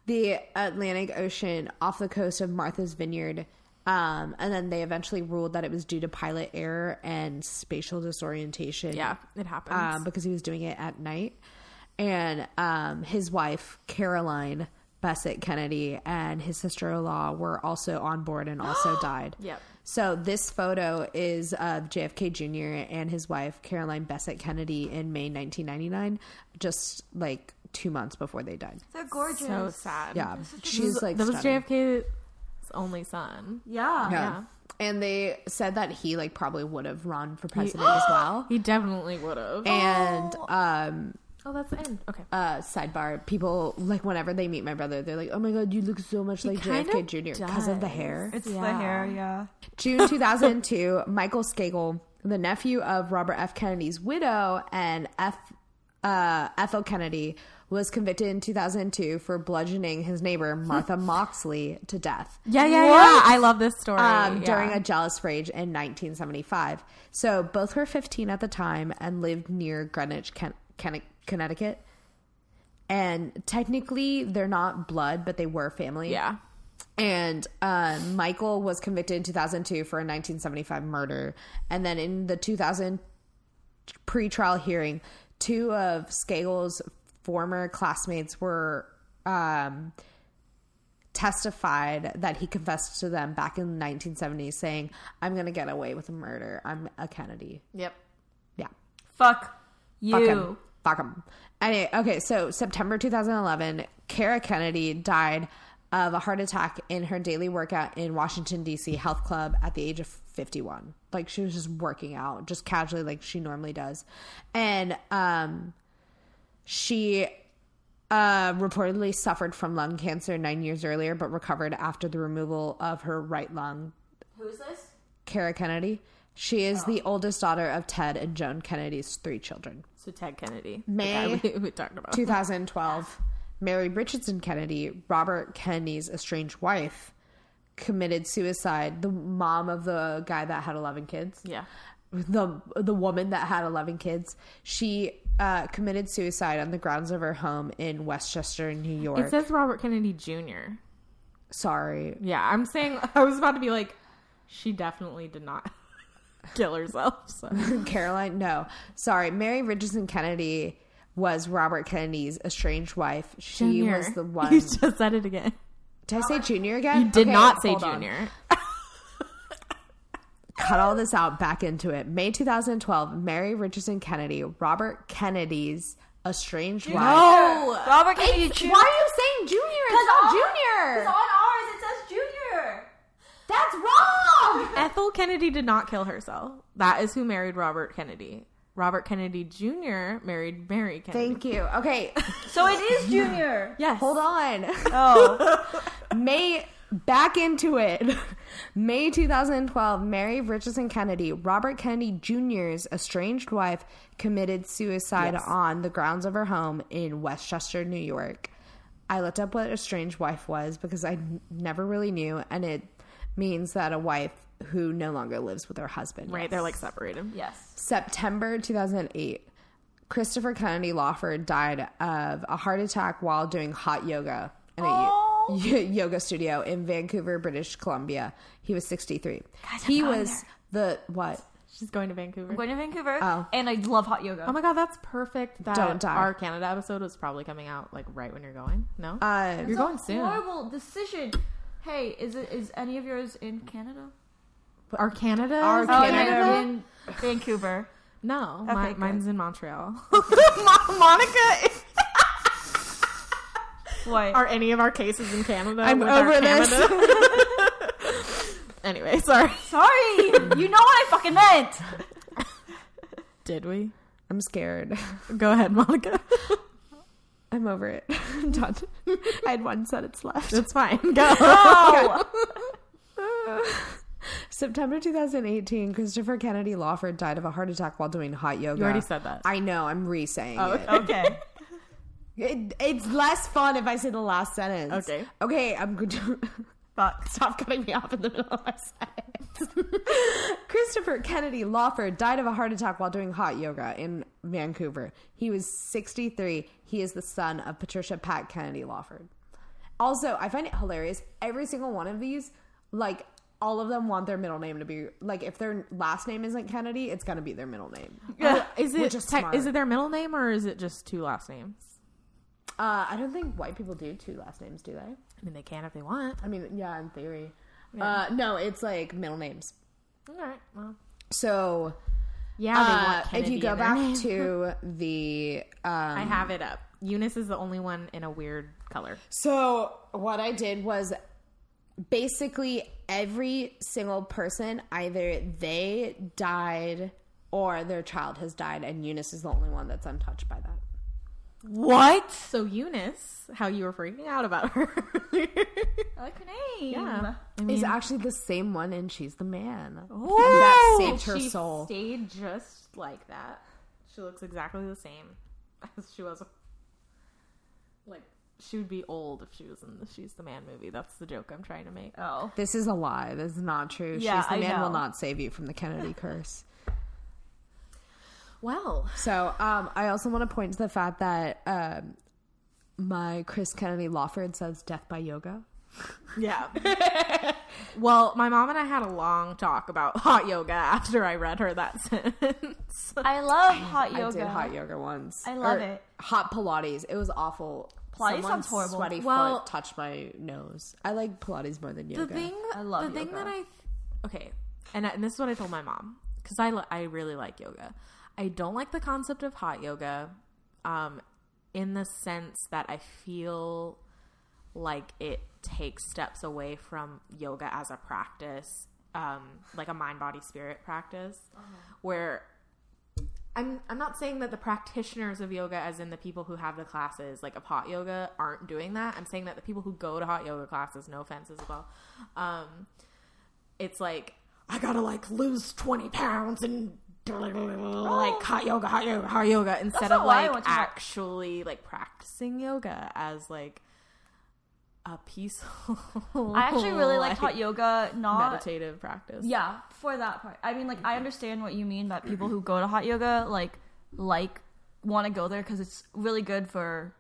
Speaker 3: the Atlantic Ocean off the coast of Martha's Vineyard. Um, and then they eventually ruled that it was due to pilot error and spatial disorientation.
Speaker 2: yeah it happens
Speaker 3: Um, because he was doing it at night. And um, his wife, Caroline Bessett Kennedy, and his sister in law were also on board and also died.
Speaker 2: Yep.
Speaker 3: So this photo is of JFK Jr. and his wife, Caroline Bessett Kennedy, in May 1999, just like two months before they died.
Speaker 1: They're gorgeous.
Speaker 2: so sad
Speaker 3: Yeah,
Speaker 2: This
Speaker 3: she's
Speaker 2: was-
Speaker 3: like
Speaker 2: that was
Speaker 3: stunning.
Speaker 2: jfk's only son
Speaker 1: Yeah.
Speaker 3: Yeah.
Speaker 2: yeah.
Speaker 3: and they said that he like probably would have run for president as well.
Speaker 2: he definitely would have
Speaker 3: And um,
Speaker 2: oh that's the end okay
Speaker 3: uh, sidebar, people like whenever they meet my brother, they're like, "Oh my god, you look so much like
Speaker 2: kind
Speaker 3: JFK
Speaker 2: of
Speaker 3: Jr. because of the hair."
Speaker 1: It's the
Speaker 2: Yeah.
Speaker 1: hair, yeah.
Speaker 3: June 2002, Michael Skagel, the nephew of Robert F. Kennedy's widow and F. Uh, Ethel Kennedy, was convicted in 2002 for bludgeoning his neighbor Martha Moxley to death.
Speaker 2: Yeah, yeah,
Speaker 1: What?
Speaker 2: yeah. I love this story.
Speaker 3: um,
Speaker 2: Yeah.
Speaker 3: during a jealous rage in 1975. So both were 15 at the time and lived near Greenwich, Ken- Ken- Connecticut. And technically, they're not blood, but they were family.
Speaker 2: yeah,
Speaker 3: And um, Michael was convicted in 2002 for a 1975 murder. And then in the 2000 pretrial hearing, two of Scagel's former classmates were um, testified that he confessed to them back in 1970, saying, "I'm going to get away with a murder. I'm a Kennedy."
Speaker 2: yep.
Speaker 3: Yeah.
Speaker 1: Fuck you.
Speaker 3: Fuck him. Fuck him. Anyway, okay, so September 2011, Kara Kennedy died of a heart attack in her daily workout in Washington, D.C. Health Club at the age of 51. Like, she was just working out, just casually, like she normally does. And um, she uh, reportedly suffered from lung cancer nine years earlier, but recovered after the removal of her right lung
Speaker 1: Who's this? Oh.
Speaker 3: Kara Kennedy. She is the oldest daughter of Ted and Joan Kennedy's three children.
Speaker 2: So Ted Kennedy,
Speaker 3: May
Speaker 2: the guy we, we talked about.
Speaker 3: 2012, Mary Richardson Kennedy, Robert Kennedy's estranged wife, committed suicide. The mom of the guy that had 11 kids
Speaker 2: yeah,
Speaker 3: the the woman that had 11 kids she uh, committed suicide on the grounds of her home in westchester new york
Speaker 2: it says Robert Kennedy Jr.
Speaker 3: sorry
Speaker 2: Yeah, I'm saying I was about to be like, she definitely did not kill herself. So
Speaker 3: caroline no sorry mary richardson kennedy was robert kennedy's estranged wife she
Speaker 2: Junior.
Speaker 3: was the one
Speaker 2: You just said it again.
Speaker 3: did i say junior again
Speaker 2: You did
Speaker 3: Okay,
Speaker 2: not say
Speaker 3: hold on.
Speaker 2: Junior.
Speaker 3: cut all this out back into it may 2012 mary richardson kennedy robert kennedy's estranged wife
Speaker 2: Oh,
Speaker 1: Robert Kennedy Jr.
Speaker 3: why are you saying junior it's not junior
Speaker 1: Because on ours it says Junior.
Speaker 3: that's wrong
Speaker 2: Ethel Kennedy did not kill herself. That is who married Robert Kennedy. Robert Kennedy Jr. married Mary Kennedy.
Speaker 3: Thank you. Okay,
Speaker 1: So it is Junior.
Speaker 2: yes.
Speaker 3: hold on.
Speaker 1: Oh,
Speaker 3: May back into it. May 2012, Mary Richardson Kennedy, Robert Kennedy Jr.'s estranged wife, committed suicide on the grounds of her home in Westchester, New York. I looked up what estranged wife was because I n- never really knew, and it means that a wife who no longer lives with her husband.
Speaker 2: Right. They're like separated.
Speaker 1: yes.
Speaker 3: September 2008, Christopher Kennedy Lawford died of a heart attack while doing hot yoga in a
Speaker 1: Oh.
Speaker 3: yo- yoga studio in Vancouver, British Columbia. He was 63. he was the what?
Speaker 2: She's going to Vancouver.
Speaker 1: I'm going to Vancouver,
Speaker 3: Oh.
Speaker 1: and I love hot yoga.
Speaker 2: Oh my god, that's perfect. That
Speaker 3: Don't die.
Speaker 2: Our Canada episode was probably coming out like right when you're going. No,
Speaker 3: Uh,
Speaker 2: you're going soon.
Speaker 1: Horrible decision. Hey, is it is any of yours in Canada?
Speaker 2: Our Canada.
Speaker 3: Our
Speaker 2: is-
Speaker 1: Oh,
Speaker 3: Canada?
Speaker 1: yeah, in Vancouver.
Speaker 2: No,
Speaker 1: Okay,
Speaker 2: mi-
Speaker 1: good.
Speaker 2: mine's in Montreal.
Speaker 3: Mo- Monica. is-
Speaker 1: What?
Speaker 2: Are any of our cases in Canada?
Speaker 3: I'm
Speaker 2: with our
Speaker 3: over this.
Speaker 2: Canada? anyway, sorry.
Speaker 1: Sorry, you know what I fucking meant.
Speaker 2: Did we?
Speaker 3: I'm scared.
Speaker 2: Go ahead, Monica.
Speaker 3: I'm over it. I'm done. I had one sentence left.
Speaker 2: It's fine. Go.
Speaker 1: Oh,
Speaker 3: September 2018, Christopher Kennedy Lawford died of a heart attack while doing hot yoga.
Speaker 2: You already said that. Oh,
Speaker 3: I know. I'm re-saying it.
Speaker 1: okay.
Speaker 3: It, it's less fun if I say the last sentence.
Speaker 2: Okay.
Speaker 3: Okay, I'm good.
Speaker 1: Fuck.
Speaker 3: Stop cutting me off in the middle of my sentence. Christopher Kennedy Lawford died of a heart attack while doing hot yoga in Vancouver. He was 63. He is the son of Patricia Pat Kennedy Lawford. Also, I find it hilarious. Every single one of these, like, all of them want their middle name to be like if their last name isn't Kennedy, it's gonna be their middle name.
Speaker 2: Uh, is
Speaker 3: We're
Speaker 2: it
Speaker 3: just
Speaker 2: tech-
Speaker 3: smart.
Speaker 2: is it their middle name or is it just two last names?
Speaker 3: Uh, I don't think white people do two last names, do they?
Speaker 2: I mean, they can if they want.
Speaker 3: I mean, yeah, in theory. Uh, no, it's like middle names.
Speaker 2: All right. Well,
Speaker 3: So
Speaker 2: yeah. they
Speaker 3: uh,
Speaker 2: want
Speaker 3: if
Speaker 2: Kennedy
Speaker 3: you go
Speaker 2: in their name.
Speaker 3: back to the um,
Speaker 2: I have it up. Eunice is the only one in a weird color.
Speaker 3: so what I did was basically every single person either they died or their child has died, and Eunice is the only one that's untouched by that.
Speaker 1: What?
Speaker 2: So Eunice, how you were freaking out about her?
Speaker 1: I like her name.
Speaker 2: yeah. I
Speaker 3: Is
Speaker 2: mean,
Speaker 3: actually the same one, and she's the man.
Speaker 1: Ooh.
Speaker 3: And that saved her
Speaker 2: she
Speaker 3: soul.
Speaker 2: stayed just like that. She looks exactly the same as she was. Like she would be old if she was in the She's the Man movie. That's the joke I'm trying to make.
Speaker 1: Oh.
Speaker 3: This is a lie. This is not true.
Speaker 1: Yeah,
Speaker 3: she's the
Speaker 1: I
Speaker 3: man will
Speaker 1: know.
Speaker 3: not save you from the Kennedy curse.
Speaker 2: Well,
Speaker 3: So um, I also want to point to the fact that um, my Chris Kennedy Lawford says death by yoga.
Speaker 2: yeah. well, my mom and I had a long talk about hot yoga after I read her that sentence.
Speaker 1: I love hot yoga.
Speaker 3: I did hot yoga once.
Speaker 1: I love it.
Speaker 3: Hot Pilates. It was awful.
Speaker 1: Pilates
Speaker 3: Someone's
Speaker 1: sounds horrible.
Speaker 3: Sweaty
Speaker 2: Well-
Speaker 3: foot touched my nose. I like Pilates more than
Speaker 2: the
Speaker 3: yoga.
Speaker 2: thing
Speaker 1: I love
Speaker 2: the thing that
Speaker 1: yoga.
Speaker 2: I th- okay, and, I- and this is what I told my mom because I li- I really like yoga. I don't like the concept of hot yoga, um, in the sense that I feel like it takes steps away from yoga as a practice, um, like a mind body spirit practice,
Speaker 1: Uh-huh.
Speaker 2: where I'm I'm not saying that the practitioners of yoga, as in the people who have the classes like of hot yoga, aren't doing that. I'm saying that the people who go to hot yoga classes, no offense as well, um, it's like I gotta like lose twenty pounds and like hot yoga, hot yoga, hot yoga, instead
Speaker 1: Oh. not
Speaker 2: of
Speaker 1: why I
Speaker 2: like
Speaker 1: went to hot-
Speaker 2: actually like practicing yoga as like a peaceful.
Speaker 1: I actually really liked hot yoga. Not
Speaker 2: meditative practice.
Speaker 1: yeah for that part. I mean, like I understand what you mean that people who go to hot yoga like like want to go there because it's really good for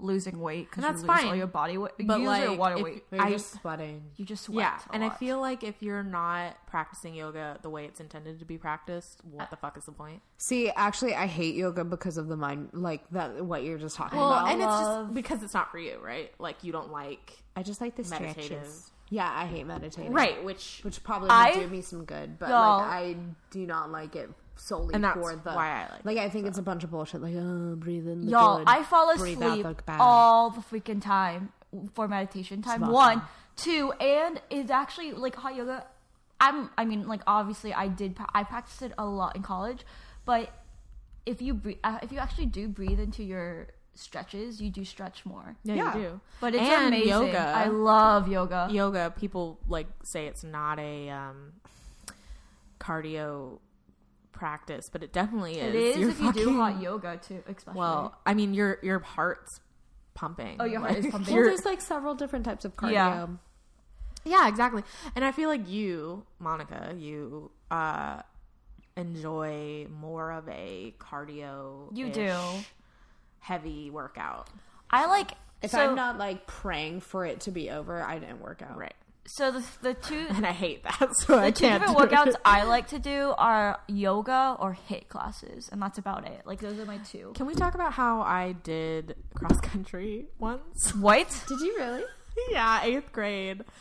Speaker 1: losing weight because
Speaker 2: And
Speaker 1: you
Speaker 2: that's
Speaker 1: lose all
Speaker 2: fine.
Speaker 1: your body weight. You
Speaker 2: But,
Speaker 1: lose your
Speaker 2: like,
Speaker 1: water
Speaker 2: if-
Speaker 1: weight.
Speaker 3: You're
Speaker 2: I-
Speaker 3: just sweating.
Speaker 1: You just sweat.
Speaker 2: Yeah,
Speaker 1: a
Speaker 2: and I
Speaker 1: lot.
Speaker 2: feel like if you're not practicing yoga the way it's intended to be practiced, what the fuck is the point?
Speaker 3: See, actually, I hate yoga because of the mind, like that. What you're just talking
Speaker 2: Well,
Speaker 3: about.
Speaker 2: and it's just
Speaker 1: love-
Speaker 2: because it's not for you, right? Like you don't like
Speaker 3: I just like the
Speaker 2: Meditative.
Speaker 3: stretches. Yeah, I hate meditating.
Speaker 2: right, which
Speaker 3: which probably
Speaker 1: I-
Speaker 3: would do me some good, but
Speaker 1: No.
Speaker 3: like I do not like it solely
Speaker 2: And that's
Speaker 3: for the
Speaker 2: why I like
Speaker 3: Like I think it's a bunch of bullshit. Like oh, breathe in, the
Speaker 1: Y'all,
Speaker 3: good,
Speaker 1: I fall
Speaker 3: breathe out
Speaker 1: asleep
Speaker 3: the bad.
Speaker 1: all the freaking time for meditation time.
Speaker 3: awesome.
Speaker 1: One, two, and it's actually like hot yoga. I'm, I mean, like obviously I did, pra- I practiced it a lot in college, but if you breathe, uh, if you actually do breathe into your stretches, you do stretch more.
Speaker 2: Yeah,
Speaker 3: Yeah.
Speaker 2: you do.
Speaker 1: But it's
Speaker 2: And
Speaker 1: amazing.
Speaker 2: yoga.
Speaker 1: I love yoga.
Speaker 2: yoga people like say it's not a um cardio practice but it definitely is
Speaker 1: It is
Speaker 2: You're
Speaker 1: if you do
Speaker 2: fucking-
Speaker 1: hot yoga too, especially.
Speaker 2: well i mean your your heart's pumping
Speaker 1: Oh, your heart is pumping.
Speaker 3: Well,
Speaker 2: you're-
Speaker 3: there's like several different types of cardio.
Speaker 1: Yeah.
Speaker 2: yeah exactly and i feel like you monica you uh enjoy more of a cardio
Speaker 1: You do.
Speaker 2: heavy workout
Speaker 1: I like
Speaker 3: If
Speaker 1: so,
Speaker 3: I'm not like praying for it to be over, I didn't work out.
Speaker 2: right
Speaker 1: so the the two
Speaker 2: and i hate that so i
Speaker 1: the two
Speaker 2: can't
Speaker 1: different
Speaker 2: do it.
Speaker 1: workouts I like to do are yoga or hit classes, and that's about it. Like those are my two.
Speaker 2: can we talk about how i did cross country once
Speaker 1: What?
Speaker 3: Did you really?
Speaker 2: yeah, eighth grade.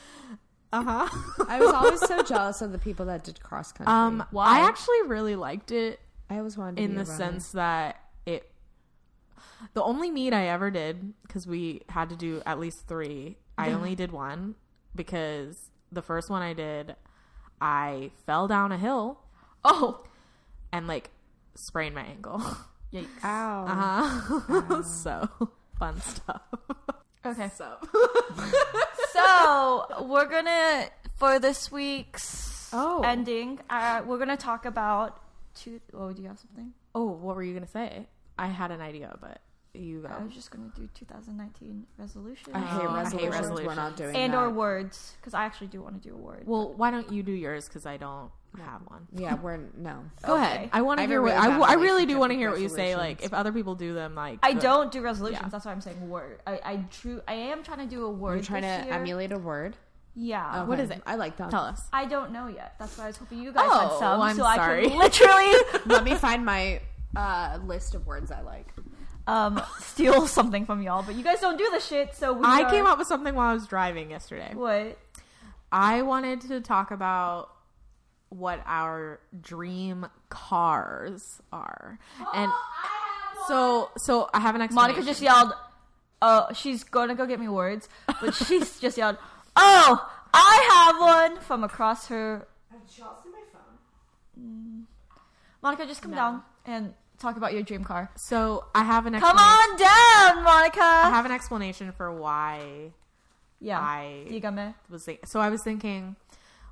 Speaker 2: Uh huh.
Speaker 3: I was always so jealous of the people that did cross country.
Speaker 2: Um,
Speaker 1: Why?
Speaker 2: I actually really liked it
Speaker 3: I always wanted to
Speaker 2: in
Speaker 3: be a
Speaker 2: the
Speaker 3: runner.
Speaker 2: sense that it. The only meet I ever did because we had to do at least three. I only did one because the first one I did, I fell down a hill
Speaker 1: Oh,
Speaker 2: and like sprained my ankle.
Speaker 1: yikes.
Speaker 3: Ow.
Speaker 2: Oh. Uh-huh. so fun stuff.
Speaker 1: Okay.
Speaker 2: So
Speaker 1: so we're gonna for this week's
Speaker 2: Oh.
Speaker 1: ending uh, we're gonna talk about two oh do you have something
Speaker 2: oh, what were you gonna say? I had an idea, but you go.
Speaker 1: i was just gonna do 2019 resolutions
Speaker 2: I
Speaker 3: I hate
Speaker 2: Oh, I
Speaker 3: resolutions.
Speaker 2: hate
Speaker 3: We're
Speaker 2: resolutions.
Speaker 3: not doing
Speaker 1: and
Speaker 3: that.
Speaker 1: or words because i actually do want to do a word
Speaker 2: Well, why don't you do yours? Because I don't have one.
Speaker 3: yeah, we're no.
Speaker 2: Go ahead. I want
Speaker 3: I
Speaker 2: to
Speaker 3: have
Speaker 2: hear
Speaker 3: a
Speaker 2: what
Speaker 3: really
Speaker 2: I,
Speaker 3: bad
Speaker 2: w- I really do
Speaker 3: relationship
Speaker 2: want to
Speaker 3: with
Speaker 2: hear what you say.
Speaker 3: resolutions.
Speaker 2: Like if other people do them, like
Speaker 1: i
Speaker 2: the-
Speaker 1: don't do resolutions
Speaker 2: Yeah.
Speaker 1: that's why i'm saying word i, I true i am trying to do a word
Speaker 3: You're trying to
Speaker 1: this year.
Speaker 3: emulate a word.
Speaker 1: yeah
Speaker 2: What is it?
Speaker 3: I like that.
Speaker 2: Tell us.
Speaker 1: I don't know yet. That's why I was hoping you guys
Speaker 2: Oh,
Speaker 1: had some,
Speaker 2: I'm
Speaker 1: so
Speaker 2: sorry.
Speaker 1: I could literally
Speaker 3: Let me find my uh, list of words I like.
Speaker 1: um, steal something from y'all. But you guys don't do the shit, so we
Speaker 2: I
Speaker 1: are-
Speaker 2: came up with something while I was driving yesterday.
Speaker 1: What?
Speaker 2: I wanted to talk about what our dream cars are, and so so I have an explanation.
Speaker 1: Monica just yelled, "Oh, she's gonna go get me words," but she's just yelled, "Oh, I have one!" from across her. Mm. Monica, just come down and talk about your dream car.
Speaker 2: so I have an
Speaker 1: Come
Speaker 2: explanation-
Speaker 1: on down, Monica.
Speaker 2: I have an explanation for why
Speaker 1: yeah,
Speaker 2: I-
Speaker 1: Dígame.
Speaker 2: was think- so I was thinking,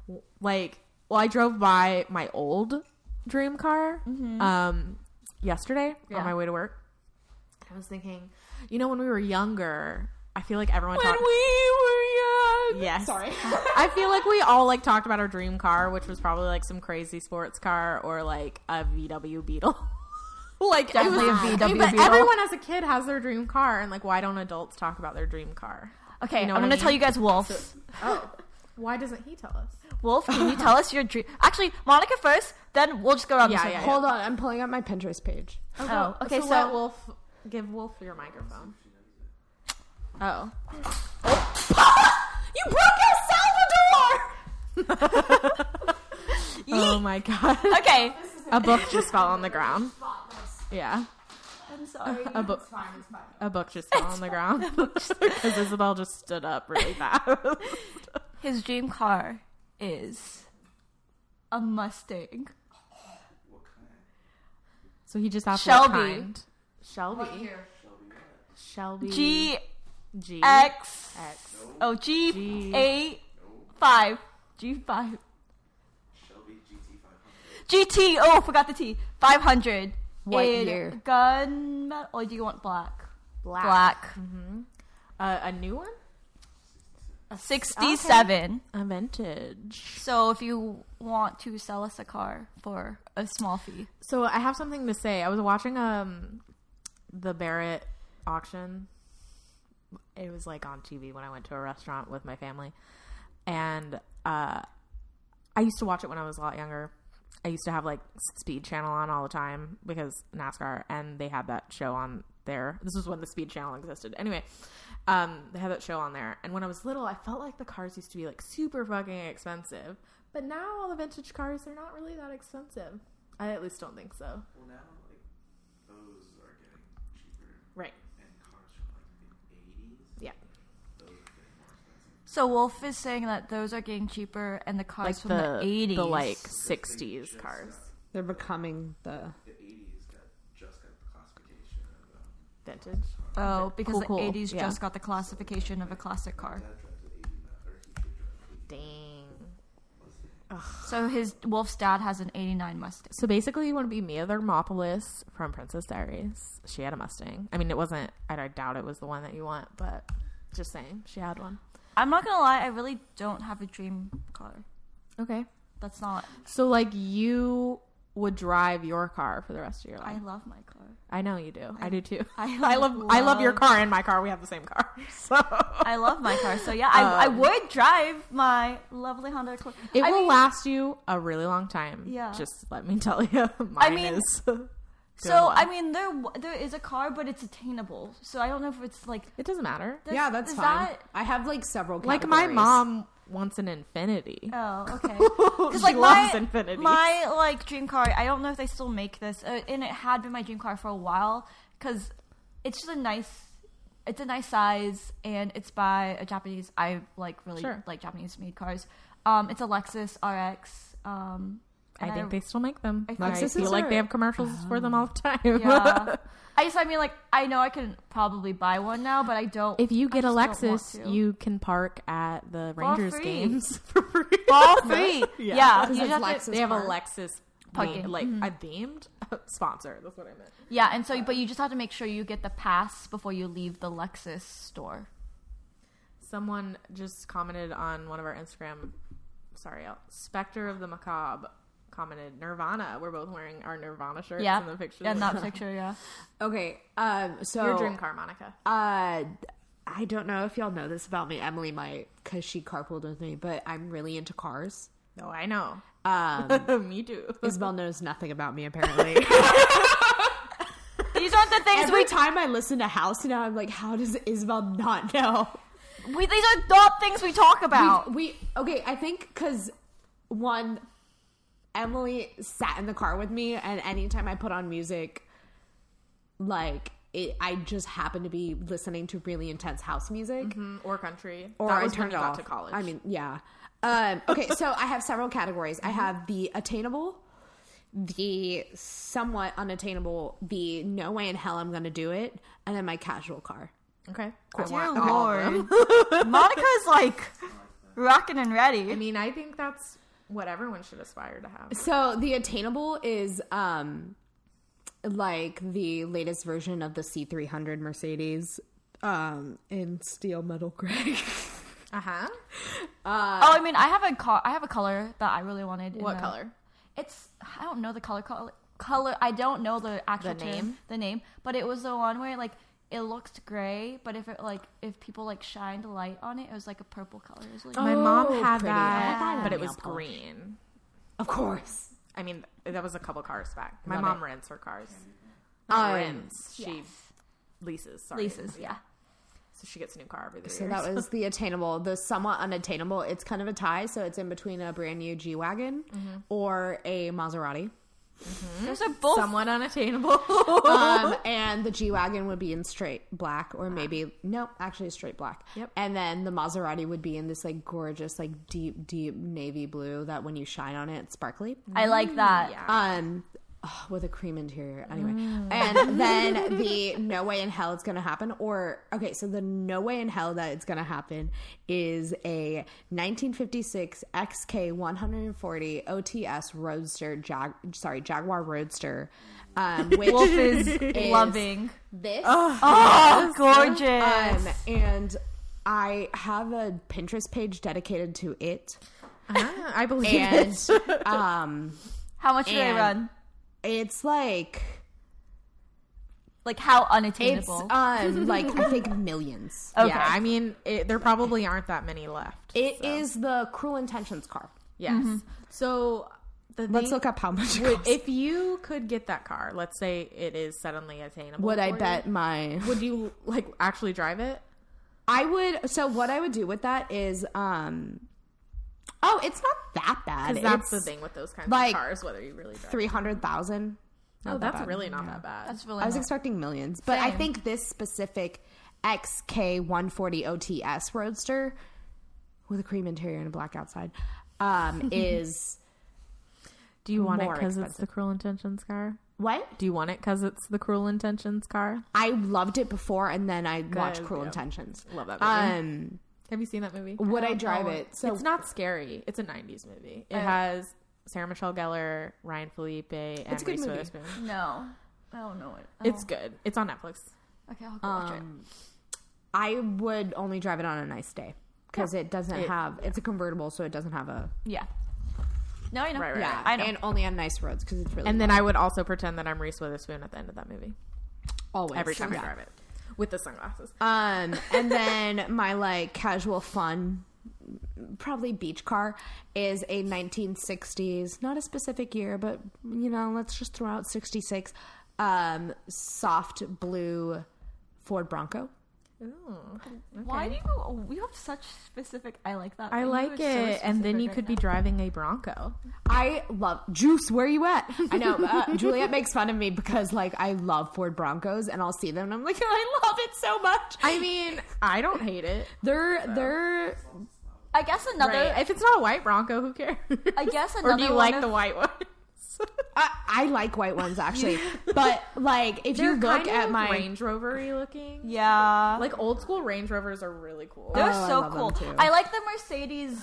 Speaker 2: w- like, well, I drove by my old dream car um, yesterday
Speaker 1: Yeah.
Speaker 2: on my way to work. I was thinking, you know, when we were younger, I feel like everyone
Speaker 1: When
Speaker 2: talked.
Speaker 1: we were young.
Speaker 2: yes,
Speaker 3: Sorry.
Speaker 2: I feel like we all like talked about our dream car, which was probably like some crazy sports car or like a VW Beetle. like it
Speaker 1: Definitely
Speaker 2: was-
Speaker 1: a
Speaker 2: I mean,
Speaker 1: VW
Speaker 2: but
Speaker 1: Beetle.
Speaker 2: Everyone as a kid has their dream car, and like, why don't adults talk about their dream car?
Speaker 1: Okay,
Speaker 2: You know
Speaker 1: I'm
Speaker 2: what I
Speaker 1: gonna tell
Speaker 2: mean?
Speaker 1: you guys, Wolf.
Speaker 2: Why doesn't he tell us?
Speaker 1: Wolf, can you tell us your dream? Actually, Monica first, then we'll just go around.
Speaker 2: Yeah,
Speaker 1: the circle.
Speaker 2: yeah,
Speaker 3: Hold on, I'm pulling up my Pinterest page.
Speaker 1: Oh, okay, so,
Speaker 2: let Wolf give Wolf your microphone. Oh,
Speaker 1: Oh, you broke El Salvador.
Speaker 2: oh my god!
Speaker 1: Yeet. Okay,
Speaker 2: a book just fell on the ground. Yeah,
Speaker 1: I'm sorry.
Speaker 2: a book. A book just fell on the ground because Isabel just stood up really fast.
Speaker 1: His dream car is a Mustang.
Speaker 2: so he just has
Speaker 1: Shelby.
Speaker 2: Shelby. Shelby.
Speaker 1: G
Speaker 2: G.
Speaker 1: X
Speaker 2: X.
Speaker 1: oh G
Speaker 2: G.
Speaker 1: A five G five
Speaker 4: Shelby GT500.
Speaker 1: G T. Oh, forgot the T. Five hundred.
Speaker 3: What year?
Speaker 1: Gun metal, or do you want black?
Speaker 2: Black. Uh, a new one.
Speaker 1: Sixty-seven.
Speaker 2: A vintage.
Speaker 1: So if you want to sell us a car for a small fee,
Speaker 2: So I have something to say. I was watching um the Barrett auction. It was like on TV when I went to a restaurant with my family. And uh I used to watch it when I was a lot younger. I used to have like Speed Channel on all the time because NASCAR and they had that show on there. This was when the Speed Channel existed. Anyway, um, they had that show on there. And when I was little, I felt like the cars used to be like super fucking expensive. But now all the vintage cars, they're not really that expensive. I at least don't think so.
Speaker 4: Well, now, like, those are getting cheaper,
Speaker 2: Right.
Speaker 4: and cars from, like, the 80s,
Speaker 2: Yeah.
Speaker 4: those are getting more expensive.
Speaker 1: so Wolf is saying that those are getting cheaper, and the cars
Speaker 2: Like
Speaker 1: from the eighties,
Speaker 2: the like 60s cars.
Speaker 3: They're becoming the
Speaker 4: The 80s got just
Speaker 2: vintage.
Speaker 1: Oh, because
Speaker 2: Cool,
Speaker 1: the
Speaker 2: cool.
Speaker 1: 80s
Speaker 2: Yeah.
Speaker 1: just got the classification of a classic car.
Speaker 2: Dang.
Speaker 1: So his Wolf's dad has an 89 Mustang.
Speaker 2: So basically, you want to be Mia the Thermopolis from Princess Diaries. She had a Mustang. I mean, it wasn't. I, I doubt it was the one that you want, but just saying, she had one.
Speaker 1: I'm not going to lie, I really don't have a dream car.
Speaker 2: Okay.
Speaker 1: That's not.
Speaker 2: So like you would drive your car for the rest of your
Speaker 1: I
Speaker 2: life.
Speaker 1: love my car.
Speaker 2: I, know you do. I, do too.
Speaker 1: I
Speaker 2: I love I love your
Speaker 1: love-
Speaker 2: car and my car. We have the same car. So
Speaker 1: I love my car. So yeah, I, I would drive my lovely Honda Accord.
Speaker 2: it
Speaker 1: I
Speaker 2: will
Speaker 1: mean,
Speaker 2: last you a really long time.
Speaker 1: Yeah.
Speaker 2: Just let me tell you. Mine
Speaker 1: mean,
Speaker 2: is.
Speaker 1: So
Speaker 2: one.
Speaker 1: I mean, there w- there is a car, but it's attainable. So I don't know if it's like
Speaker 2: it doesn't matter.
Speaker 1: does-
Speaker 3: yeah, that's
Speaker 1: is
Speaker 3: fine.
Speaker 1: that-
Speaker 3: I have like several.
Speaker 2: Like my
Speaker 3: categories.
Speaker 2: mom wants an infinity.
Speaker 1: Oh, okay. Because
Speaker 2: She
Speaker 1: like
Speaker 2: loves
Speaker 1: my
Speaker 2: Infinity.
Speaker 1: my like dream car, I don't know if they still make this, uh, and it had been my dream car for a while because it's just a nice, it's a nice size, and it's by a Japanese. I like really
Speaker 2: Sure.
Speaker 1: like Japanese made cars. Um, it's a Lexus RX. Um,
Speaker 2: I
Speaker 1: and
Speaker 2: think they still make them.
Speaker 1: I think
Speaker 2: I,
Speaker 1: so.
Speaker 2: feel like they have commercials for them all the time.
Speaker 1: Yeah. I just, I mean, like, I know I can probably buy one now, but I don't.
Speaker 2: if you
Speaker 1: I
Speaker 2: get a
Speaker 1: just don't want
Speaker 2: Lexus,
Speaker 1: to.
Speaker 2: you can park at the Rangers
Speaker 1: free.
Speaker 2: games for free.
Speaker 1: all free.
Speaker 2: Yeah.
Speaker 1: yeah,
Speaker 3: Because
Speaker 1: you just
Speaker 3: that's
Speaker 1: have to-
Speaker 3: Lexus
Speaker 2: they have
Speaker 3: Park.
Speaker 2: a Lexus
Speaker 1: Parking.
Speaker 2: theme- Mm-hmm. like a themed sponsor. That's what I meant.
Speaker 1: Yeah, and so but you just have to make sure you get the pass before you leave the Lexus store.
Speaker 2: Someone just commented on one of our Instagram. Sorry, uh, Spectre of the Macabre commented Nirvana. We're both wearing our Nirvana shirts
Speaker 1: Yeah,
Speaker 2: in the picture.
Speaker 1: and that picture, yeah.
Speaker 3: Okay, um, so
Speaker 2: your dream car, Monica.
Speaker 3: Uh, I don't know if y'all know this about me. Emily might, because she carpooled with me, but I'm really into cars.
Speaker 2: No, I know.
Speaker 3: Um,
Speaker 2: Me too.
Speaker 3: Isabel knows nothing about me, apparently.
Speaker 1: These aren't the things
Speaker 3: Every time I listen to House now, I'm like, how does Isabel not know?
Speaker 1: we, we these are not things we talk about.
Speaker 3: We, okay, I think because one, Emily sat in the car with me, and anytime I put on music, like, it, I just happen to be listening to really intense house music.
Speaker 2: Mm, or country.
Speaker 3: or
Speaker 2: that
Speaker 3: I
Speaker 2: was when
Speaker 3: turned
Speaker 2: you
Speaker 3: it
Speaker 2: got
Speaker 3: off.
Speaker 2: to college.
Speaker 3: I mean, yeah. Um, okay, so I have several categories. I have the attainable, the somewhat unattainable, the no way in hell I'm going to do it, and then my casual car.
Speaker 2: okay. I
Speaker 1: Dear
Speaker 2: want all of them.
Speaker 1: Lord, Monica's like rocking and
Speaker 2: I
Speaker 1: ready.
Speaker 2: mean, I think that's what everyone should aspire to have.
Speaker 3: So the attainable is um, like the latest version of the C300 Mercedes um, in steel metal gray.
Speaker 2: Uh huh.
Speaker 1: oh, I mean, I have a car. I have a color that I really wanted. in
Speaker 2: uh, What
Speaker 1: the-
Speaker 2: color?
Speaker 1: It's I don't know the color color color. I don't know the actual
Speaker 2: The
Speaker 1: term,
Speaker 2: name?
Speaker 1: The name, but it was the one where like. It looked gray, but if it like if people like shined light on it, it was like a purple color. It was like
Speaker 2: My mom
Speaker 3: Oh,
Speaker 2: had
Speaker 3: pretty. I
Speaker 2: that,
Speaker 3: had that in
Speaker 2: but it
Speaker 3: the
Speaker 2: was
Speaker 3: apple.
Speaker 2: green.
Speaker 3: of course.
Speaker 2: I mean, that was a couple cars back. My
Speaker 3: Love
Speaker 2: mom
Speaker 3: it.
Speaker 2: rents her cars.
Speaker 3: Um,
Speaker 2: rents. She leases. Sorry.
Speaker 1: Lisa's, yeah.
Speaker 2: So she gets a new car every three
Speaker 3: So
Speaker 2: years.
Speaker 3: that was the attainable, the somewhat unattainable. It's kind of a tie, so it's in between a brand new G wagon or a Maserati.
Speaker 1: Mm. Those are both
Speaker 2: somewhat unattainable.
Speaker 3: Um, and the G wagon would be in straight black, or maybe no, actually straight black.
Speaker 2: Yep.
Speaker 3: And then the Maserati would be in this like gorgeous, like deep, deep navy blue that when you shine on it, it's sparkly.
Speaker 1: I like that.
Speaker 2: yeah.
Speaker 3: Um. oh, with a cream interior, anyway,
Speaker 1: Mm.
Speaker 3: and then the no way in hell it's gonna happen, or okay, so the no way in hell that it's gonna happen is a 1956 XK 140 OTS Roadster, Jag- sorry Jaguar Roadster, um, which
Speaker 1: Wolf is,
Speaker 3: is
Speaker 1: loving.
Speaker 3: this.
Speaker 1: Oh, gorgeous.
Speaker 3: Um, and I have a Pinterest page dedicated to it,
Speaker 2: Ah, I believe
Speaker 3: and
Speaker 2: it.
Speaker 3: um,
Speaker 1: how much do they
Speaker 3: and-
Speaker 1: run?
Speaker 3: it's like
Speaker 1: Like how
Speaker 3: it's
Speaker 1: unattainable.
Speaker 3: um, like I think millions.
Speaker 1: okay.
Speaker 2: Yeah, I mean, it, there probably aren't that many left.
Speaker 3: It is the Cruel Intentions car.
Speaker 2: yes. mm-hmm. So the
Speaker 3: Let's
Speaker 2: thing-
Speaker 3: look up how much. It
Speaker 2: Would,
Speaker 3: costs.
Speaker 2: if you could get that car, let's say it is suddenly attainable.
Speaker 3: would I
Speaker 2: for you,
Speaker 3: bet my?
Speaker 2: Would you like actually drive it?
Speaker 3: I would. So what I would do with that is, um, oh, it's not that bad.
Speaker 2: Because that's the
Speaker 3: It's
Speaker 2: thing with those kinds
Speaker 3: like,
Speaker 2: of cars, whether you really drive.
Speaker 3: Three hundred thousand.
Speaker 2: oh, that's really not that bad.
Speaker 1: That's really
Speaker 3: I was
Speaker 1: not-
Speaker 3: expecting millions, but I
Speaker 1: Same.
Speaker 3: think this specific XK140 OTS Roadster with a cream interior and a black outside um, is
Speaker 2: Do you want it
Speaker 3: more
Speaker 2: because it's the Cruel Intentions car?
Speaker 3: What?
Speaker 2: Do you want it because it's the Cruel Intentions car?
Speaker 3: I loved it before, and then I watched Cruel
Speaker 2: yeah.
Speaker 3: Intentions.
Speaker 2: Love that movie.
Speaker 3: Um,
Speaker 2: Have you seen that movie?
Speaker 3: would I drive it? So
Speaker 2: it's not scary. It's a '90s movie. It
Speaker 1: I-
Speaker 2: has Sarah Michelle Gellar, Ryan Felipe, and
Speaker 3: It's a good
Speaker 2: Reese
Speaker 3: movie.
Speaker 2: Witherspoon.
Speaker 1: No, I don't know it.
Speaker 2: It's good. It's on Netflix.
Speaker 1: okay. I'll go watch it.
Speaker 3: I would only drive it on a nice day because it doesn't
Speaker 2: It-
Speaker 3: have. It's a convertible, so it doesn't have a.
Speaker 1: Yeah. No, I know.
Speaker 2: Right, right,
Speaker 1: yeah,
Speaker 2: right.
Speaker 1: I know.
Speaker 3: and only on nice roads because it's really.
Speaker 2: And then I would also pretend that I'm Reese Witherspoon at the end of that movie
Speaker 3: always
Speaker 2: every time I
Speaker 3: Yeah.
Speaker 2: drive it with the sunglasses.
Speaker 3: Um, and then my like casual fun, probably beach car, is a 1960s, not a specific year, but you know, let's just throw out 66, um, soft blue Ford Bronco.
Speaker 1: Why do you? You have such specific. I like that.
Speaker 2: I
Speaker 1: You
Speaker 2: like
Speaker 1: are
Speaker 2: it,
Speaker 1: so
Speaker 2: and then
Speaker 1: specific
Speaker 2: you
Speaker 1: right
Speaker 2: could
Speaker 1: now.
Speaker 2: be driving a Bronco.
Speaker 3: I love Juice. Where you at? I know uh, Juliet makes fun of me because like I love Ford Broncos, and I'll see them, and I'm like, I love it so much.
Speaker 2: I mean, I don't hate it.
Speaker 3: They're they're
Speaker 1: I guess another.
Speaker 2: Right? If it's not a white Bronco, who cares?
Speaker 1: I guess
Speaker 2: or do you
Speaker 1: another
Speaker 2: like
Speaker 1: one
Speaker 2: the
Speaker 1: of-
Speaker 2: white ones?
Speaker 3: I, I like white ones actually, but like if you look at my
Speaker 2: Range Rovery looking.
Speaker 1: Yeah.
Speaker 2: Like old school Range Rovers are really cool.
Speaker 1: They're
Speaker 3: Oh, I
Speaker 1: so
Speaker 3: love them
Speaker 1: cool.
Speaker 3: too.
Speaker 1: I like the Mercedes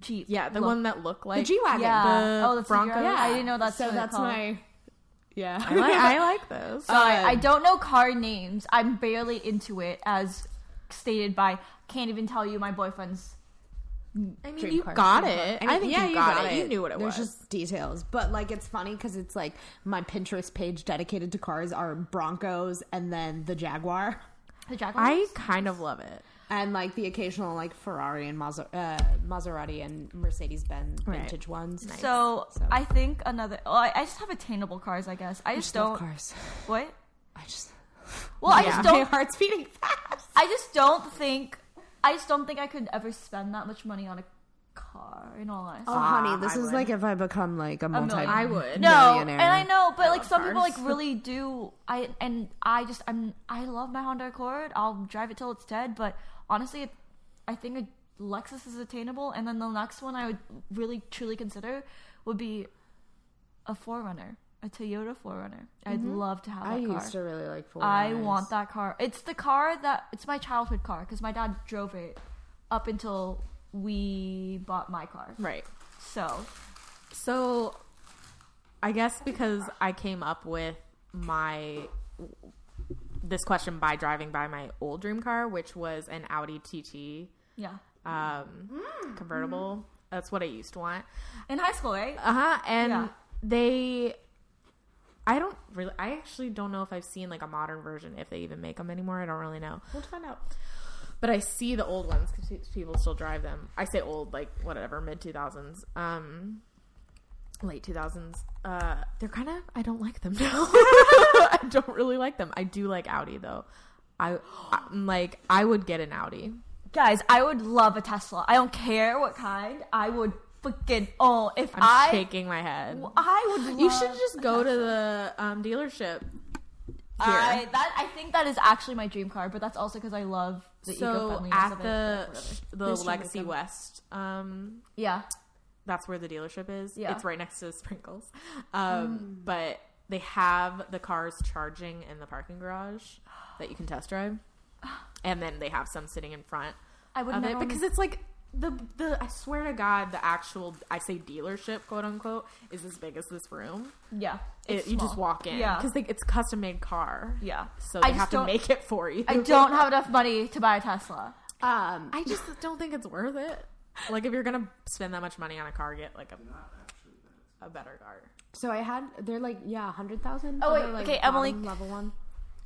Speaker 1: Jeep.
Speaker 2: yeah, the
Speaker 1: look.
Speaker 2: one that looked like
Speaker 3: the G wagon,
Speaker 1: Yeah.
Speaker 2: the
Speaker 1: oh, that's Bronco.
Speaker 2: Bronco.
Speaker 1: Yeah. I didn't know that's
Speaker 3: so
Speaker 1: what
Speaker 3: that's
Speaker 1: they're called.
Speaker 3: my yeah
Speaker 2: I like, I like those.
Speaker 1: Sorry,
Speaker 3: Um,
Speaker 1: I don't know car names. I'm barely into it, as stated by. Can't even tell you my boyfriend's.
Speaker 2: I mean,
Speaker 3: dream
Speaker 2: you
Speaker 3: car.
Speaker 2: got it. I, think
Speaker 3: yeah,
Speaker 2: you, got it. You knew what it
Speaker 3: There's
Speaker 2: was.
Speaker 3: just details, but like it's funny because it's like my Pinterest page dedicated to cars are Broncos and then the Jaguar
Speaker 1: The Jaguar.
Speaker 2: I kind of love it.
Speaker 3: and like the occasional like Ferrari and Maser- uh, Maserati and Mercedes Benz vintage ones.
Speaker 1: So,
Speaker 3: So-
Speaker 1: I think another. Well, I, I just have attainable cars. I guess I just
Speaker 3: I
Speaker 1: don't.
Speaker 3: love cars.
Speaker 1: What?
Speaker 3: I just
Speaker 1: Well, I
Speaker 2: Yeah.
Speaker 1: just
Speaker 3: my
Speaker 1: don't.
Speaker 3: heart's beating fast.
Speaker 1: I just don't think. I just don't think I could ever spend that much money on a car. In all honesty.
Speaker 3: Oh,
Speaker 2: Ah,
Speaker 3: honey, this
Speaker 2: I
Speaker 3: is
Speaker 2: would.
Speaker 3: like if I become like a multi.
Speaker 1: million. I
Speaker 2: would.
Speaker 1: no, and
Speaker 3: millionaire.
Speaker 1: I know, but like
Speaker 2: love
Speaker 1: some people
Speaker 2: cars.
Speaker 1: like really do. I and I just I'm I love my Honda Accord. I'll drive it till it's dead. But honestly, it, I think a Lexus is attainable. And then the next one I would really truly consider would be a Forerunner, a Toyota Forerunner. I'd love to have. That
Speaker 3: Mm-hmm. I
Speaker 1: car.
Speaker 3: used to really like four.
Speaker 1: I want that car. It's the car that it's my childhood car because my dad drove it up until we bought my car.
Speaker 2: Right.
Speaker 1: So
Speaker 2: So, I guess because I came up with my this question by driving by my old dream car, which was an Audi TT
Speaker 1: yeah,
Speaker 2: um, convertible. That's what I used to want.
Speaker 1: in high school, right?
Speaker 2: Uh huh. And
Speaker 1: Yeah.
Speaker 2: they, I don't really, I actually don't know if I've seen like a modern version, if they even make them anymore. I don't really know. We'll find out. But I see the old ones because people still drive them. I say old, like whatever, mid 2000s, um, late 2000s. Uh, they're kind of, I don't like them now. I don't really like them. I do like Audi though. I, I'm like, I would get an Audi.
Speaker 1: Guys, I would love a Tesla. I don't care what kind. I would freaking oh if
Speaker 2: I'm
Speaker 1: i
Speaker 2: shaking my head.
Speaker 1: I would. Love
Speaker 2: You should just go to the um, dealership.
Speaker 1: I that I think that is actually my dream car, but that's also because I love the
Speaker 2: so
Speaker 1: eco-friendliness
Speaker 2: at
Speaker 1: of it,
Speaker 2: the
Speaker 1: like, whatever.
Speaker 2: the
Speaker 3: There's Jamaica.
Speaker 2: Legacy West, um,
Speaker 1: yeah
Speaker 2: that's where the dealership is.
Speaker 1: Yeah. Hmm.
Speaker 2: It's right next to Sprinkles, um, but they have the cars charging in the parking garage that you can test drive, and then they have some sitting in front
Speaker 1: I would
Speaker 2: of
Speaker 1: never
Speaker 2: it because it's like. The, the I swear to God, the actual I say dealership quote unquote is as big as this room.
Speaker 1: yeah
Speaker 2: It,
Speaker 1: it's
Speaker 2: you just
Speaker 1: small.
Speaker 2: walk in
Speaker 1: yeah
Speaker 2: because it's custom made car.
Speaker 1: yeah
Speaker 2: So they
Speaker 1: I just
Speaker 2: have to
Speaker 1: don't-
Speaker 2: make it for you.
Speaker 1: I don't have enough money to buy a Tesla.
Speaker 3: Um,
Speaker 2: I just don't think it's worth it. Like if you're gonna spend that much money on a car, get like a, a better car.
Speaker 3: So I had they're like yeah, hundred thousand.
Speaker 1: Oh, wait,
Speaker 3: like,
Speaker 1: okay, Emily.
Speaker 3: bottom level one.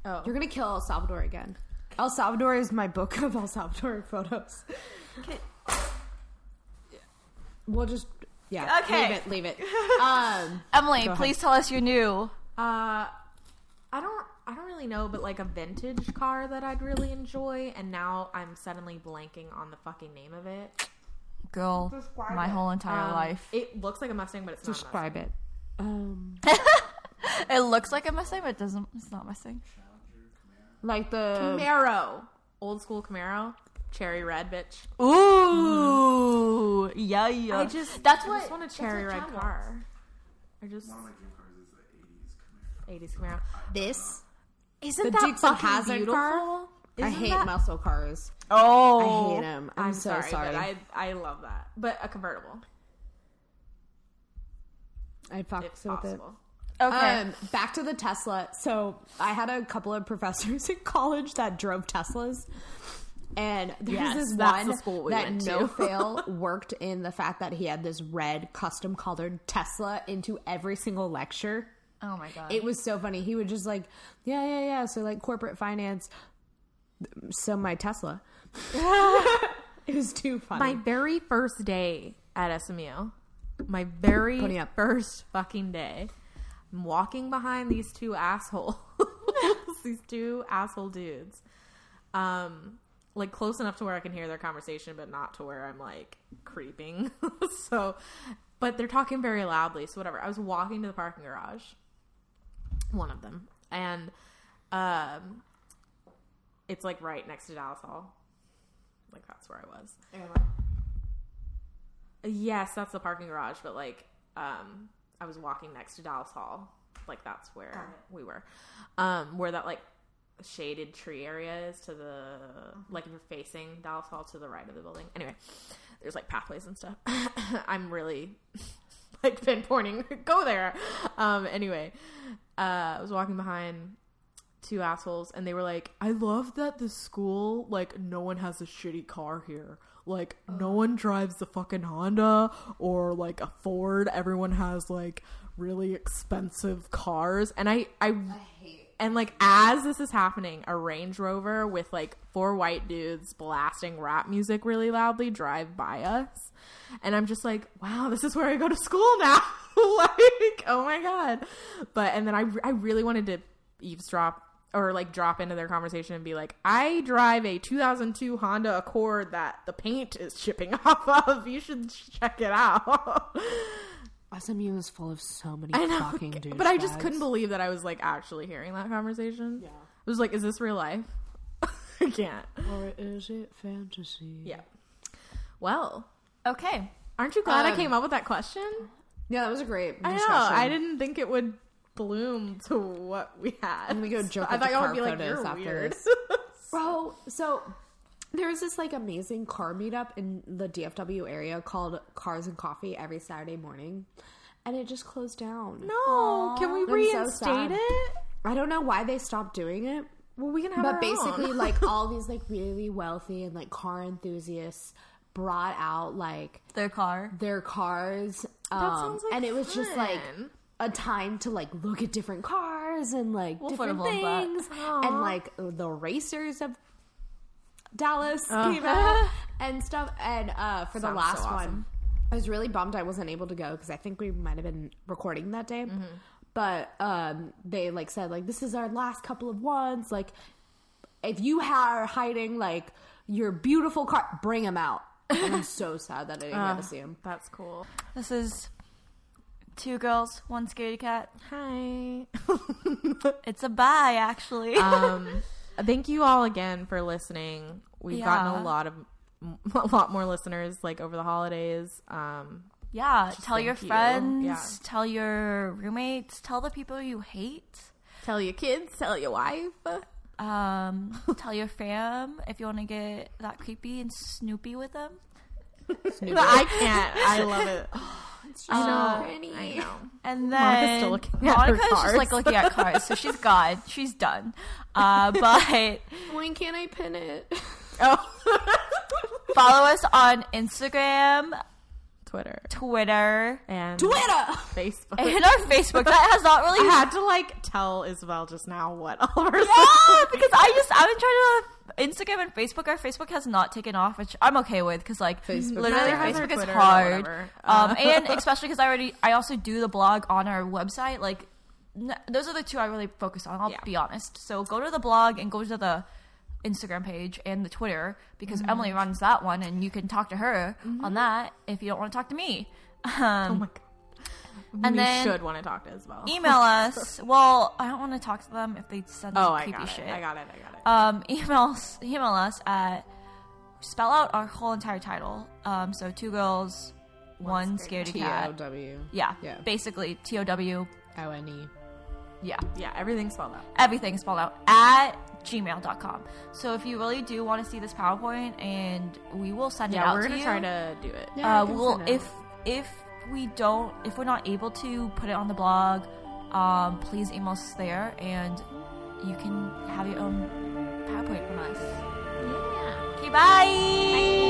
Speaker 2: Oh,
Speaker 3: You're gonna kill El Salvador again. El Salvador is my book of El Salvador photos.
Speaker 1: Okay.
Speaker 3: We'll just yeah.
Speaker 1: Okay.
Speaker 3: leave it. Leave it. Um,
Speaker 1: Emily,
Speaker 3: ahead.
Speaker 1: please tell us your new.
Speaker 2: uh, I don't, I don't really know, but like a vintage car that I'd really enjoy, and now I'm suddenly blanking on the fucking name of it.
Speaker 1: Girl, my whole entire
Speaker 2: Um,
Speaker 1: life.
Speaker 2: It looks like a Mustang, but it's not. A Mustang.
Speaker 3: describe it. Um,
Speaker 1: It looks like a Mustang, but it doesn't. It's not Mustang.
Speaker 3: like the
Speaker 2: Camaro, old school Camaro, cherry red, bitch.
Speaker 1: Ooh, yeah, yeah.
Speaker 2: I just,
Speaker 1: that's
Speaker 2: I
Speaker 1: what
Speaker 2: just want a cherry
Speaker 1: that's
Speaker 2: red
Speaker 1: what John wants.
Speaker 2: car. I just
Speaker 4: One of my dream cars is the 80s
Speaker 2: 80s Camaro.
Speaker 3: This
Speaker 1: Isn't
Speaker 3: The
Speaker 1: that
Speaker 3: Dukes of
Speaker 1: fucking
Speaker 3: Hazzard
Speaker 1: beautiful?
Speaker 3: car? I
Speaker 1: Isn't
Speaker 3: hate
Speaker 1: that-
Speaker 3: muscle cars.
Speaker 2: Oh,
Speaker 3: I hate 'em. I'm so sorry.
Speaker 2: But I I love that, but a convertible
Speaker 3: I'd fuck
Speaker 2: if
Speaker 3: with it.
Speaker 2: possible.
Speaker 1: Oh, Okay.
Speaker 3: Um, back to the Tesla. So I had a couple of professors in college that drove Teslas. And there
Speaker 2: Yes,
Speaker 3: was this
Speaker 2: that's
Speaker 3: one
Speaker 2: the school we
Speaker 3: that
Speaker 2: went to.
Speaker 3: no fail worked in the fact that he had this red custom colored Tesla into every single lecture.
Speaker 1: oh my god.
Speaker 3: It was so funny. He would just like, yeah, yeah, yeah. So like corporate finance. So my Tesla. it was too
Speaker 2: My
Speaker 3: funny.
Speaker 2: very first day at SMU, my very
Speaker 3: Pony up.
Speaker 2: first fucking day, I'm walking behind these two assholes, these two asshole dudes, um, like close enough to where I can hear their conversation, but not to where I'm like creeping. so, but they're talking very loudly. So whatever. I was walking to the parking garage, one of them, and um, it's like right next to Dallas Hall. Like that's where I was. Yes, that's the parking garage, but like um I was walking next to Dallas Hall. Like that's where we were. Um where that like shaded tree area is to the like if you're facing Dallas Hall to the right of the building. Anyway, there's like pathways and stuff. I'm really like pinpointing go there. Um anyway, uh I was walking behind two assholes and they were like i love that the school like no one has a shitty car here like no one drives the fucking honda or like a ford everyone has like really expensive cars and i i, and like as this is happening a range rover with like four white dudes blasting rap music really loudly drive by us and i'm just like wow this is where i go to school now like oh my god but and then i, I really wanted to eavesdrop or like drop into their conversation and be like, I drive a 2002 Honda Accord that the paint is chipping off of. You should check it out.
Speaker 3: SMU is full of so many
Speaker 2: I know.
Speaker 3: fucking dudes.
Speaker 2: but I just couldn't believe that I was like actually hearing that conversation. Yeah. I was like, is this real life? I can't.
Speaker 3: Or is it fantasy?
Speaker 2: Yeah. Well,
Speaker 1: okay.
Speaker 2: aren't you glad I
Speaker 3: Um,
Speaker 2: came up with that question?
Speaker 3: Yeah, that was a great.
Speaker 2: I know.
Speaker 3: discussion.
Speaker 2: I didn't think it would bloom to what we had.
Speaker 3: And we go joke
Speaker 2: I
Speaker 3: at the
Speaker 2: thought y'all
Speaker 3: car
Speaker 2: would be like,
Speaker 3: photos
Speaker 2: you're
Speaker 3: after
Speaker 2: weird.
Speaker 3: this. Bro, so there was this like amazing car meetup in the DFW area called Cars and Coffee every Saturday morning, and it just closed down.
Speaker 2: no, can we
Speaker 3: I'm so
Speaker 2: reinstate
Speaker 3: sad.
Speaker 2: it?
Speaker 3: I don't know why they stopped doing it.
Speaker 2: Well, we can have
Speaker 3: But
Speaker 2: our
Speaker 3: basically,
Speaker 2: own.
Speaker 3: like all these like really wealthy and like car enthusiasts brought out like
Speaker 1: Their car.
Speaker 3: their cars. Um,
Speaker 2: sounds like
Speaker 3: and it was just like
Speaker 2: fun.
Speaker 3: a time to like look at different cars and like
Speaker 1: We'll put a
Speaker 3: different
Speaker 1: vlog back.
Speaker 3: things
Speaker 2: Aw.
Speaker 3: and like the racers of Dallas came out and stuff. And uh, for the
Speaker 2: Uh-huh. Sounds
Speaker 3: last
Speaker 2: so
Speaker 3: one,
Speaker 2: awesome.
Speaker 3: I was really bummed I wasn't able to go because I think we might have been recording that day.
Speaker 2: Mm-hmm.
Speaker 3: But um, they like said like this is our last couple of ones. Like if you ha- are hiding like your beautiful car, bring them out. And I'm so sad that I didn't
Speaker 2: Uh-huh.
Speaker 3: get to see him.
Speaker 2: That's cool.
Speaker 1: This is two girls, one scaredy cat.
Speaker 2: Hi.
Speaker 1: It's a bye, actually.
Speaker 2: um, thank you all again for listening. We've gotten
Speaker 1: Yeah.
Speaker 2: a lot of a lot more listeners like over the holidays. Um,
Speaker 1: yeah. Tell your
Speaker 2: thank you.
Speaker 1: friends.
Speaker 2: Yeah.
Speaker 1: Tell your roommates. Tell the people you hate.
Speaker 2: tell your kids, tell your wife.
Speaker 1: Um, tell your fam if you want to get that creepy and snoopy with them.
Speaker 2: I can't. I love it. I know. I know.
Speaker 1: And
Speaker 2: Monica's
Speaker 1: then
Speaker 2: still looking at her
Speaker 1: Monica's
Speaker 2: cars.
Speaker 1: just like looking at cars, so she's gone. She's done. Uh, but
Speaker 3: When can I pin it?
Speaker 2: Oh,
Speaker 1: follow us on Instagram,
Speaker 2: Twitter
Speaker 1: Twitter,
Speaker 2: and
Speaker 3: Twitter.
Speaker 2: Facebook.
Speaker 1: and our Facebook. That has not
Speaker 2: I
Speaker 1: really
Speaker 2: had to like tell Isabel just now what all of our
Speaker 1: yeah, because I just I've been trying to Instagram and Facebook. Our Facebook has not taken off, which I'm okay with because like literally
Speaker 2: Neither has our
Speaker 1: Facebook is
Speaker 2: Twitter or
Speaker 1: hard.
Speaker 2: whatever. Uh.
Speaker 1: um, and especially because I already I also do the blog on our website. Like n- those are the two I really focus on. I'll
Speaker 2: Yeah.
Speaker 1: be honest. So go to the blog and go to the Instagram page and the Twitter because
Speaker 2: Mm-hmm.
Speaker 1: Emily runs that one, and you can talk to her on that if you don't want to talk to me. Um,
Speaker 2: Oh my god.
Speaker 1: And
Speaker 2: we
Speaker 1: then- E
Speaker 2: should want to talk to Isabel.
Speaker 1: Email us. well, I don't want to talk to them if they send us
Speaker 2: Oh, I
Speaker 1: creepy
Speaker 2: got it.
Speaker 1: shit.
Speaker 2: I got it. I got it.
Speaker 1: um, email us, email us at spell out our whole entire title. Um, so two girls, one, scaredy
Speaker 3: T O
Speaker 1: cat.
Speaker 3: W
Speaker 1: Yeah,
Speaker 3: Yeah.
Speaker 1: basically T O W
Speaker 3: O N E.
Speaker 1: Yeah.
Speaker 2: Yeah, everything spelled out.
Speaker 1: everything spelled out at gmail.com. So if you really do want to see this PowerPoint, and we will send it
Speaker 2: Yeah,
Speaker 1: out
Speaker 2: we're
Speaker 1: to
Speaker 2: gonna
Speaker 1: you.
Speaker 2: try to do it.
Speaker 3: Yeah.
Speaker 1: Uh,
Speaker 3: I think
Speaker 1: we'll
Speaker 3: so.
Speaker 1: if if we don't if we're not able to put it on the blog, um, please email us there, and you can have your own PowerPoint from us. Okay, bye.